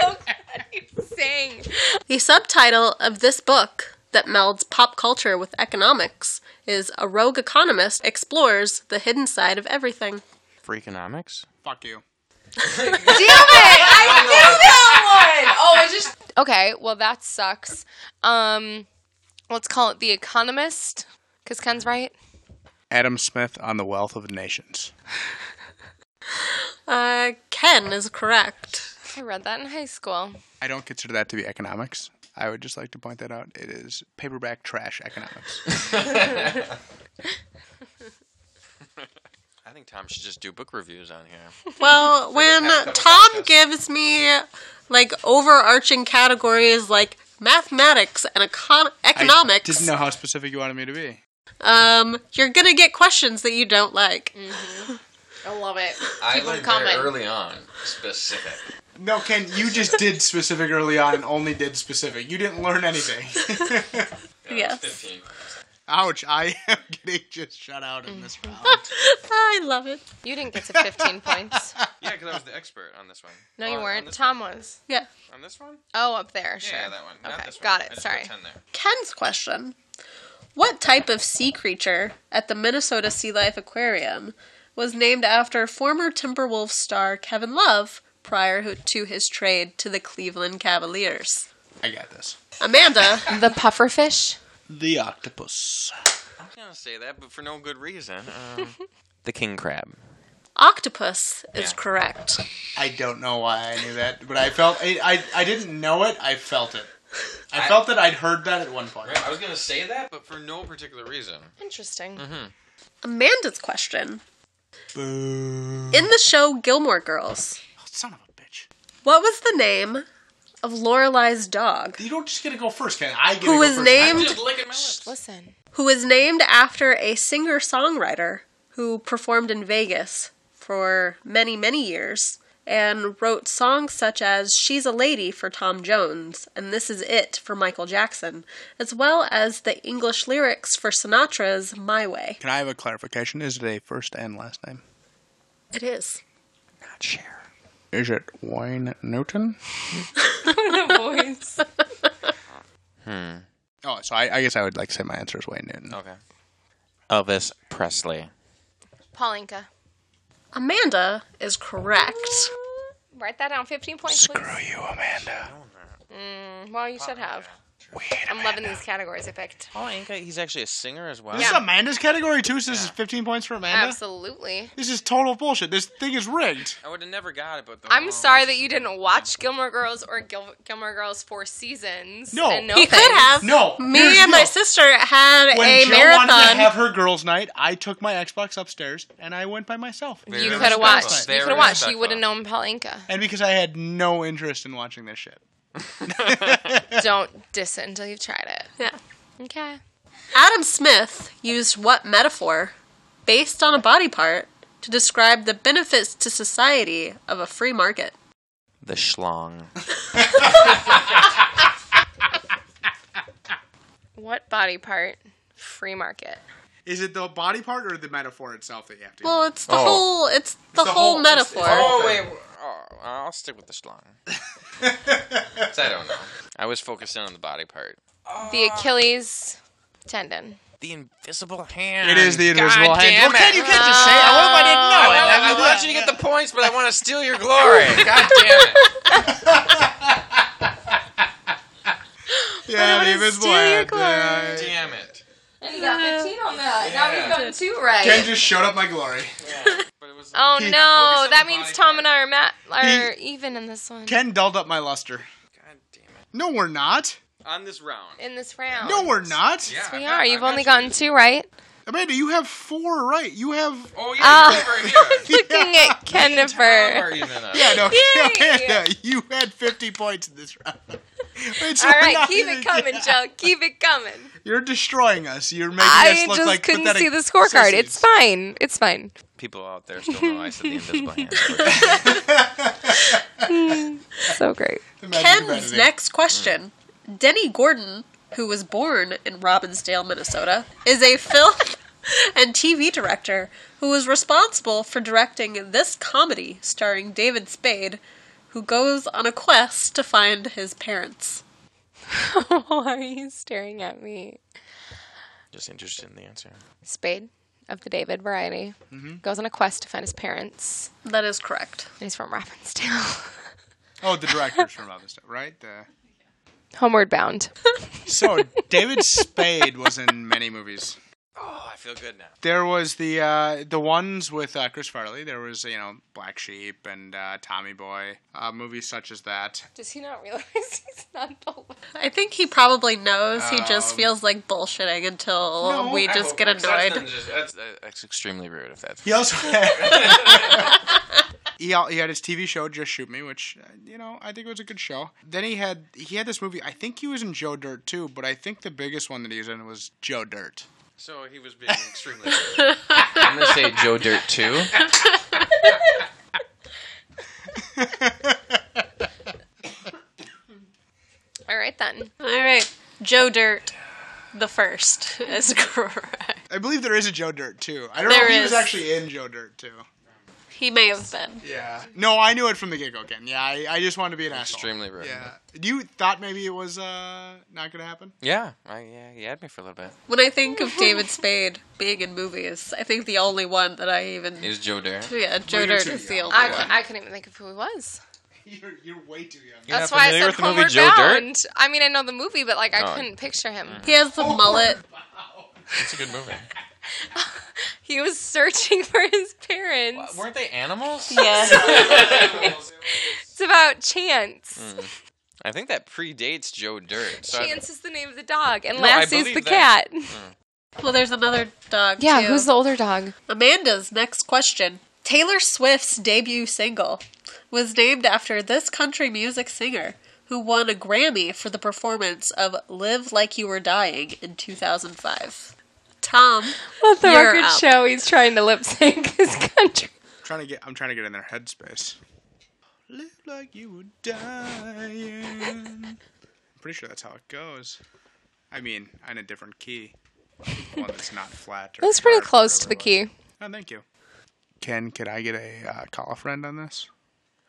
Speaker 9: glad you sang.
Speaker 4: the subtitle of this book that melds pop culture with economics is A Rogue Economist Explores the Hidden Side of Everything.
Speaker 2: Freakonomics.
Speaker 1: Fuck you.
Speaker 9: Oh, I just. Okay, well that sucks. Um, let's call it The Economist, because Ken's right.
Speaker 1: Adam Smith on the Wealth of Nations.
Speaker 4: Uh, Ken is correct.
Speaker 9: I read that in high school.
Speaker 1: I don't consider that to be economics. I would just like to point that out. It is paperback trash economics.
Speaker 2: I think Tom should just do book reviews on here.
Speaker 4: Well, when Tom gives me like overarching categories like mathematics and econ- economics,
Speaker 1: I didn't know how specific you wanted me to be.
Speaker 4: um, you're gonna get questions that you don't like.
Speaker 9: I love it.
Speaker 2: I
Speaker 9: Keep
Speaker 2: learned
Speaker 9: 'em
Speaker 2: very
Speaker 9: coming.
Speaker 2: early on specific.
Speaker 1: No, Ken, you just did specific early on and only did specific. You didn't learn anything.
Speaker 4: Yes,
Speaker 2: 15.
Speaker 1: Ouch, I am getting just shut out in this round.
Speaker 4: I love it.
Speaker 9: You didn't get to 15 points.
Speaker 2: Yeah, because I was the expert on this one.
Speaker 9: No, you
Speaker 2: On- On
Speaker 9: weren't.
Speaker 2: this,
Speaker 9: Tom was.
Speaker 4: Yeah.
Speaker 2: on this one?
Speaker 9: Oh, up there. Sure.
Speaker 2: Yeah, that one. Not
Speaker 9: Okay,
Speaker 2: this one.
Speaker 9: got
Speaker 2: I
Speaker 9: it.
Speaker 2: just
Speaker 9: Sorry.
Speaker 2: put 10 there.
Speaker 4: Ken's question What type of sea creature at the Minnesota Sea Life Aquarium was named after former Timberwolves star Kevin Love prior ho- to his trade to the Cleveland Cavaliers?
Speaker 1: I got this.
Speaker 4: Amanda,
Speaker 9: The pufferfish.
Speaker 1: The octopus.
Speaker 2: I was going to say that, but for no good reason. Um, the king crab.
Speaker 4: octopus is correct.
Speaker 1: I don't know why I knew that, but I felt I I, I didn't know it. I felt it. I, felt that I'd heard that at one point.
Speaker 2: I was going to say that, but for no particular reason.
Speaker 9: Interesting.
Speaker 4: Amanda's question.
Speaker 1: Boo.
Speaker 4: In the show Gilmore Girls,
Speaker 1: Oh, son of a bitch.
Speaker 4: what was the name of Lorelai's dog,
Speaker 1: You don't just get to go first, Ken. I get to
Speaker 4: Who
Speaker 1: go
Speaker 4: was
Speaker 1: first.
Speaker 4: named-
Speaker 2: Just licking my lips.
Speaker 9: Listen.
Speaker 4: who is named after a singer-songwriter who performed in Vegas for many, many years and wrote songs such as She's a Lady for Tom Jones and This Is It for Michael Jackson, as well as the English lyrics for Sinatra's My Way.
Speaker 1: Can I have a clarification? Is it a first and last name?
Speaker 4: It is.
Speaker 2: Not share.
Speaker 1: Is it Wayne Newton? Oh, so I, I guess I would like to say my answer is Wayne Newton.
Speaker 2: Okay. Elvis Presley.
Speaker 9: Paulinka.
Speaker 4: Amanda is correct.
Speaker 9: Write that down. 15 points,
Speaker 1: Screw
Speaker 9: please.
Speaker 1: you, Amanda.
Speaker 9: Well, you should have.
Speaker 2: Oh,
Speaker 1: Weird.
Speaker 9: I'm loving these categories I picked.
Speaker 2: Paul Inca, Oh, he's actually a singer as well.
Speaker 1: This is Amanda's category too. So this is 15 points for Amanda.
Speaker 9: Absolutely.
Speaker 1: This is total bullshit. This thing is rigged.
Speaker 2: I would have never got it, but the
Speaker 9: I'm sorry that you didn't watch Gilmore Girls or Gil- Gilmore Girls Four Seasons.
Speaker 1: No.
Speaker 9: and know
Speaker 4: He could
Speaker 9: things.
Speaker 4: have.
Speaker 1: No,
Speaker 4: Me
Speaker 1: here's
Speaker 4: and
Speaker 1: the
Speaker 4: my
Speaker 1: deal.
Speaker 4: sister had
Speaker 1: When
Speaker 4: a
Speaker 1: Jill wanted
Speaker 4: marathon.
Speaker 1: to have her girls' night, I took my Xbox upstairs and I went by myself.
Speaker 2: Very
Speaker 9: You
Speaker 2: respectful.
Speaker 9: could have watched.
Speaker 2: Very
Speaker 9: You could have watched. You
Speaker 2: respectful.
Speaker 9: would have known Paulinka.
Speaker 1: And because I had no interest in watching this shit.
Speaker 9: Don't diss it until you've tried it.
Speaker 4: Yeah.
Speaker 9: Okay.
Speaker 4: Adam Smith used what metaphor based on a body part to describe the benefits to society of a free market?
Speaker 2: the schlong.
Speaker 9: What body part? Free market.
Speaker 1: Is it the body part or the metaphor itself that you have to?
Speaker 4: Well, it's the
Speaker 2: Oh.
Speaker 4: whole it's the, whole, metaphor.
Speaker 2: Oh wait, oh, I'll stick with the schlong. 'Cause I don't know. I was focusing on the body part.
Speaker 9: The
Speaker 2: Uh,
Speaker 9: Achilles tendon.
Speaker 2: The invisible hand.
Speaker 1: it is the invisible
Speaker 2: God
Speaker 1: hand.
Speaker 2: Damn
Speaker 1: Well,
Speaker 2: it.
Speaker 1: Ken, you can't just say it. What if I didn't know?
Speaker 2: I,
Speaker 1: it?
Speaker 2: I, I want you to get the points, but I want to steal your glory. God damn it.
Speaker 1: Yeah, the invisible hand. Yeah.
Speaker 2: Damn it.
Speaker 9: And you got 15 on that. Now
Speaker 2: Yeah.
Speaker 9: we've gotten two right.
Speaker 1: Ken just showed up my glory.
Speaker 2: But it was
Speaker 9: Oh
Speaker 1: He-
Speaker 9: no,
Speaker 2: Focus on
Speaker 9: that
Speaker 2: the
Speaker 9: means
Speaker 2: body
Speaker 9: Tom and I are ma- are
Speaker 1: He-
Speaker 9: even in this one.
Speaker 1: Ken dulled up my luster.
Speaker 2: God damn it.
Speaker 1: No, we're not.
Speaker 2: On this round.
Speaker 9: in this round.
Speaker 1: No, we're not.
Speaker 2: Yeah,
Speaker 9: we
Speaker 2: I bet-
Speaker 9: are.
Speaker 2: I
Speaker 9: You've
Speaker 2: bet
Speaker 9: only
Speaker 2: you
Speaker 9: gotten
Speaker 2: did.
Speaker 9: two right.
Speaker 1: Amanda, you have four right. You have.
Speaker 2: Oh yeah,
Speaker 9: Oh.
Speaker 2: you're over here.
Speaker 9: Looking at Kennifer.
Speaker 2: uh?
Speaker 1: Yeah, no,
Speaker 9: Yay!
Speaker 1: Amanda, you had 50 points in this round. Wait, so
Speaker 9: All
Speaker 1: we're
Speaker 9: right,
Speaker 1: not
Speaker 9: keep
Speaker 1: even-
Speaker 9: it coming, Joe. Keep it coming.
Speaker 1: You're destroying us. You're making
Speaker 9: I
Speaker 1: us look
Speaker 9: just
Speaker 1: like
Speaker 9: couldn't
Speaker 1: pathetic
Speaker 9: see the scorecard. It's
Speaker 1: sissies.
Speaker 9: fine. It's fine.
Speaker 2: People out there still know I said the invisible hand.
Speaker 9: So great.
Speaker 1: Imagine if
Speaker 4: Ken's
Speaker 1: that-
Speaker 4: next question. Denny Gordon, who was born in Robbinsdale, Minnesota, is a film and TV director who was responsible for directing this comedy starring David Spade, who goes on a quest to find his parents.
Speaker 9: Why are you staring at me?
Speaker 2: Just interested in the answer.
Speaker 9: Spade of the David variety goes on a quest to find his parents,
Speaker 4: That is correct.
Speaker 9: and he's from Robbinsdale.
Speaker 1: Oh, the director's from other stuff, right? The-
Speaker 9: Homeward bound.
Speaker 1: So, David Spade was in many movies.
Speaker 2: Oh, I feel good now.
Speaker 1: There was the uh, the ones with uh, Chris Farley. There was you know Black Sheep and uh, Tommy Boy uh, movies such as that.
Speaker 9: Does he not realize he's not the one?
Speaker 4: I think he probably knows. he just
Speaker 1: Um,
Speaker 4: feels like bullshitting until
Speaker 1: No,
Speaker 4: we just get annoyed.
Speaker 2: That's, extremely rude if that's.
Speaker 1: He also he, al- he had his TV show Just Shoot Me, which uh, you know I think was a good show. Then he had he had this movie. I think he was in Joe Dirt too, but I think the biggest one that he was in was Joe Dirt.
Speaker 2: So he was being extremely rude. I'm going to say Joe Dirt too.
Speaker 9: All right then.
Speaker 4: All right. Joe Dirt, the first, is correct.
Speaker 1: I believe there is a Joe Dirt too. I don't
Speaker 4: There
Speaker 1: know if he was
Speaker 4: is.
Speaker 1: actually in Joe Dirt too.
Speaker 4: He may have been.
Speaker 1: Yeah. No, I knew it from the get go, Ken. Yeah, I, I just wanted to be an asshole.
Speaker 2: extremely rude.
Speaker 1: Yeah. You thought maybe it was uh, not gonna happen.
Speaker 2: Yeah, I, yeah, you had me for a little bit.
Speaker 4: When I think of David Spade being in movies, I think the only one that I even.
Speaker 2: It was Joe Dirt.
Speaker 4: Yeah, Joe
Speaker 1: Well, you're
Speaker 4: Dirt
Speaker 1: too
Speaker 4: is the
Speaker 1: young.
Speaker 4: only
Speaker 9: I,
Speaker 4: one.
Speaker 9: I couldn't even think of who he was.
Speaker 1: You're, you're way too young.
Speaker 2: You're
Speaker 9: That's
Speaker 2: not
Speaker 9: why I
Speaker 2: familiar
Speaker 9: said
Speaker 2: with the movie
Speaker 9: Homeward
Speaker 2: Joe Dirt?
Speaker 9: Bound. I mean, I know the movie, but like
Speaker 2: Oh.
Speaker 9: I couldn't picture him.
Speaker 4: He has the mullet.
Speaker 2: It's a good movie.
Speaker 9: He was searching for his parents.
Speaker 2: Uh, Weren't they animals?
Speaker 4: Yeah.
Speaker 9: It's about Chance.
Speaker 2: I think that predates Joe Dirt. So I-
Speaker 9: Chance is the name of the dog, and
Speaker 2: No, I
Speaker 9: Lassie's
Speaker 2: believe
Speaker 9: the
Speaker 2: that.
Speaker 9: cat.
Speaker 4: Well, there's another dog.
Speaker 9: Yeah,
Speaker 4: too.
Speaker 9: who's the older dog?
Speaker 4: Amanda's next question. Taylor Swift's debut single was named after this country music singer who won a Grammy for the performance of Live Like You Were Dying in 2005. Tom,
Speaker 9: Let the
Speaker 4: You're
Speaker 9: record
Speaker 4: up.
Speaker 9: show he's trying to lip sync his country.
Speaker 1: trying to get I'm trying to get in their headspace. Live like you were dying. I'm pretty sure that's how it goes. I mean, on a different key. One that's not flat. Or
Speaker 9: That's pretty
Speaker 1: sharp or
Speaker 9: close to the
Speaker 1: whatever it
Speaker 9: key.
Speaker 1: was. Oh, thank you. Ken, could I get a uh, call a friend on this?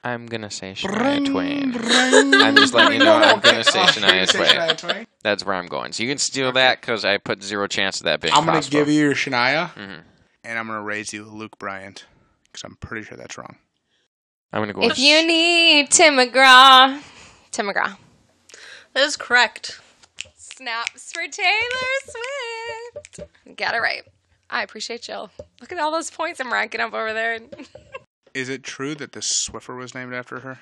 Speaker 2: I'm gonna say Shania Twain. I'm just letting you know I'm gonna say Shania Twain. That's where I'm going. So you can steal that because I put zero chance of that being
Speaker 1: I'm going to
Speaker 2: possible. Mm-hmm.
Speaker 1: give you your Shania, and I'm going to raise you Luke Bryant because I'm pretty sure that's wrong.
Speaker 2: I'm gonna go.
Speaker 9: If
Speaker 2: with-
Speaker 9: you need Tim McGraw, Tim McGraw.
Speaker 4: that is correct.
Speaker 9: Snaps for Taylor Swift. Got it right. I appreciate you. Look at all those points I'm racking up over there.
Speaker 1: Is it true that this Swiffer was named after her?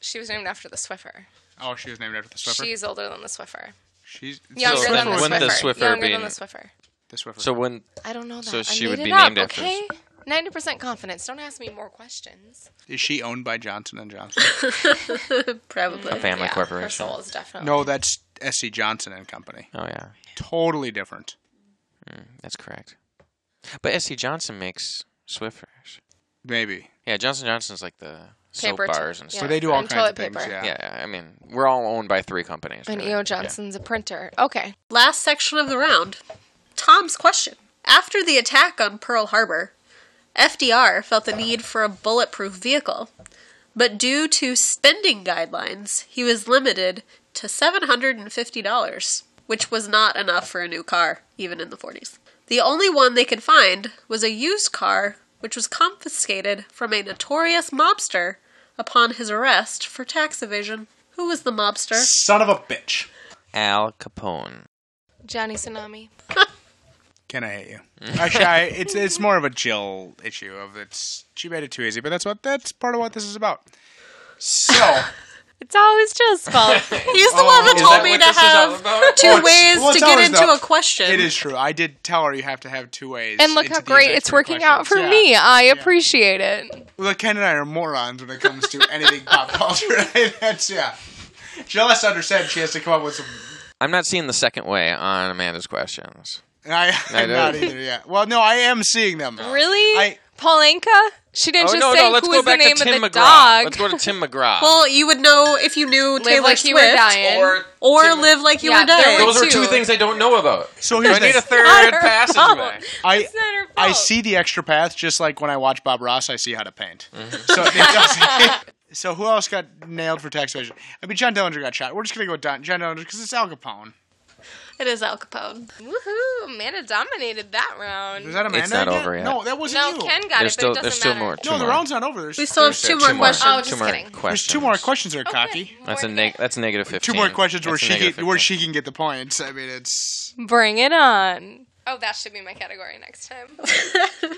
Speaker 9: She was named after the Swiffer.
Speaker 1: Oh, she was named after the Swiffer.
Speaker 9: She's older than the Swiffer.
Speaker 1: She's it's
Speaker 9: Younger
Speaker 2: So
Speaker 9: than the
Speaker 2: then wouldn't the
Speaker 9: Swiffer.
Speaker 2: Swiffer
Speaker 9: Younger
Speaker 2: be-
Speaker 9: than the Swiffer.
Speaker 1: the Swiffer.
Speaker 2: so when
Speaker 9: I don't know that.
Speaker 2: So
Speaker 9: I
Speaker 2: she would
Speaker 9: made
Speaker 2: be
Speaker 9: it up,
Speaker 2: named after
Speaker 9: Okay. Ninety percent confidence. Don't ask me more questions.
Speaker 1: Is she owned by Johnson and Johnson?
Speaker 2: a
Speaker 4: Probably.
Speaker 2: family
Speaker 9: yeah, her
Speaker 2: corporation.
Speaker 9: soul is definitely.
Speaker 1: no, that's SC Johnson and Company.
Speaker 2: Oh yeah,
Speaker 1: Totally different.
Speaker 2: that's correct. But S.C. Johnson makes Swiffers.
Speaker 1: Maybe.
Speaker 2: Yeah, Johnson Johnson's like the soap
Speaker 9: Paper t-
Speaker 2: bars and
Speaker 1: But
Speaker 9: yeah.
Speaker 2: stuff.
Speaker 1: they do all
Speaker 9: And
Speaker 1: kinds of
Speaker 9: toilet
Speaker 1: things.
Speaker 9: paper.
Speaker 1: Yeah.
Speaker 2: Yeah. I mean, we're all owned by three companies.
Speaker 9: And
Speaker 2: really.
Speaker 9: E.O.
Speaker 2: Yeah.
Speaker 9: Johnson's a printer. Okay.
Speaker 4: Last section of the round. Tom's question. After the attack on Pearl Harbor, FDR felt the need for a bulletproof vehicle, but due to spending guidelines, he was limited to $750, which was not enough for a new car, even in the 40s. The only one they could find was a used car, which was confiscated from a notorious mobster upon his arrest for tax evasion. Who was the mobster?
Speaker 1: Son of a bitch.
Speaker 2: Al Capone.
Speaker 9: Johnny Tsunami.
Speaker 1: Can I hate you? Actually, I, it's it's more of a Jill issue of it's she made it too easy, but that's what that's part of what this is about. So
Speaker 9: It's always Jill's fault.
Speaker 4: He's
Speaker 9: Oh,
Speaker 4: the one that
Speaker 1: is
Speaker 4: told
Speaker 1: that
Speaker 4: me
Speaker 1: what
Speaker 4: to
Speaker 2: this is all
Speaker 4: have
Speaker 2: about?
Speaker 4: two
Speaker 1: Well, it's-
Speaker 4: ways
Speaker 1: well,
Speaker 4: to
Speaker 1: it's
Speaker 4: get
Speaker 1: ours,
Speaker 4: into
Speaker 1: though.
Speaker 4: a question.
Speaker 1: it is true. I did tell her you have to have two ways.
Speaker 9: and look
Speaker 1: into
Speaker 9: how
Speaker 1: these
Speaker 9: great
Speaker 1: next
Speaker 9: it's
Speaker 1: three
Speaker 9: working out for
Speaker 1: questions. Yeah.
Speaker 9: me. I appreciate it.
Speaker 1: Well, Ken and I are morons when it comes to anything pop culture. Right? That's yeah. Jill has to understand she has to come up with some.
Speaker 2: I'm not seeing the second way on Amanda's questions.
Speaker 1: And I, I'm
Speaker 2: know.
Speaker 1: not either. Yeah. Well, no, I am seeing them. though.
Speaker 9: Really?
Speaker 1: I, Oh,
Speaker 9: Paulinka?
Speaker 2: Oh,
Speaker 9: She didn't just say who was the name of the dog.
Speaker 2: Let's go to Tim McGraw.
Speaker 4: Well, you would know if you knew
Speaker 9: Live
Speaker 4: Taylor
Speaker 9: like
Speaker 4: Swift
Speaker 9: you were dying.
Speaker 4: or
Speaker 2: Tim-
Speaker 4: live like you
Speaker 9: Yeah,
Speaker 4: were dying.
Speaker 9: there
Speaker 2: Those are two
Speaker 9: two.
Speaker 2: things I don't know about.
Speaker 1: so
Speaker 2: Do
Speaker 1: here's
Speaker 2: I
Speaker 1: the
Speaker 2: need a
Speaker 1: thing.
Speaker 2: third
Speaker 9: her
Speaker 2: passageway?
Speaker 1: I,
Speaker 9: not her
Speaker 1: I
Speaker 9: fault.
Speaker 1: see the extra path just like when I watch Bob Ross, I see how to paint.
Speaker 2: Mm-hmm.
Speaker 1: So it doesn't. So who else got nailed for tax evasion? I mean, John Dillinger got shot. We're just gonna go with Don, John Dillinger because it's Al Capone.
Speaker 4: It is Al Capone.
Speaker 9: Woohoo! Amanda dominated that round.
Speaker 1: Is that Amanda?
Speaker 2: It's not
Speaker 1: again?
Speaker 2: over yet.
Speaker 1: No, that wasn't
Speaker 9: No,
Speaker 1: you.
Speaker 9: Ken got
Speaker 2: There's
Speaker 9: it, but
Speaker 2: still
Speaker 9: it doesn't
Speaker 2: there's still
Speaker 9: matter.
Speaker 2: more. Two
Speaker 1: no, the
Speaker 2: more.
Speaker 1: round's not over. There's
Speaker 4: We still have
Speaker 1: there's
Speaker 4: two more questions.
Speaker 9: Oh,
Speaker 2: Two
Speaker 9: just
Speaker 2: more
Speaker 9: kidding.
Speaker 1: There's
Speaker 2: questions.
Speaker 1: two more questions that are cocky.
Speaker 2: That's a neg- that's a negative
Speaker 1: Two
Speaker 2: fifteen.
Speaker 1: more questions where
Speaker 2: That's a
Speaker 1: she
Speaker 2: negative
Speaker 1: can, where
Speaker 2: 15.
Speaker 1: she can get the points. I mean, it's
Speaker 9: Bring it on. Oh, that should be my category next time.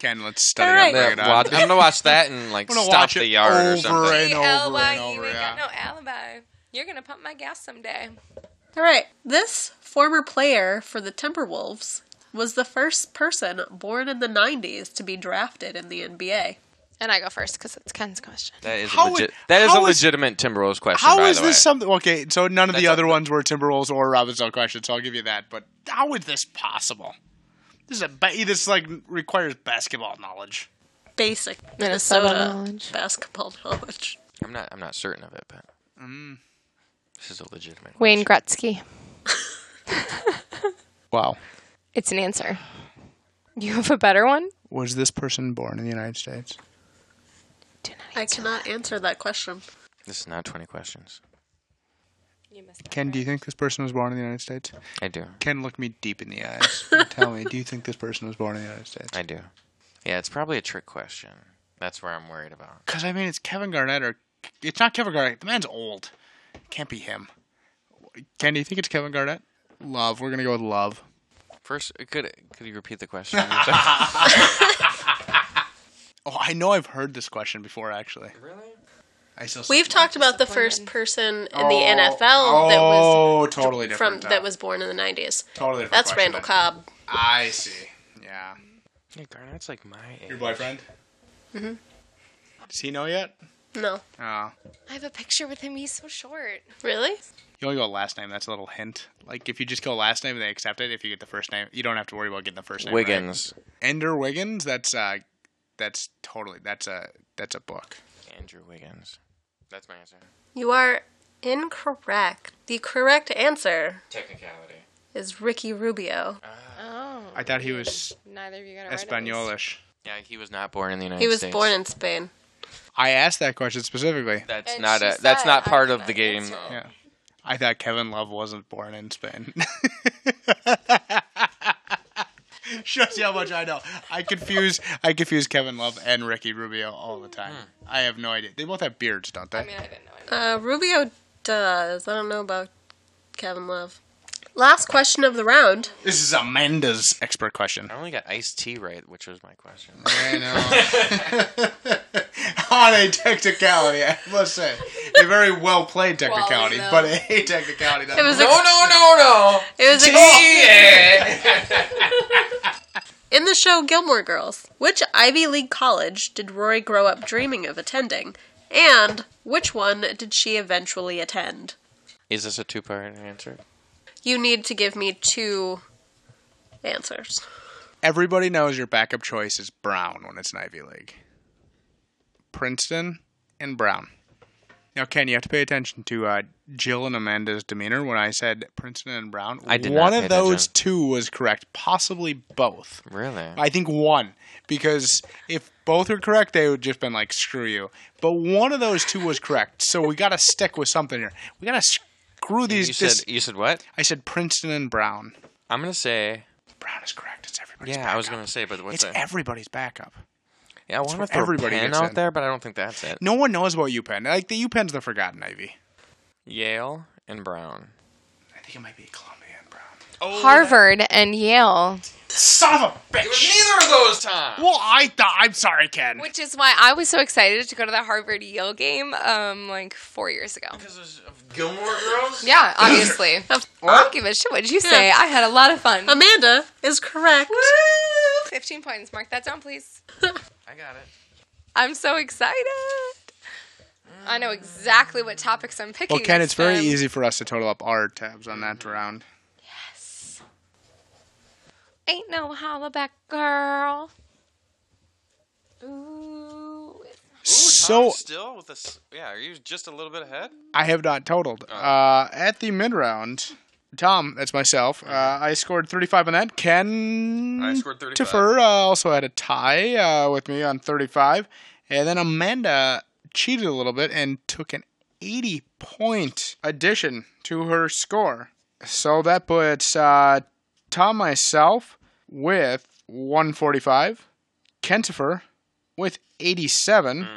Speaker 1: Ken. Let's study
Speaker 4: All right.
Speaker 1: up. Bring it
Speaker 2: Yeah,
Speaker 1: on.
Speaker 2: watch- I'm gonna watch that and like
Speaker 1: I'm gonna
Speaker 2: stop
Speaker 1: watch
Speaker 2: the
Speaker 1: it
Speaker 2: yard or
Speaker 1: over
Speaker 2: something.
Speaker 1: and over
Speaker 9: B-L-Y,
Speaker 1: and over.
Speaker 9: you ain't E. got
Speaker 1: Yeah.
Speaker 9: no alibi. You're gonna pump my gas someday.
Speaker 4: All right. This former player for the Timberwolves was the first person born in the 90s to be drafted in the NBA.
Speaker 9: And I go first because it's Ken's question.
Speaker 2: That is
Speaker 1: How
Speaker 2: a legit.
Speaker 1: would-
Speaker 2: That is a
Speaker 1: how is-
Speaker 2: legitimate Timberwolves question.
Speaker 1: How
Speaker 2: by
Speaker 1: is
Speaker 2: the
Speaker 1: this
Speaker 2: way.
Speaker 1: something? Okay, so none of the
Speaker 2: That's a-
Speaker 1: other ones were Timberwolves or Robinson questions, so I'll give you that. But how is this possible? This is a ba- this like requires basketball knowledge.
Speaker 4: Basic
Speaker 9: Minnesota
Speaker 4: Minnesota
Speaker 9: knowledge.
Speaker 4: basketball knowledge.
Speaker 2: I'm not. I'm not certain of it, but
Speaker 1: Mm.
Speaker 2: this is a legitimate.
Speaker 9: Wayne Gretzky.
Speaker 1: Wow.
Speaker 9: It's an answer. You have a better one?
Speaker 1: Was this person born in the United States?
Speaker 9: Do not
Speaker 4: I cannot answer that question.
Speaker 2: This is not 20 questions.
Speaker 1: Ken, do you think this person was born in the United States?
Speaker 2: I do.
Speaker 1: Ken, look me deep in the eyes. and tell me, do you think this person was born in the United States?
Speaker 2: I do. Yeah, it's probably a trick question. That's where I'm worried about.
Speaker 1: Because I mean, it's Kevin Garnett or it's not Kevin Garnett. The man's old. Can't be him. Ken, do you think it's Kevin Garnett? Love. We're gonna go with love.
Speaker 2: First, could could you repeat the question?
Speaker 1: Oh, I know I've heard this question before, actually.
Speaker 2: really?
Speaker 1: I still
Speaker 4: We've
Speaker 1: support-
Speaker 4: talked about the first person in the
Speaker 1: Oh,
Speaker 4: NFL that was
Speaker 1: oh, totally
Speaker 4: from
Speaker 1: different. uh,
Speaker 4: that was born in the 90s.
Speaker 1: totally different.
Speaker 4: That's
Speaker 1: question
Speaker 4: Randall
Speaker 1: then.
Speaker 4: Cobb.
Speaker 1: I see. Yeah.
Speaker 2: Yeah, Garnett's like my age.
Speaker 1: Your boyfriend? Mm-hmm. Does he know yet?
Speaker 4: No.
Speaker 1: Oh.
Speaker 11: I have a picture with him. He's so short.
Speaker 4: Really?
Speaker 1: You only go last name. That's a little hint. Like if you just go last name and they accept it, if you get the first name, you don't have to worry about getting the first name. right?
Speaker 2: Wiggins.
Speaker 1: Ender Wiggins. That's uh, that's totally. That's a that's a book.
Speaker 2: Andrew Wiggins. That's my answer.
Speaker 4: You are incorrect. The correct answer
Speaker 2: Technicality.
Speaker 4: is Ricky Rubio.
Speaker 9: Oh.
Speaker 1: I thought he was
Speaker 9: Neither of you got it
Speaker 1: Espanolish.
Speaker 2: Yeah, he was not born in the United
Speaker 4: He was
Speaker 2: States.
Speaker 4: born in Spain.
Speaker 1: I asked that question specifically.
Speaker 2: That's
Speaker 9: And
Speaker 2: not
Speaker 9: she
Speaker 2: a. That's
Speaker 9: said
Speaker 2: not
Speaker 9: I
Speaker 2: part
Speaker 9: did
Speaker 2: of
Speaker 9: not
Speaker 2: the game.
Speaker 9: answer.
Speaker 2: though.
Speaker 1: Yeah. I thought Kevin Love wasn't born in Spain. Shows you how much I know. I confuse I confuse Kevin Love and Ricky Rubio all the time. I have no idea. They both have beards, don't they?
Speaker 9: I mean, I didn't know. it.
Speaker 4: Uh, Rubio does. I don't know about Kevin Love. Last question of the round.
Speaker 1: this is Amanda's expert question.
Speaker 2: I only got iced tea right, which was my question.
Speaker 1: I know. On a technicality, I must say. A very well played technicality, but a technicality.
Speaker 4: It was ex-
Speaker 2: no, no, no.
Speaker 4: it was ex-
Speaker 2: Yeah.
Speaker 4: in the show Gilmore Girls. Which Ivy League college did Rory grow up dreaming of attending, and which one did she eventually attend?
Speaker 2: Is this a two-part answer?
Speaker 4: You need to give me two answers.
Speaker 1: Everybody knows your backup choice is Brown when it's an Ivy League. Princeton and Brown. Now, Ken, you have to pay attention to uh, Jill and Amanda's demeanor when I said Princeton and Brown.
Speaker 2: I did not
Speaker 1: One
Speaker 2: pay
Speaker 1: of those
Speaker 2: attention.
Speaker 1: two was correct, possibly both.
Speaker 2: Really?
Speaker 1: I think one, because if both were correct, they would just been like, screw you. But one of those two was correct, so we got to stick with something here. We got to screw
Speaker 2: you
Speaker 1: these.
Speaker 2: said.
Speaker 1: this-
Speaker 2: You said what?
Speaker 1: I said Princeton and Brown.
Speaker 2: I'm gonna say.
Speaker 1: Brown is correct. It's everybody's
Speaker 2: Yeah, I was
Speaker 1: backup.
Speaker 2: gonna say, but what's
Speaker 1: It's
Speaker 2: that?
Speaker 1: everybody's backup.
Speaker 2: yeah, I want to
Speaker 1: what
Speaker 2: throw
Speaker 1: everybody
Speaker 2: everybody Penn
Speaker 1: gets
Speaker 2: out
Speaker 1: in.
Speaker 2: there, but I don't think that's it.
Speaker 1: No one knows about UPenn. Like the UPenn's the forgotten Ivy.
Speaker 2: Yale and Brown.
Speaker 1: I think it might be Columbia and Brown.
Speaker 9: Oh, Harvard and Yale,
Speaker 1: Son of a bitch!
Speaker 2: Neither of those times.
Speaker 1: Well, I thought. I'm sorry, Ken.
Speaker 9: which is why I was so excited to go to the Harvard Yale game, um, like four years ago.
Speaker 2: Gilmore Girls.
Speaker 9: Yeah, obviously. I don't give a shit what you
Speaker 1: Hmm.
Speaker 9: say. I had a lot of fun.
Speaker 4: Amanda is correct.
Speaker 9: 15 points. Mark that down, please.
Speaker 2: I got it.
Speaker 9: I'm so excited. I know exactly what topics I'm picking.
Speaker 1: Well, Ken,
Speaker 9: next
Speaker 1: it's very
Speaker 9: time.
Speaker 1: easy for us to total up our tabs on that round.
Speaker 9: Ain't no hollaback girl. Ooh.
Speaker 1: So
Speaker 2: still with this, yeah. Are you just a little bit ahead?
Speaker 1: I have not totaled.
Speaker 2: Oh.
Speaker 1: Uh, at the mid round, Tom, that's myself. Uh, I scored 35 on that. Ken
Speaker 2: Mm-hmm. I scored 35.
Speaker 1: Tiffer uh, also had a tie uh, with me on 35, and then Amanda cheated a little bit and took an 80 point addition to her score. So that puts uh, Tom myself with 145, Kentifer with
Speaker 2: Mm-hmm.
Speaker 1: 87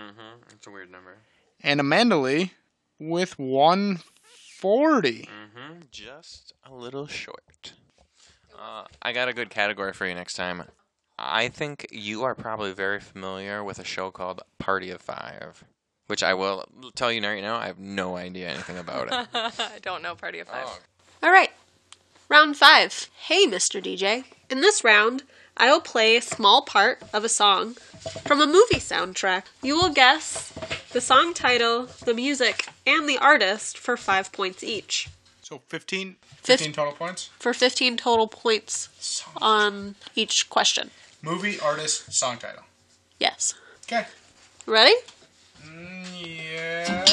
Speaker 2: It's a weird number.
Speaker 1: and Amanda Lee with 140.
Speaker 2: Just a little short. Uh, I got a good category for you next time. I think you are probably very familiar with a show called Party of Five, which I will tell you right now. I have no idea anything about it.
Speaker 9: I don't know Party of Five.
Speaker 4: All right, round five. Hey, Mr. DJ. In this round, I will play a small part of a song from a movie soundtrack. You will guess the song title, the music, and the artist for five points each.
Speaker 1: So 15,
Speaker 4: Fif-
Speaker 1: 15 total points.
Speaker 4: For 15 total points on each question.
Speaker 1: Movie, artist, song title.
Speaker 4: Yes.
Speaker 1: Okay.
Speaker 4: Ready?
Speaker 1: Yeah.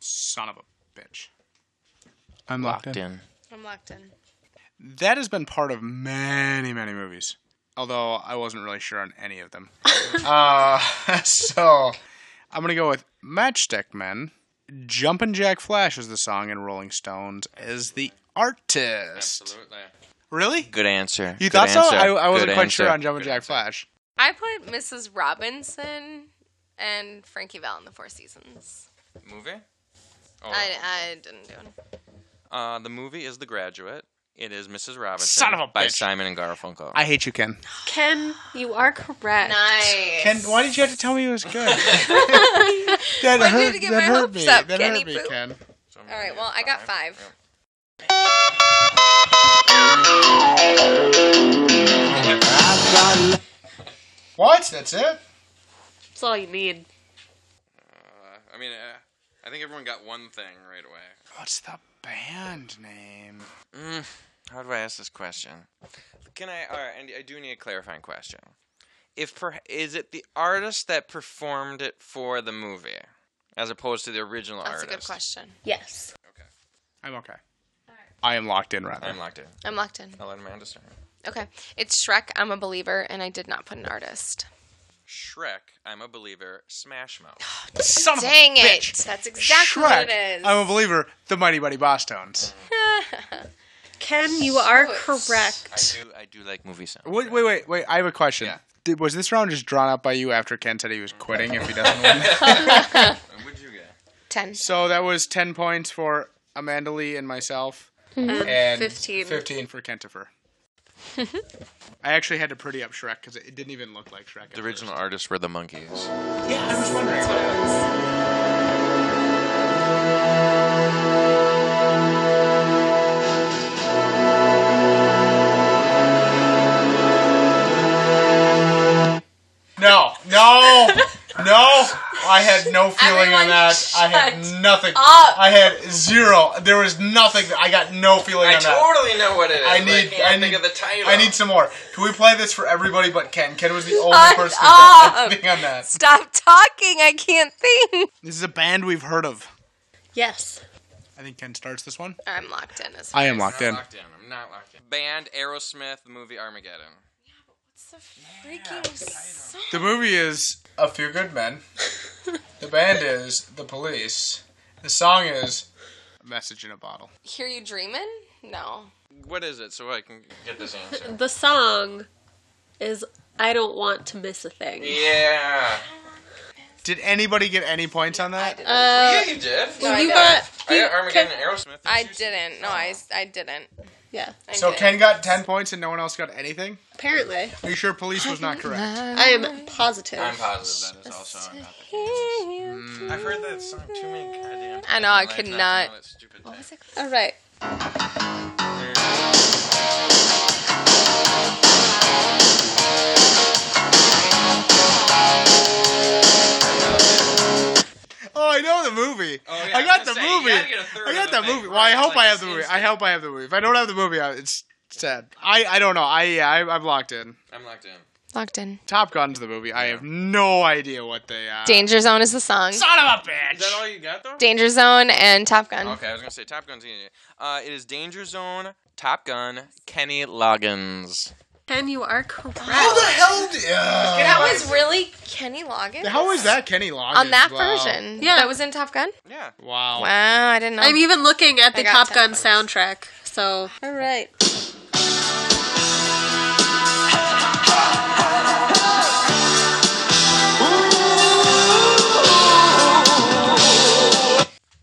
Speaker 1: Son of a bitch. I'm locked,
Speaker 2: Locked
Speaker 1: in.
Speaker 2: in.
Speaker 11: I'm locked in.
Speaker 1: That has been part of many, many movies. Although I wasn't really sure on any of them. uh, so I'm going to go with Matchstick Men. Jumpin' Jack Flash is the song, and Rolling Stones is the artist. Really?
Speaker 2: Good answer.
Speaker 1: You
Speaker 2: Good
Speaker 1: thought so?
Speaker 2: answer.
Speaker 1: I, I wasn't
Speaker 2: Good
Speaker 1: quite
Speaker 2: answer.
Speaker 1: sure on Jumpin' Jack Flash.
Speaker 9: I put Mrs. Robinson and Frankie Val in the Four Seasons.
Speaker 2: Movie? Oh,
Speaker 9: I, I didn't do it.
Speaker 2: uh, the movie is The Graduate. It is Mrs. Robinson
Speaker 1: Son of a
Speaker 2: by
Speaker 1: bitch.
Speaker 2: Simon and Garfunkel.
Speaker 1: I hate you, Ken.
Speaker 4: Ken, you are correct.
Speaker 9: Nice.
Speaker 1: Ken, why did you have to tell me it was good? that hurt,
Speaker 9: to
Speaker 1: that
Speaker 9: get my
Speaker 1: hurt
Speaker 9: hopes
Speaker 1: me.
Speaker 9: up,
Speaker 1: that
Speaker 9: Kenny
Speaker 1: hurt me,
Speaker 9: Poo.
Speaker 1: Ken.
Speaker 2: So
Speaker 3: All right, well, I got five.
Speaker 2: Yep.
Speaker 1: What? That's it?
Speaker 4: That's all you need.
Speaker 2: Uh, I mean, uh, I think everyone got one thing right away.
Speaker 1: What's the band name?
Speaker 2: Mm, how do I ask this question? Can I? All right, and I do need a clarifying question. If per, is it the artist that performed it for the movie, as opposed to the original
Speaker 9: That's a
Speaker 2: artist?
Speaker 9: good question.
Speaker 4: Yes.
Speaker 1: I'm okay. I am locked in, rather.
Speaker 2: I'm locked in.
Speaker 9: I'm locked in.
Speaker 2: I'll let Amanda start.
Speaker 9: Okay. It's Shrek, I'm a Believer, and I did not put an artist.
Speaker 2: Shrek, I'm a believer. Smash Mouth.
Speaker 1: Son of a
Speaker 9: Dang it.
Speaker 1: bitch.
Speaker 9: That's exactly what
Speaker 1: Shrek. Oh.
Speaker 9: it is.
Speaker 1: I'm a believer. The Mighty Mighty Boss Tones.
Speaker 12: Ken, you are correct.
Speaker 2: I do, I do like movie sound.
Speaker 1: Wait, wait, wait, wait. I have a question.
Speaker 2: Oh, Yeah.
Speaker 1: Did, was this round just drawn up by you after Ken said he was quitting if he doesn't win?
Speaker 2: What'd you get?
Speaker 9: 10.
Speaker 1: so that was 10 points for Amanda Lee and myself. And
Speaker 12: 15.
Speaker 1: 15 for Kentifer. I actually had to pretty up Shrek because it, it didn't even look like Shrek.
Speaker 2: The original artists were the monkeys.
Speaker 1: Yeah, I was wondering. No, no, no. I had no feeling on that. I had nothing. I had zero. There was nothing. I got no feeling on that.
Speaker 2: know what it is.
Speaker 1: I need. I need I need some more. Can we play this for everybody but Ken? Ken was the only person who got anything on that.
Speaker 9: Stop talking. I can't think.
Speaker 1: This is a band we've heard of.
Speaker 12: Yes.
Speaker 1: I think Ken starts this one.
Speaker 9: I'm locked in as
Speaker 1: I am locked in.
Speaker 2: locked in. I'm not locked in. Band Aerosmith, the movie Armageddon.
Speaker 1: The movie is A Few Good Men. the band is The Police. The song is Message in a Bottle.
Speaker 9: Hear you dreaming? No.
Speaker 2: What is it? So I can get this answer.
Speaker 12: The song is I Don't Want to Miss a Thing.
Speaker 2: yeah.
Speaker 1: Did anybody get any points on that?
Speaker 2: yeah, you did.
Speaker 12: Um, you got.
Speaker 2: I got Armageddon and Aerosmith.
Speaker 9: I didn't. No, I, I didn't.
Speaker 12: Yeah.
Speaker 9: I
Speaker 1: So
Speaker 9: didn't.
Speaker 1: Ken got 10 points and no one else got anything?
Speaker 12: Apparently.
Speaker 1: Are you sure Police was not correct?
Speaker 12: I am positive.
Speaker 2: I'm positive that is also. not the- I've heard that song too many goddamn times.
Speaker 9: I know, I
Speaker 2: in my
Speaker 9: could
Speaker 2: life,
Speaker 9: not-
Speaker 2: know that stupid thing.
Speaker 12: All right.
Speaker 1: Oh, I know the movie.
Speaker 2: Oh, yeah,
Speaker 1: I
Speaker 2: I
Speaker 1: got
Speaker 2: was
Speaker 1: the
Speaker 2: gonna say, you
Speaker 1: movie.
Speaker 2: gotta get a third
Speaker 1: I
Speaker 2: of
Speaker 1: got
Speaker 2: the
Speaker 1: the
Speaker 2: thing
Speaker 1: movie.
Speaker 2: right,
Speaker 1: Well, I hope
Speaker 2: like
Speaker 1: I have
Speaker 2: this
Speaker 1: the movie. I
Speaker 2: instant.
Speaker 1: hope I have the movie. If I don't have the movie, I- it's sad. I, I don't know. I, yeah, I I'm locked in.
Speaker 2: I'm locked in.
Speaker 9: Locked in.
Speaker 1: Top Gun's the movie. I have no idea what they uh, are.
Speaker 9: Danger Zone is the song.
Speaker 2: Is that all you got though?
Speaker 9: Danger Zone and Top Gun.
Speaker 2: Okay, I was gonna say Top Gun's easy. Uh, it is Danger Zone, Top Gun, Kenny Loggins.
Speaker 12: Ken, you are correct.
Speaker 1: How the hell? d- Yeah.
Speaker 9: That was really Kenny Loggins?
Speaker 1: How is that Kenny Loggins?
Speaker 9: On that
Speaker 1: Wow.
Speaker 9: version.
Speaker 12: Yeah.
Speaker 9: That was in Top Gun?
Speaker 2: Yeah.
Speaker 1: Wow.
Speaker 9: Wow, I didn't know.
Speaker 12: I'm even looking at the
Speaker 9: I got
Speaker 12: Top Gun soundtrack. So. All right.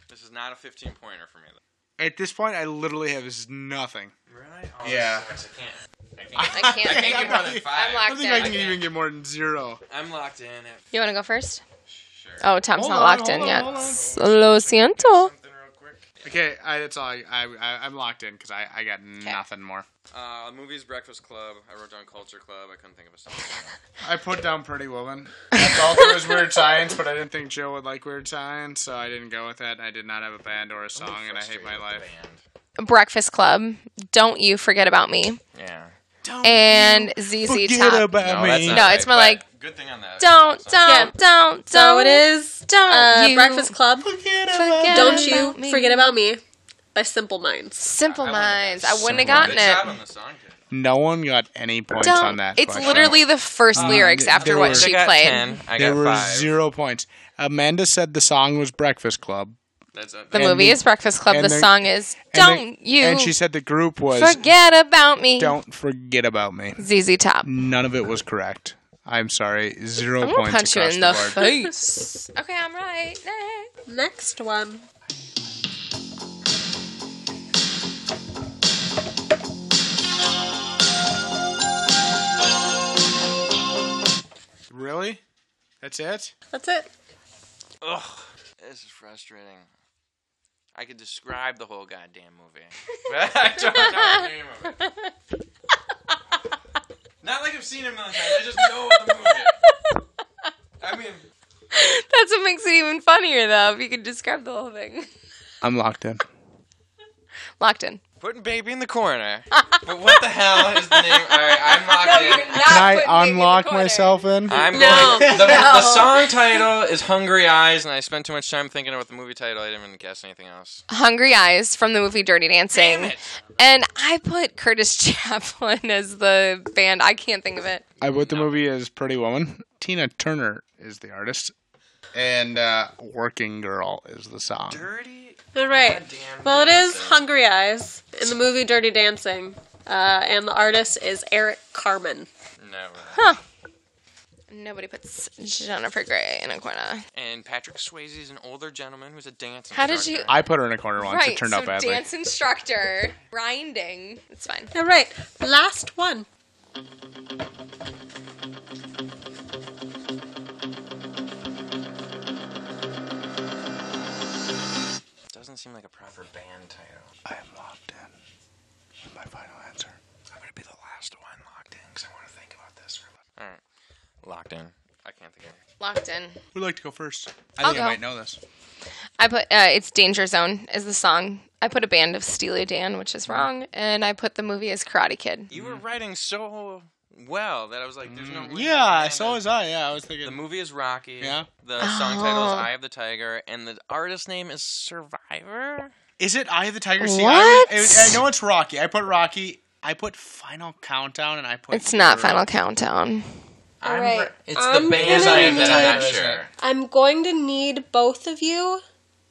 Speaker 2: This is not a 15 pointer for me. Though.
Speaker 1: At this point, I literally have z- nothing.
Speaker 2: Really?
Speaker 1: Yeah.
Speaker 2: I can't. I can't.
Speaker 9: I can't.
Speaker 1: I
Speaker 9: think.
Speaker 1: can't
Speaker 2: more than five.
Speaker 9: I'm
Speaker 1: I don't
Speaker 9: locked
Speaker 1: think I
Speaker 9: in.
Speaker 1: can even get more than zero.
Speaker 2: I'm locked in at
Speaker 9: You want to go first?
Speaker 2: sure.
Speaker 9: Oh, Tom's
Speaker 1: Hold
Speaker 9: not
Speaker 1: on,
Speaker 9: locked
Speaker 1: hold
Speaker 9: in
Speaker 1: on,
Speaker 9: yet.
Speaker 1: hold on. Oh,
Speaker 9: Lo siento.
Speaker 2: Something real quick.
Speaker 1: Okay, I, that's all. I, I, I I'm locked in because I, I got nothing more.
Speaker 2: Uh, movies, Breakfast Club. I wrote down Culture Club. I couldn't think of a song.
Speaker 1: I put down Pretty Woman. That's all there was Weird Science, but I didn't think Jill would like Weird Science, so I didn't go with that. And I did not have a band or a song, and I hate my life.
Speaker 9: Breakfast Club. Don't you forget about me.
Speaker 2: Yeah.
Speaker 9: And ZZ Top.
Speaker 1: Oh, about
Speaker 9: No, right, it's more but like,
Speaker 2: Good thing on that.
Speaker 9: don't, don't,
Speaker 12: Yeah.
Speaker 9: don't, don't.
Speaker 12: So it is
Speaker 9: Don't
Speaker 12: uh,
Speaker 9: you
Speaker 12: Breakfast Club.
Speaker 9: forget
Speaker 12: Don't you
Speaker 9: about me.
Speaker 12: forget about me by Simple Minds.
Speaker 9: Simple Minds. I wouldn't have
Speaker 2: Good
Speaker 9: gotten
Speaker 2: job
Speaker 9: it.
Speaker 2: on the song, kid.
Speaker 1: No one got any points
Speaker 9: Don't.
Speaker 1: on that.
Speaker 9: it's
Speaker 1: question. Um,
Speaker 9: literally the first lyrics
Speaker 1: there
Speaker 9: after
Speaker 1: were-
Speaker 9: what she
Speaker 2: got
Speaker 9: played.
Speaker 2: 10. I
Speaker 1: there
Speaker 2: got
Speaker 1: were
Speaker 2: five.
Speaker 1: zero points. Amanda said the song was Breakfast Club.
Speaker 2: That's a,
Speaker 9: The
Speaker 1: And
Speaker 9: movie
Speaker 1: the-
Speaker 9: is Breakfast Club.
Speaker 1: and
Speaker 9: The
Speaker 1: the-
Speaker 9: song is
Speaker 1: And the-
Speaker 9: Don't You
Speaker 1: And she said the group was
Speaker 9: Forget About Me.
Speaker 1: Don't Forget About Me.
Speaker 9: ZZ Top.
Speaker 1: None of it was correct. I'm sorry. 0
Speaker 9: I'm gonna
Speaker 1: points
Speaker 9: punch you
Speaker 1: across
Speaker 9: in
Speaker 1: the
Speaker 9: the
Speaker 1: board.
Speaker 9: face.
Speaker 13: Okay, I'm right. Next.
Speaker 4: Next one.
Speaker 1: Really? That's it?
Speaker 4: That's it.
Speaker 2: Ugh, this is frustrating. I could describe the whole goddamn movie, but I don't know the name of it. Not like I've seen it a million times. I just know the movie. I mean,
Speaker 9: That's what makes it even funnier, though. If you could describe the whole thing.
Speaker 1: I'm locked in.
Speaker 9: Locked in.
Speaker 2: putting baby in the corner. But what the hell is the name? All right, I'm locked in.
Speaker 1: Can I unlock myself in?
Speaker 2: I'm
Speaker 4: No,
Speaker 2: going. The, the song title is "Hungry Eyes," and I spent too much time thinking about the movie title. I didn't even guess anything else.
Speaker 9: Hungry Eyes from the movie Dirty
Speaker 2: Damn
Speaker 9: Dancing.
Speaker 2: it.
Speaker 9: And I put Curtis Chaplin as the band. I can't think of it.
Speaker 1: I put the movie as Pretty Woman. Tina Turner is the artist. And uh, Working Girl is the song.
Speaker 2: Dirty.
Speaker 4: All right.
Speaker 2: Goddamn
Speaker 4: Well, it is
Speaker 2: dancing.
Speaker 4: Hungry Eyes in the movie Dirty Dancing, uh, and the artist is Eric Carmen.
Speaker 2: Never.
Speaker 9: Nobody puts Jennifer Grey in a corner.
Speaker 2: And Patrick Swayze is an older gentleman who's a dancer.
Speaker 9: How did you-
Speaker 1: I put her in a corner once. it
Speaker 9: right,
Speaker 1: turned
Speaker 9: so
Speaker 1: out badly.
Speaker 9: dance instructor, grinding. It's fine.
Speaker 4: All right. Last one.
Speaker 2: Doesn't seem like a proper band title.
Speaker 1: I am locked in. With my final answer.
Speaker 2: I'm gonna be the last one locked in because I want to think about this for a All right, locked in. I can't think of it.
Speaker 9: Locked in.
Speaker 1: Who'd like to go first? I
Speaker 9: I'll
Speaker 1: think I
Speaker 9: go.
Speaker 1: might know this.
Speaker 9: I put uh, it's Danger Zone is the song. I put a band of Steely Dan, which is wrong, and I put the movie as Karate Kid.
Speaker 2: You were writing so well that I was like, "There's no." way
Speaker 1: Yeah,
Speaker 2: that
Speaker 1: so
Speaker 2: Mm, is-
Speaker 1: was I. Yeah, I was
Speaker 2: The
Speaker 1: thinking.
Speaker 2: movie is Rocky.
Speaker 1: Yeah.
Speaker 2: The song title is
Speaker 9: Oh.
Speaker 2: "Eye of the Tiger," and the artist name is Survivor.
Speaker 1: Is it Eye of the Tiger? See,
Speaker 9: What?
Speaker 1: I, was- I know it's Rocky. I put Rocky. I put Final Countdown, and I put.
Speaker 9: It's not
Speaker 1: Girl.
Speaker 9: Final Countdown.
Speaker 2: All
Speaker 4: right,
Speaker 2: It's
Speaker 4: I'm
Speaker 2: the band
Speaker 4: gonna
Speaker 2: name that I'm
Speaker 1: need-
Speaker 2: not sure.
Speaker 4: I'm going to need both of you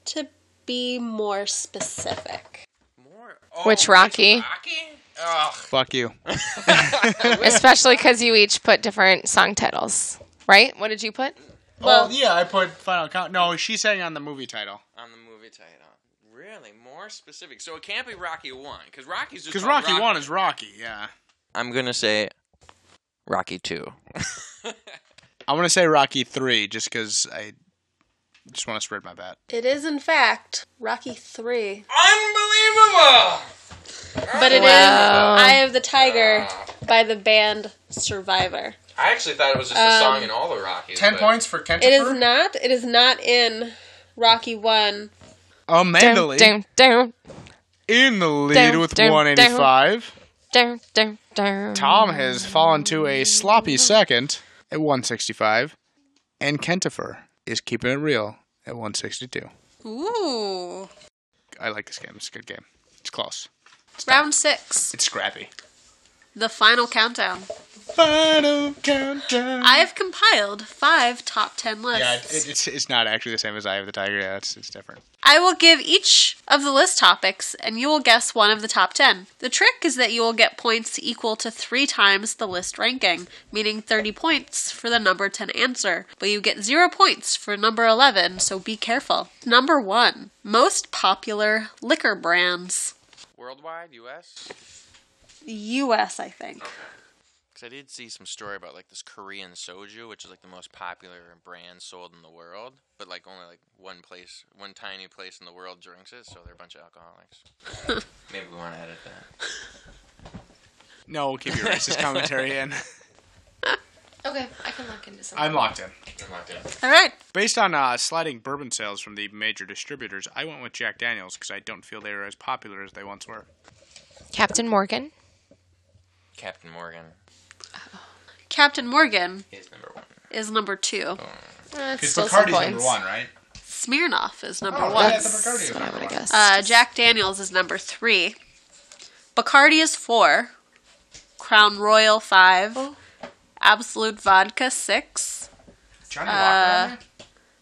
Speaker 4: to be more specific.
Speaker 2: More. Oh,
Speaker 9: Which
Speaker 2: it's
Speaker 9: Rocky?
Speaker 2: Rocky? Ugh.
Speaker 1: Fuck you.
Speaker 9: Especially because you each put different song titles, right? What did you put?
Speaker 1: Well, yeah, I put Final Count. No, she's saying on the movie title
Speaker 2: on the movie title. Really, more specific. So it can't be Rocky One because Rocky's just
Speaker 1: because
Speaker 2: called
Speaker 1: Rocky One is Rocky. Yeah,
Speaker 2: I'm gonna say Rocky Two.
Speaker 1: I'm gonna say Rocky Three just because I just want to spread my bet.
Speaker 4: It is, in fact, Rocky 3.
Speaker 2: Unbelievable!
Speaker 4: But it is
Speaker 9: Wow.
Speaker 4: Eye of the Tiger by the band Survivor.
Speaker 2: I actually thought it was just
Speaker 9: Um,
Speaker 2: a song in all the Rockies.
Speaker 1: Ten
Speaker 2: but-
Speaker 1: points for Kent.
Speaker 4: It is not. It is not in Rocky 1.
Speaker 1: Oh,
Speaker 9: Down,
Speaker 1: Mandalay
Speaker 9: down, down,
Speaker 1: in the lead
Speaker 9: Dun,
Speaker 1: with
Speaker 9: dun, dun.
Speaker 1: 185.
Speaker 9: down, down, down.
Speaker 1: Tom has fallen to a sloppy second at 165, and Kentifer is keeping it real at 162.
Speaker 4: Ooh.
Speaker 1: I like this game. It's a good game. It's close.
Speaker 4: Round 6.
Speaker 1: It's scrappy.
Speaker 4: The final countdown.
Speaker 1: Final countdown.
Speaker 4: I have compiled five top 10 lists.
Speaker 1: yeah, it, it's it's not actually the same as Eye of the Tiger. Yeah, it's it's different.
Speaker 4: I will give each of the list topics, and you will guess one of the top 10. The trick is that you will get points equal to three times the list ranking, meaning 30 points for the number 10 answer, but you get zero points for number 11, so be careful. Number 1 Most popular liquor brands.
Speaker 2: Worldwide, U.S.
Speaker 4: US, I think.
Speaker 2: Because I did see some story about like this Korean soju, which is like the most popular brand sold in the world, but like only like one place, one tiny place in the world drinks it, so they're a bunch of alcoholics. Maybe we want to edit that.
Speaker 1: No, we'll keep your racist commentary in.
Speaker 9: Okay, I can lock into something.
Speaker 1: I'm locked in.
Speaker 2: I'm locked in.
Speaker 4: All right.
Speaker 1: Based on uh, sliding bourbon sales from the major distributors, I went with Jack Daniels because I don't feel they are as popular as they once were.
Speaker 9: Captain Morgan.
Speaker 2: Captain Morgan
Speaker 4: Captain Morgan
Speaker 2: is number one.
Speaker 4: is number 2.
Speaker 1: Oh.
Speaker 9: Eh, it's still some points.
Speaker 1: right?
Speaker 4: Smirnoff is number
Speaker 1: Oh,
Speaker 4: 1.
Speaker 1: yeah, the Bacardi is
Speaker 9: That's what I
Speaker 1: number
Speaker 9: would
Speaker 1: one.
Speaker 9: have guessed.
Speaker 4: Uh, Jack Daniels is number three. Bacardi is four. Crown Royal five.
Speaker 9: Oh.
Speaker 4: Absolute Vodka six.
Speaker 1: Johnny Walker on there?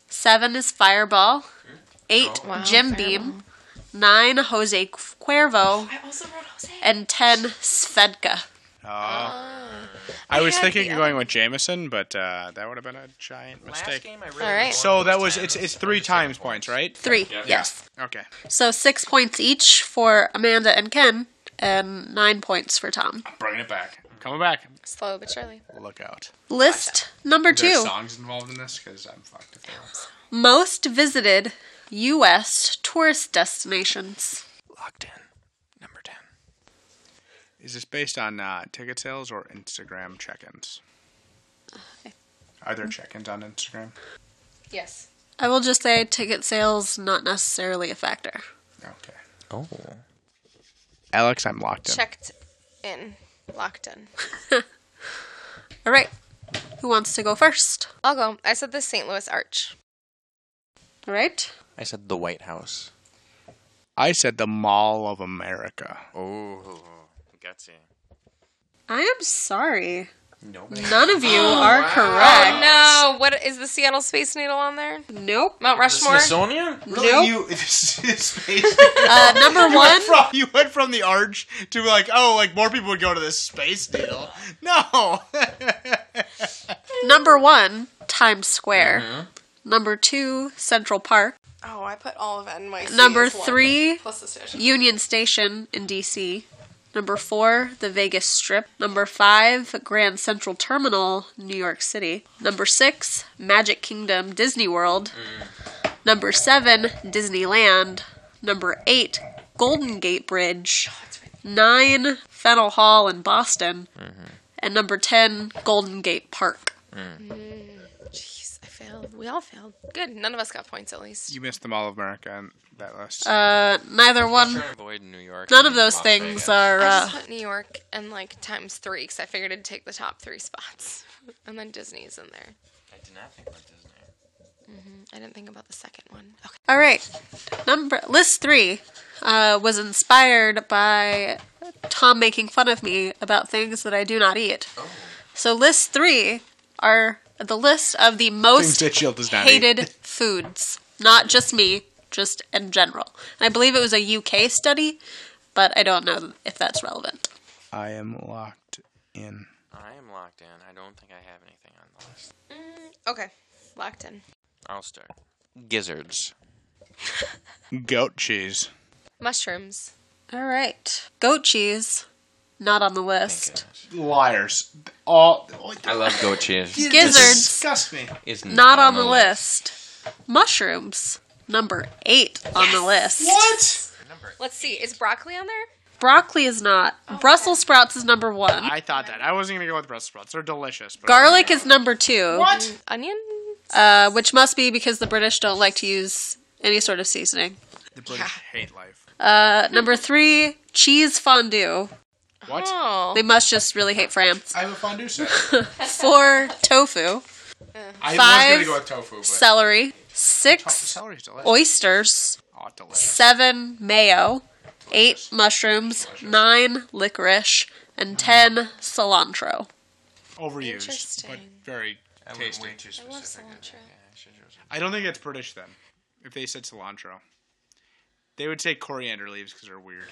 Speaker 4: Seven is Fireball. Eight
Speaker 9: Wow,
Speaker 4: Jim
Speaker 9: Fireball.
Speaker 4: Beam. Nine Jose Cuervo.
Speaker 9: I also wrote Jose.
Speaker 4: And ten Svedka.
Speaker 1: Oh. Uh, I was
Speaker 9: had
Speaker 1: thinking
Speaker 9: the
Speaker 1: of going with Jameson, but uh, that would have been a giant
Speaker 2: Last
Speaker 1: mistake.
Speaker 2: game I really
Speaker 9: All right.
Speaker 1: So that was it's it's three times points, right?
Speaker 4: Three.
Speaker 1: Yes. Okay.
Speaker 4: So six points each for Amanda and Ken, and nine points for Tom.
Speaker 1: I'm bringing it back. I'm coming back.
Speaker 9: Slow but surely.
Speaker 1: Look out.
Speaker 4: List number
Speaker 1: There's
Speaker 4: two
Speaker 1: songs involved in this because I'm fucked. If there are.
Speaker 4: most visited U.S. tourist destinations.
Speaker 2: Locked in. Number 10.
Speaker 1: Is this based on uh, ticket sales or Instagram check-ins?
Speaker 9: Uh,
Speaker 1: Are
Speaker 9: Mm-hmm.
Speaker 1: there check-ins on Instagram?
Speaker 3: Yes.
Speaker 4: I will just say ticket sales not necessarily a factor.
Speaker 1: Okay.
Speaker 2: Oh.
Speaker 1: Alex, I'm locked in.
Speaker 9: Checked in. Locked in.
Speaker 4: All right, who wants to go first?
Speaker 9: I'll go. I said the St. Louis Arch.
Speaker 4: All right,
Speaker 2: I said the White House.
Speaker 1: I said the Mall of America.
Speaker 2: Oh. Gutsy.
Speaker 4: I am sorry.
Speaker 2: Nobody.
Speaker 4: None of you are
Speaker 9: Oh
Speaker 4: correct.
Speaker 9: no! What is the Seattle Space Needle on there?
Speaker 4: Nope.
Speaker 9: Mount Rushmore.
Speaker 2: Smithsonian?
Speaker 4: Nope.
Speaker 1: You, this is space.
Speaker 4: Uh, number one.
Speaker 1: from, you went from the arch to like, oh, like more people would go to this space deal. No.
Speaker 4: Number one, Times Square. Number two, Central Park.
Speaker 9: Oh, I put all of NYC.
Speaker 4: Number
Speaker 9: as one,
Speaker 4: three,
Speaker 9: plus the station.
Speaker 4: Union Station in DC. Number four, the Vegas Strip. Number five, Grand Central Terminal, New York City. Number six, Magic Kingdom, Disney World. Number seven, Disneyland. Number eight, Golden Gate Bridge. Nine, Fennel Hall in Boston. And number ten, Golden Gate Park.
Speaker 9: Jeez, I failed. We all failed. Good. None of us got points at least.
Speaker 1: you missed the Mall of America on that list.
Speaker 4: Uh, neither one,
Speaker 2: Trying to avoid New York.
Speaker 4: none of
Speaker 2: and
Speaker 4: those
Speaker 2: Las
Speaker 4: things
Speaker 2: Vegas.
Speaker 4: are.
Speaker 9: I
Speaker 4: Uh,
Speaker 9: just put New York and like times three because I figured I'd take the top three spots, and then Disney's in there.
Speaker 2: I did not think about Disney.
Speaker 9: I didn't think about the second one. Okay.
Speaker 4: All right, number list three uh, was inspired by Tom making fun of me about things that I do not eat. So list three are the list of the most
Speaker 1: that Jill does not eat.
Speaker 4: hated foods, not just me, just in general. And I believe it was a UK study, but I don't know if that's relevant.
Speaker 1: I am locked in.
Speaker 2: I am locked in. I don't think I have anything on the list.
Speaker 9: Okay. Locked in.
Speaker 2: I'll start. Gizzards.
Speaker 1: Goat cheese.
Speaker 9: Mushrooms.
Speaker 4: All right, goat cheese, not on the list.
Speaker 1: Liars. All.
Speaker 2: I love goat cheese.
Speaker 4: Gizzards.
Speaker 1: Disgust me.
Speaker 2: It's
Speaker 4: Not on the list. Mushrooms, number eight on the list.
Speaker 1: What?
Speaker 9: Let's see. Is broccoli on there?
Speaker 4: Broccoli is not. Brussels sprouts is number one.
Speaker 1: I thought that. I wasn't gonna go with Brussels sprouts. They're delicious. But
Speaker 4: Garlic is number two.
Speaker 1: What?
Speaker 9: Onion.
Speaker 4: Uh, which must be because the British don't like to use any sort of seasoning.
Speaker 1: The British hate life.
Speaker 4: Uh, number three, cheese fondue.
Speaker 1: What?
Speaker 9: Oh.
Speaker 4: They must just really hate France.
Speaker 1: I have a fondue set.
Speaker 4: Four, tofu.
Speaker 1: I
Speaker 4: Five
Speaker 1: was gonna go with tofu, but
Speaker 4: Celery. Six,
Speaker 1: celery's delicious.
Speaker 4: oysters.
Speaker 1: Oh, delicious.
Speaker 4: Seven, mayo. Eight, mushrooms. Nine, licorice. And ten, cilantro.
Speaker 1: Overused, but
Speaker 9: Interesting.
Speaker 1: very tasty.
Speaker 2: too specific.
Speaker 1: I don't think that's British then. If they said cilantro, they would say coriander leaves because they're weird.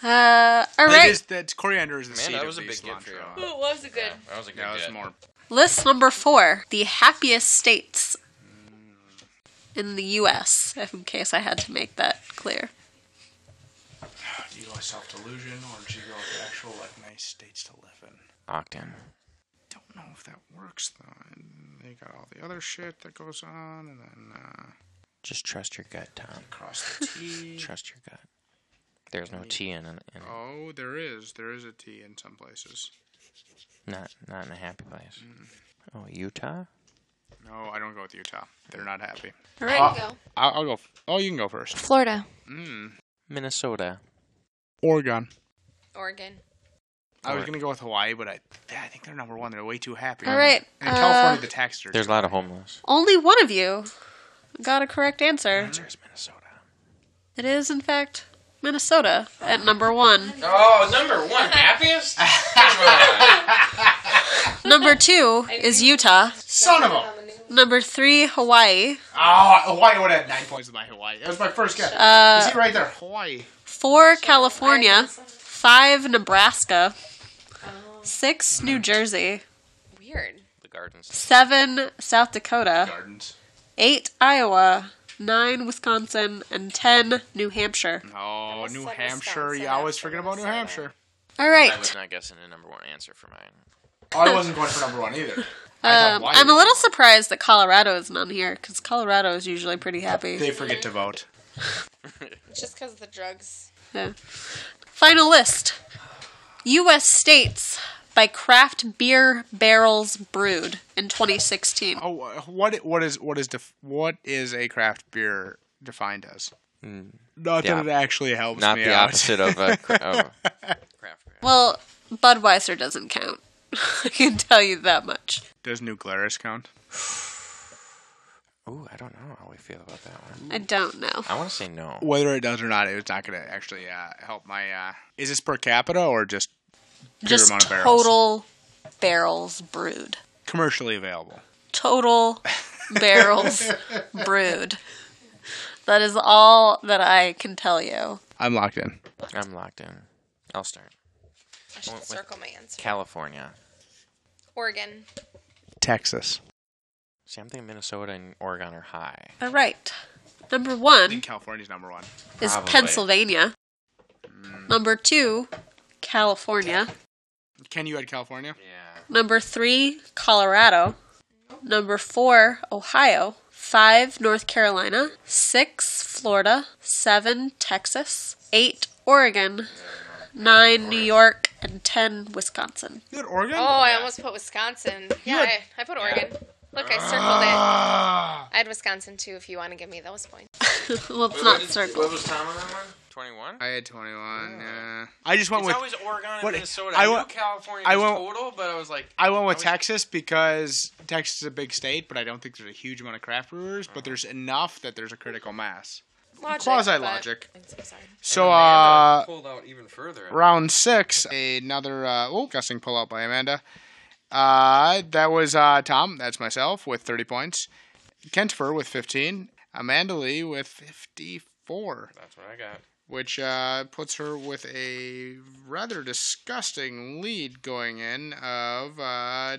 Speaker 4: Uh,
Speaker 1: That
Speaker 4: all right.
Speaker 1: is- that's coriander is the
Speaker 2: Man,
Speaker 1: seed
Speaker 2: that
Speaker 1: of
Speaker 2: was a
Speaker 1: the
Speaker 2: big
Speaker 1: cilantro.
Speaker 2: get for you.
Speaker 9: It was a good.
Speaker 2: That was a good
Speaker 1: That was
Speaker 2: get.
Speaker 1: more.
Speaker 4: List number four the happiest states in the U.S., if in case I had to make that clear.
Speaker 1: Do you go self delusion or do you go with actual like nice states to live in?
Speaker 2: Locked in.
Speaker 1: Don't know if that works though. And they got all the other shit that goes on, and then uh,
Speaker 2: Just trust your gut, Tom.
Speaker 1: cross the T.
Speaker 2: Trust your gut. There's no T in it. in-
Speaker 1: oh, there is there is a T in some places.
Speaker 2: Not not in a happy place.
Speaker 1: Mm.
Speaker 2: Oh, Utah?
Speaker 1: No, I don't go with Utah. They're not happy.
Speaker 4: All right.
Speaker 9: go.
Speaker 1: I'll, I'll go. f- Oh, you can go first.
Speaker 9: Florida.
Speaker 1: Mm.
Speaker 2: Minnesota.
Speaker 1: Oregon.
Speaker 9: Oregon.
Speaker 1: I was
Speaker 2: Or-
Speaker 1: gonna go with Hawaii, but I I think they're number one. They're way too happy.
Speaker 4: All right.
Speaker 1: And in
Speaker 4: uh,
Speaker 1: California, the taxes are.
Speaker 2: There's a lot of homeless.
Speaker 4: only one of you got a correct answer.
Speaker 2: There's Minnesota.
Speaker 4: It is, in fact, Minnesota at number one.
Speaker 2: Oh, number one happiest?
Speaker 4: Number two is Utah.
Speaker 1: Son of a.
Speaker 4: Number three, Hawaii.
Speaker 1: Oh, Hawaii would have had nine points with my Hawaii. That was my first guess.
Speaker 4: Uh,
Speaker 1: Is he right there? Hawaii.
Speaker 4: Four, California. Five, Nebraska. Six, New Jersey.
Speaker 14: Weird.
Speaker 2: The gardens.
Speaker 4: Seven, South Dakota.
Speaker 1: Gardens.
Speaker 4: Eight, Iowa. Nine, Wisconsin. And ten, New Hampshire.
Speaker 1: Oh,
Speaker 14: was
Speaker 1: New
Speaker 14: said
Speaker 1: Hampshire.
Speaker 14: Wisconsin
Speaker 1: You always
Speaker 14: after
Speaker 1: forget about New
Speaker 14: Minnesota.
Speaker 1: Hampshire.
Speaker 4: All
Speaker 2: I was
Speaker 4: right.
Speaker 2: not guessing a number one answer for mine.
Speaker 1: Oh, I wasn't going for number one either.
Speaker 4: Um, I'm a little surprised that Colorado isn't on here because Colorado is usually pretty happy.
Speaker 1: They forget to vote.
Speaker 9: It's just because of the drugs.
Speaker 4: Yeah. Final list U.S. states by craft beer barrels brewed in 2016.
Speaker 1: Oh, wha- what what is what is def- what is a craft beer defined as? Hmm. Not
Speaker 2: yeah.
Speaker 1: that it actually helps
Speaker 2: Not
Speaker 1: me
Speaker 2: the
Speaker 1: out.
Speaker 2: opposite of a cra- of craft beer.
Speaker 4: Well, Budweiser doesn't count. I can tell you that much.
Speaker 1: Does New Glarus count?
Speaker 2: Ooh, I don't know how we feel about that one.
Speaker 4: I don't know.
Speaker 2: I want to say no.
Speaker 1: Whether it does or not, it's not going to actually uh, help my. Uh, is this per capita or just pure
Speaker 4: Just
Speaker 1: amount of barrels?
Speaker 4: total barrels brewed.
Speaker 1: commercially available?
Speaker 4: Total barrels brewed. That is all that I can tell you.
Speaker 1: I'm locked in.
Speaker 2: I'm locked in. I'll start.
Speaker 9: I should circle my answer.
Speaker 2: California.
Speaker 9: Oregon.
Speaker 1: Texas.
Speaker 2: See, I'm thinking Minnesota and Oregon are high.
Speaker 4: All right. Number
Speaker 1: I
Speaker 4: one
Speaker 1: think California's number one.
Speaker 4: is
Speaker 2: Probably.
Speaker 4: Pennsylvania. Number two, California.
Speaker 1: Can you add California?
Speaker 2: Yeah.
Speaker 4: Number three, Colorado. Number four, Ohio. Five, North Carolina. Six, Florida. Seven, Texas. Eight, Oregon. Nine, New York. And ten, Wisconsin.
Speaker 1: You had Oregon.
Speaker 9: Oh, I almost put Wisconsin. Yeah, I, I put Oregon. Look, I circled it.
Speaker 1: Ah.
Speaker 9: I had Wisconsin too. If you want to give me those points,
Speaker 4: well, it's not circled.
Speaker 2: was Tom on that one? 21?
Speaker 1: I had 21. Yeah. I just went
Speaker 2: It's
Speaker 1: with
Speaker 2: always Oregon and
Speaker 1: what-
Speaker 2: Minnesota.
Speaker 1: I
Speaker 2: I,
Speaker 1: wa-
Speaker 2: knew California
Speaker 1: I
Speaker 2: was
Speaker 1: won't-
Speaker 2: total, but I was like,
Speaker 1: I went with
Speaker 2: I was-
Speaker 1: Texas because Texas is a big state, but I don't think there's a huge amount of craft brewers, but there's enough that there's a critical mass.
Speaker 9: logic,
Speaker 1: Quasi
Speaker 9: but-
Speaker 1: logic.
Speaker 9: I'm so sorry.
Speaker 1: So uh
Speaker 2: pulled out even further.
Speaker 1: round 6, another uh oh, guessing pullout by Amanda. Uh that was uh Tom, that's myself with 30 points. Kentfer with 15, Amanda Lee with 54,
Speaker 2: That's what I got.
Speaker 1: which uh puts her with a rather disgusting lead going in of uh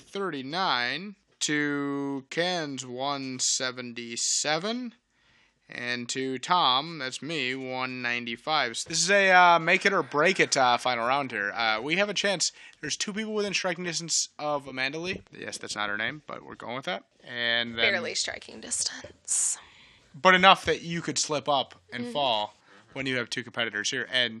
Speaker 1: 239 to Ken's 177 and to Tom, that's me, 195. So this is a uh, make it or break it uh, final round here. Uh, we have a chance. There's two people within striking distance of Amanda Lee. Yes, that's not her name, but we're going with that. And then,
Speaker 9: Barely striking distance. Mm-hmm.
Speaker 1: but enough that you could slip up and fall when you have two competitors here. And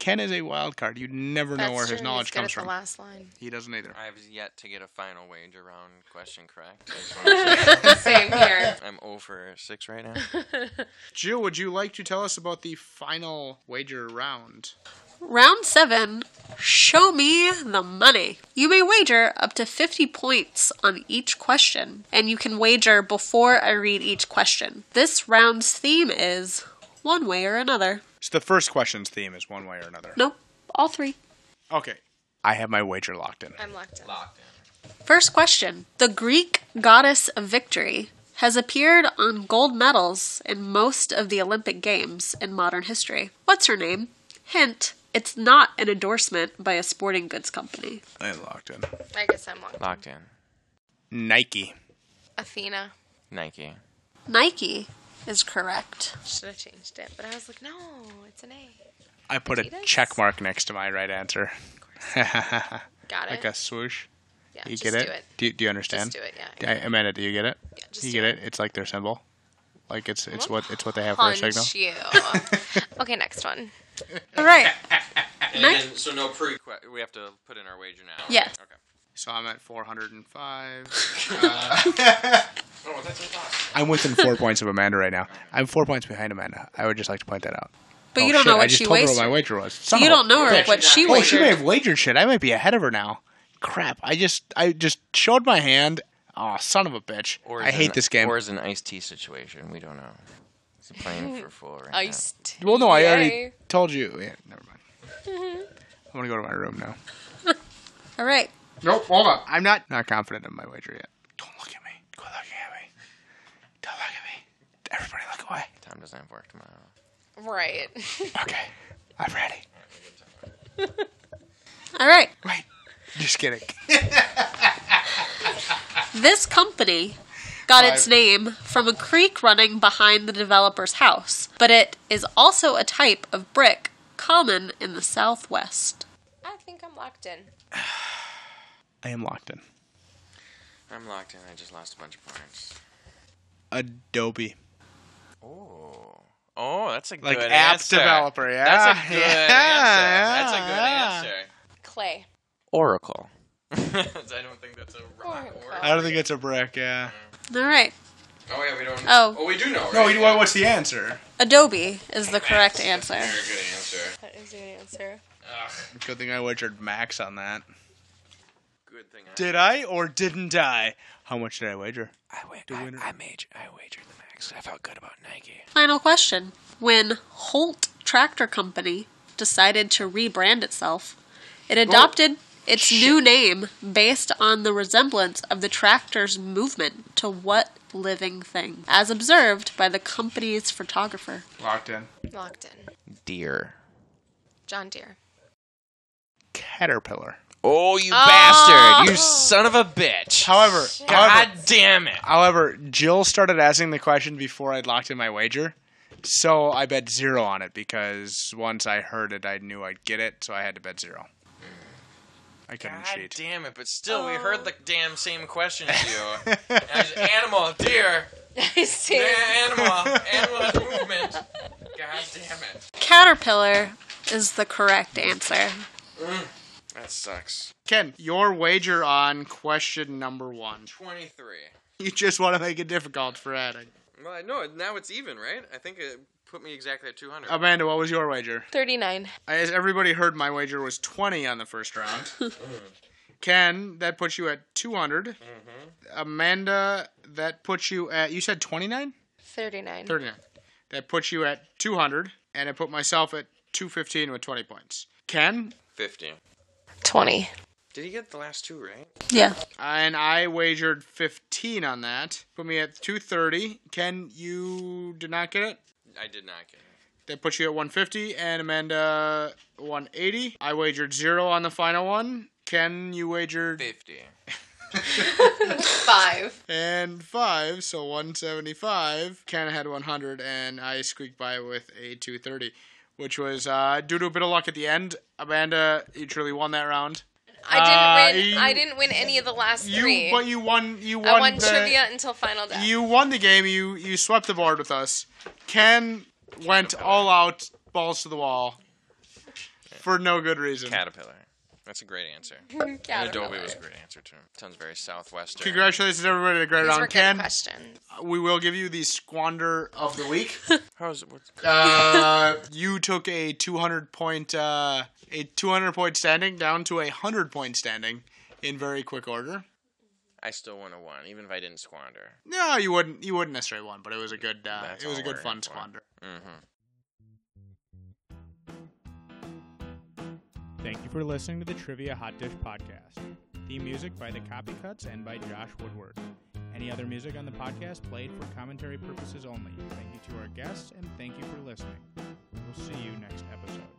Speaker 1: Ken is a wild card. You never know where his knowledge comes from.
Speaker 9: last line.
Speaker 1: He doesn't either.
Speaker 2: I have yet to get a final wager round question correct. I just wanna say
Speaker 9: Same here.
Speaker 2: I'm 0 for 6 right now.
Speaker 1: Jill, would you like to tell us about the final wager round?
Speaker 4: Round seven, show me the money. You may wager up to 50 points on each question, and you can wager before I read each question. This round's theme is one way or another.
Speaker 1: So the first question's theme is one way or another.
Speaker 4: Nope, all three.
Speaker 1: Okay. I have my wager locked in.
Speaker 9: I'm locked in.
Speaker 4: First question The Greek goddess of victory has appeared on gold medals in most of the Olympic Games in modern history. What's her name? Hint it's not an endorsement by a sporting goods company.
Speaker 1: I'm locked in.
Speaker 9: I guess I'm locked.
Speaker 2: Locked in.
Speaker 1: Nike.
Speaker 9: Athena.
Speaker 2: Nike.
Speaker 4: Nike is correct.
Speaker 9: Should have changed it, but I was like, no, it's an A.
Speaker 1: I put a
Speaker 9: Adidas?
Speaker 1: check mark next to my right answer. like
Speaker 9: Got it.
Speaker 1: a swoosh.
Speaker 9: yeah,
Speaker 1: You
Speaker 9: just
Speaker 1: get it?
Speaker 9: do it.
Speaker 1: Do, do you understand?
Speaker 9: Just do it. Yeah.
Speaker 1: Do- Amanda, do you get it?
Speaker 9: yeah just
Speaker 1: you
Speaker 9: do
Speaker 1: get it? It's like their symbol. Like it's it's what it's what they have for a
Speaker 9: Punch
Speaker 1: signal.
Speaker 9: you. okay, next one.
Speaker 4: All right. Next-
Speaker 2: And so no pre. We have to put in our wager now.
Speaker 4: Yes.
Speaker 2: Okay.
Speaker 1: So I'm at 405.
Speaker 2: Oh, that's a lot.
Speaker 1: Uh, I'm within four points of Amanda right now. I'm four points behind Amanda. I would just like to point that out.
Speaker 4: But
Speaker 1: Oh,
Speaker 4: you don't
Speaker 1: shit,
Speaker 4: know
Speaker 1: I
Speaker 4: what
Speaker 1: just
Speaker 4: she
Speaker 1: told her what
Speaker 4: wasted.
Speaker 1: my wager was. Son
Speaker 4: You
Speaker 1: of a
Speaker 4: don't know her,
Speaker 1: bitch.
Speaker 4: what she
Speaker 1: Oh, she may
Speaker 4: wagered.
Speaker 1: have wagered shit. I might be ahead of her now. Crap! I just I just showed my hand. Oh, son of a bitch!
Speaker 2: Or
Speaker 1: I
Speaker 2: is
Speaker 1: hate
Speaker 2: an-
Speaker 1: this game.
Speaker 2: Or is an iced tea situation? We don't know. Is he playing for full right Ice.
Speaker 1: well, no, I already
Speaker 9: Yay.
Speaker 1: told you. Yeah, never mind.
Speaker 4: Mm-hmm.
Speaker 1: I'm gonna go to my room now.
Speaker 4: All right.
Speaker 1: Nope, hold on. I'm not not confident in my wager yet. Don't look at me. Quit looking at me. Don't look at me. Everybody, look away.
Speaker 2: Now? Tom doesn't have work tomorrow.
Speaker 9: Right.
Speaker 1: Okay, I'm ready.
Speaker 4: All right.
Speaker 1: Wait, just kidding.
Speaker 4: This company got its
Speaker 1: Five.
Speaker 4: name from a creek running behind the developer's house, but it is also a type of brick common in the Southwest.
Speaker 9: I think I'm locked in.
Speaker 1: I am locked in.
Speaker 2: I'm locked in. I just lost a bunch of points.
Speaker 1: Adobe.
Speaker 2: Oh. Oh, that's a
Speaker 1: Like
Speaker 2: good
Speaker 1: app
Speaker 2: answer.
Speaker 1: developer, yeah,
Speaker 2: That's a good
Speaker 1: yeah,
Speaker 2: answer. That's a
Speaker 1: yeah.
Speaker 2: good answer.
Speaker 9: Clay.
Speaker 2: Oracle. I don't think that's a rock
Speaker 9: Oracle.
Speaker 2: or.
Speaker 1: I don't think it's a brick. Yeah.
Speaker 4: All right.
Speaker 2: Oh yeah, we don't.
Speaker 4: Oh.
Speaker 2: we do know.
Speaker 1: No,
Speaker 2: right?
Speaker 1: you know what- what's the answer?
Speaker 4: Adobe is the correct answer.
Speaker 2: Very good answer.
Speaker 9: That is the answer.
Speaker 2: Ugh,
Speaker 1: Good thing I wagered max on that.
Speaker 2: good thing. I,
Speaker 1: Did I or didn't I? How much did I wager?
Speaker 2: I, wa- I, I, maj- I wagered the max. I felt good about Nike.
Speaker 4: Final question. When Holt Tractor Company decided to rebrand itself, it adopted its new name based on the resemblance of the tractor's movement to what living thing, as observed by the company's photographer.
Speaker 1: Locked in.
Speaker 9: Locked in.
Speaker 2: Deer.
Speaker 9: John Deere.
Speaker 1: Caterpillar.
Speaker 2: Oh, you bastard! You son of a bitch!
Speaker 1: However,
Speaker 2: God damn it!
Speaker 1: however, Jill started asking the question before I'd locked in my wager, so I bet zero on it because once I heard it, I knew I'd get it, so I had to bet zero. I couldn't
Speaker 2: God
Speaker 1: cheat.
Speaker 2: damn it! But still, we heard the damn same question to you. And I just- animal, deer,
Speaker 9: I see.
Speaker 2: eh, animal, animal has movement. God damn it!
Speaker 4: Caterpillar is the correct answer.
Speaker 2: That sucks.
Speaker 1: Ken, your wager on question number one.
Speaker 2: Twenty-three.
Speaker 1: You just want to make it difficult for Adam.
Speaker 2: Well, I know now it's even, right? I think it put me exactly at two hundred.
Speaker 1: Amanda, what was your wager?
Speaker 9: 39.
Speaker 1: As everybody heard, my wager was 20 on the first round. Ken, that puts you at 200. Amanda, that puts you at, you said 29?
Speaker 9: 39.
Speaker 1: 39. That puts you at 200, and I put myself at 215 with 20 points. Ken,
Speaker 2: Fifty.
Speaker 1: Um,
Speaker 9: 20.
Speaker 2: Did he get the last two right?
Speaker 4: Yeah.
Speaker 1: and I wagered 15 on that. Put me at 230. Ken, you did not get it.
Speaker 2: I did not get it.
Speaker 1: That puts you at 150, and Amanda 180. I wagered zero on the final one. Ken, you wagered
Speaker 2: Fifty.
Speaker 9: 5.
Speaker 1: and five, so 175. Ken had 100, and I squeaked by with a 230, which was uh, due to a bit of luck at the end. Amanda, you truly won that round.
Speaker 9: I
Speaker 1: Uh,
Speaker 9: didn't win.
Speaker 1: you-
Speaker 9: I didn't win any of the last
Speaker 1: You,
Speaker 9: three.
Speaker 1: but you won. You won,
Speaker 9: I won
Speaker 1: the,
Speaker 9: trivia until final death.
Speaker 1: You won the game. You you swept the board with us. Ken went all out, balls to the wall, for no good reason.
Speaker 2: Caterpillar. That's a great answer.
Speaker 9: Caterpillar.
Speaker 2: Adobe was a great answer too. Sounds very southwestern.
Speaker 1: Congratulations, everybody, to great
Speaker 9: These were
Speaker 1: round.
Speaker 9: good
Speaker 1: Ken,
Speaker 9: questions.
Speaker 1: we will give you the squander of the week.
Speaker 2: How's it? What's,
Speaker 1: uh, you took a 200 point uh, a 200 point standing down to a 100 point standing in very quick order.
Speaker 2: I still want to one, even if I didn't squander.
Speaker 1: No, you wouldn't you wouldn't necessarily won, but it was a good uh,
Speaker 2: That's
Speaker 1: it was
Speaker 2: all
Speaker 1: a good
Speaker 2: we're
Speaker 1: fun
Speaker 2: aiming for.
Speaker 1: squander.
Speaker 2: Mm-hmm.
Speaker 15: Thank you for listening to the Trivia Hot Dish Podcast. Theme music by The Copycuts and by Josh Woodward. Any other music on the podcast played for commentary purposes only. Thank you to our guests and thank you for listening. We'll see you next episode.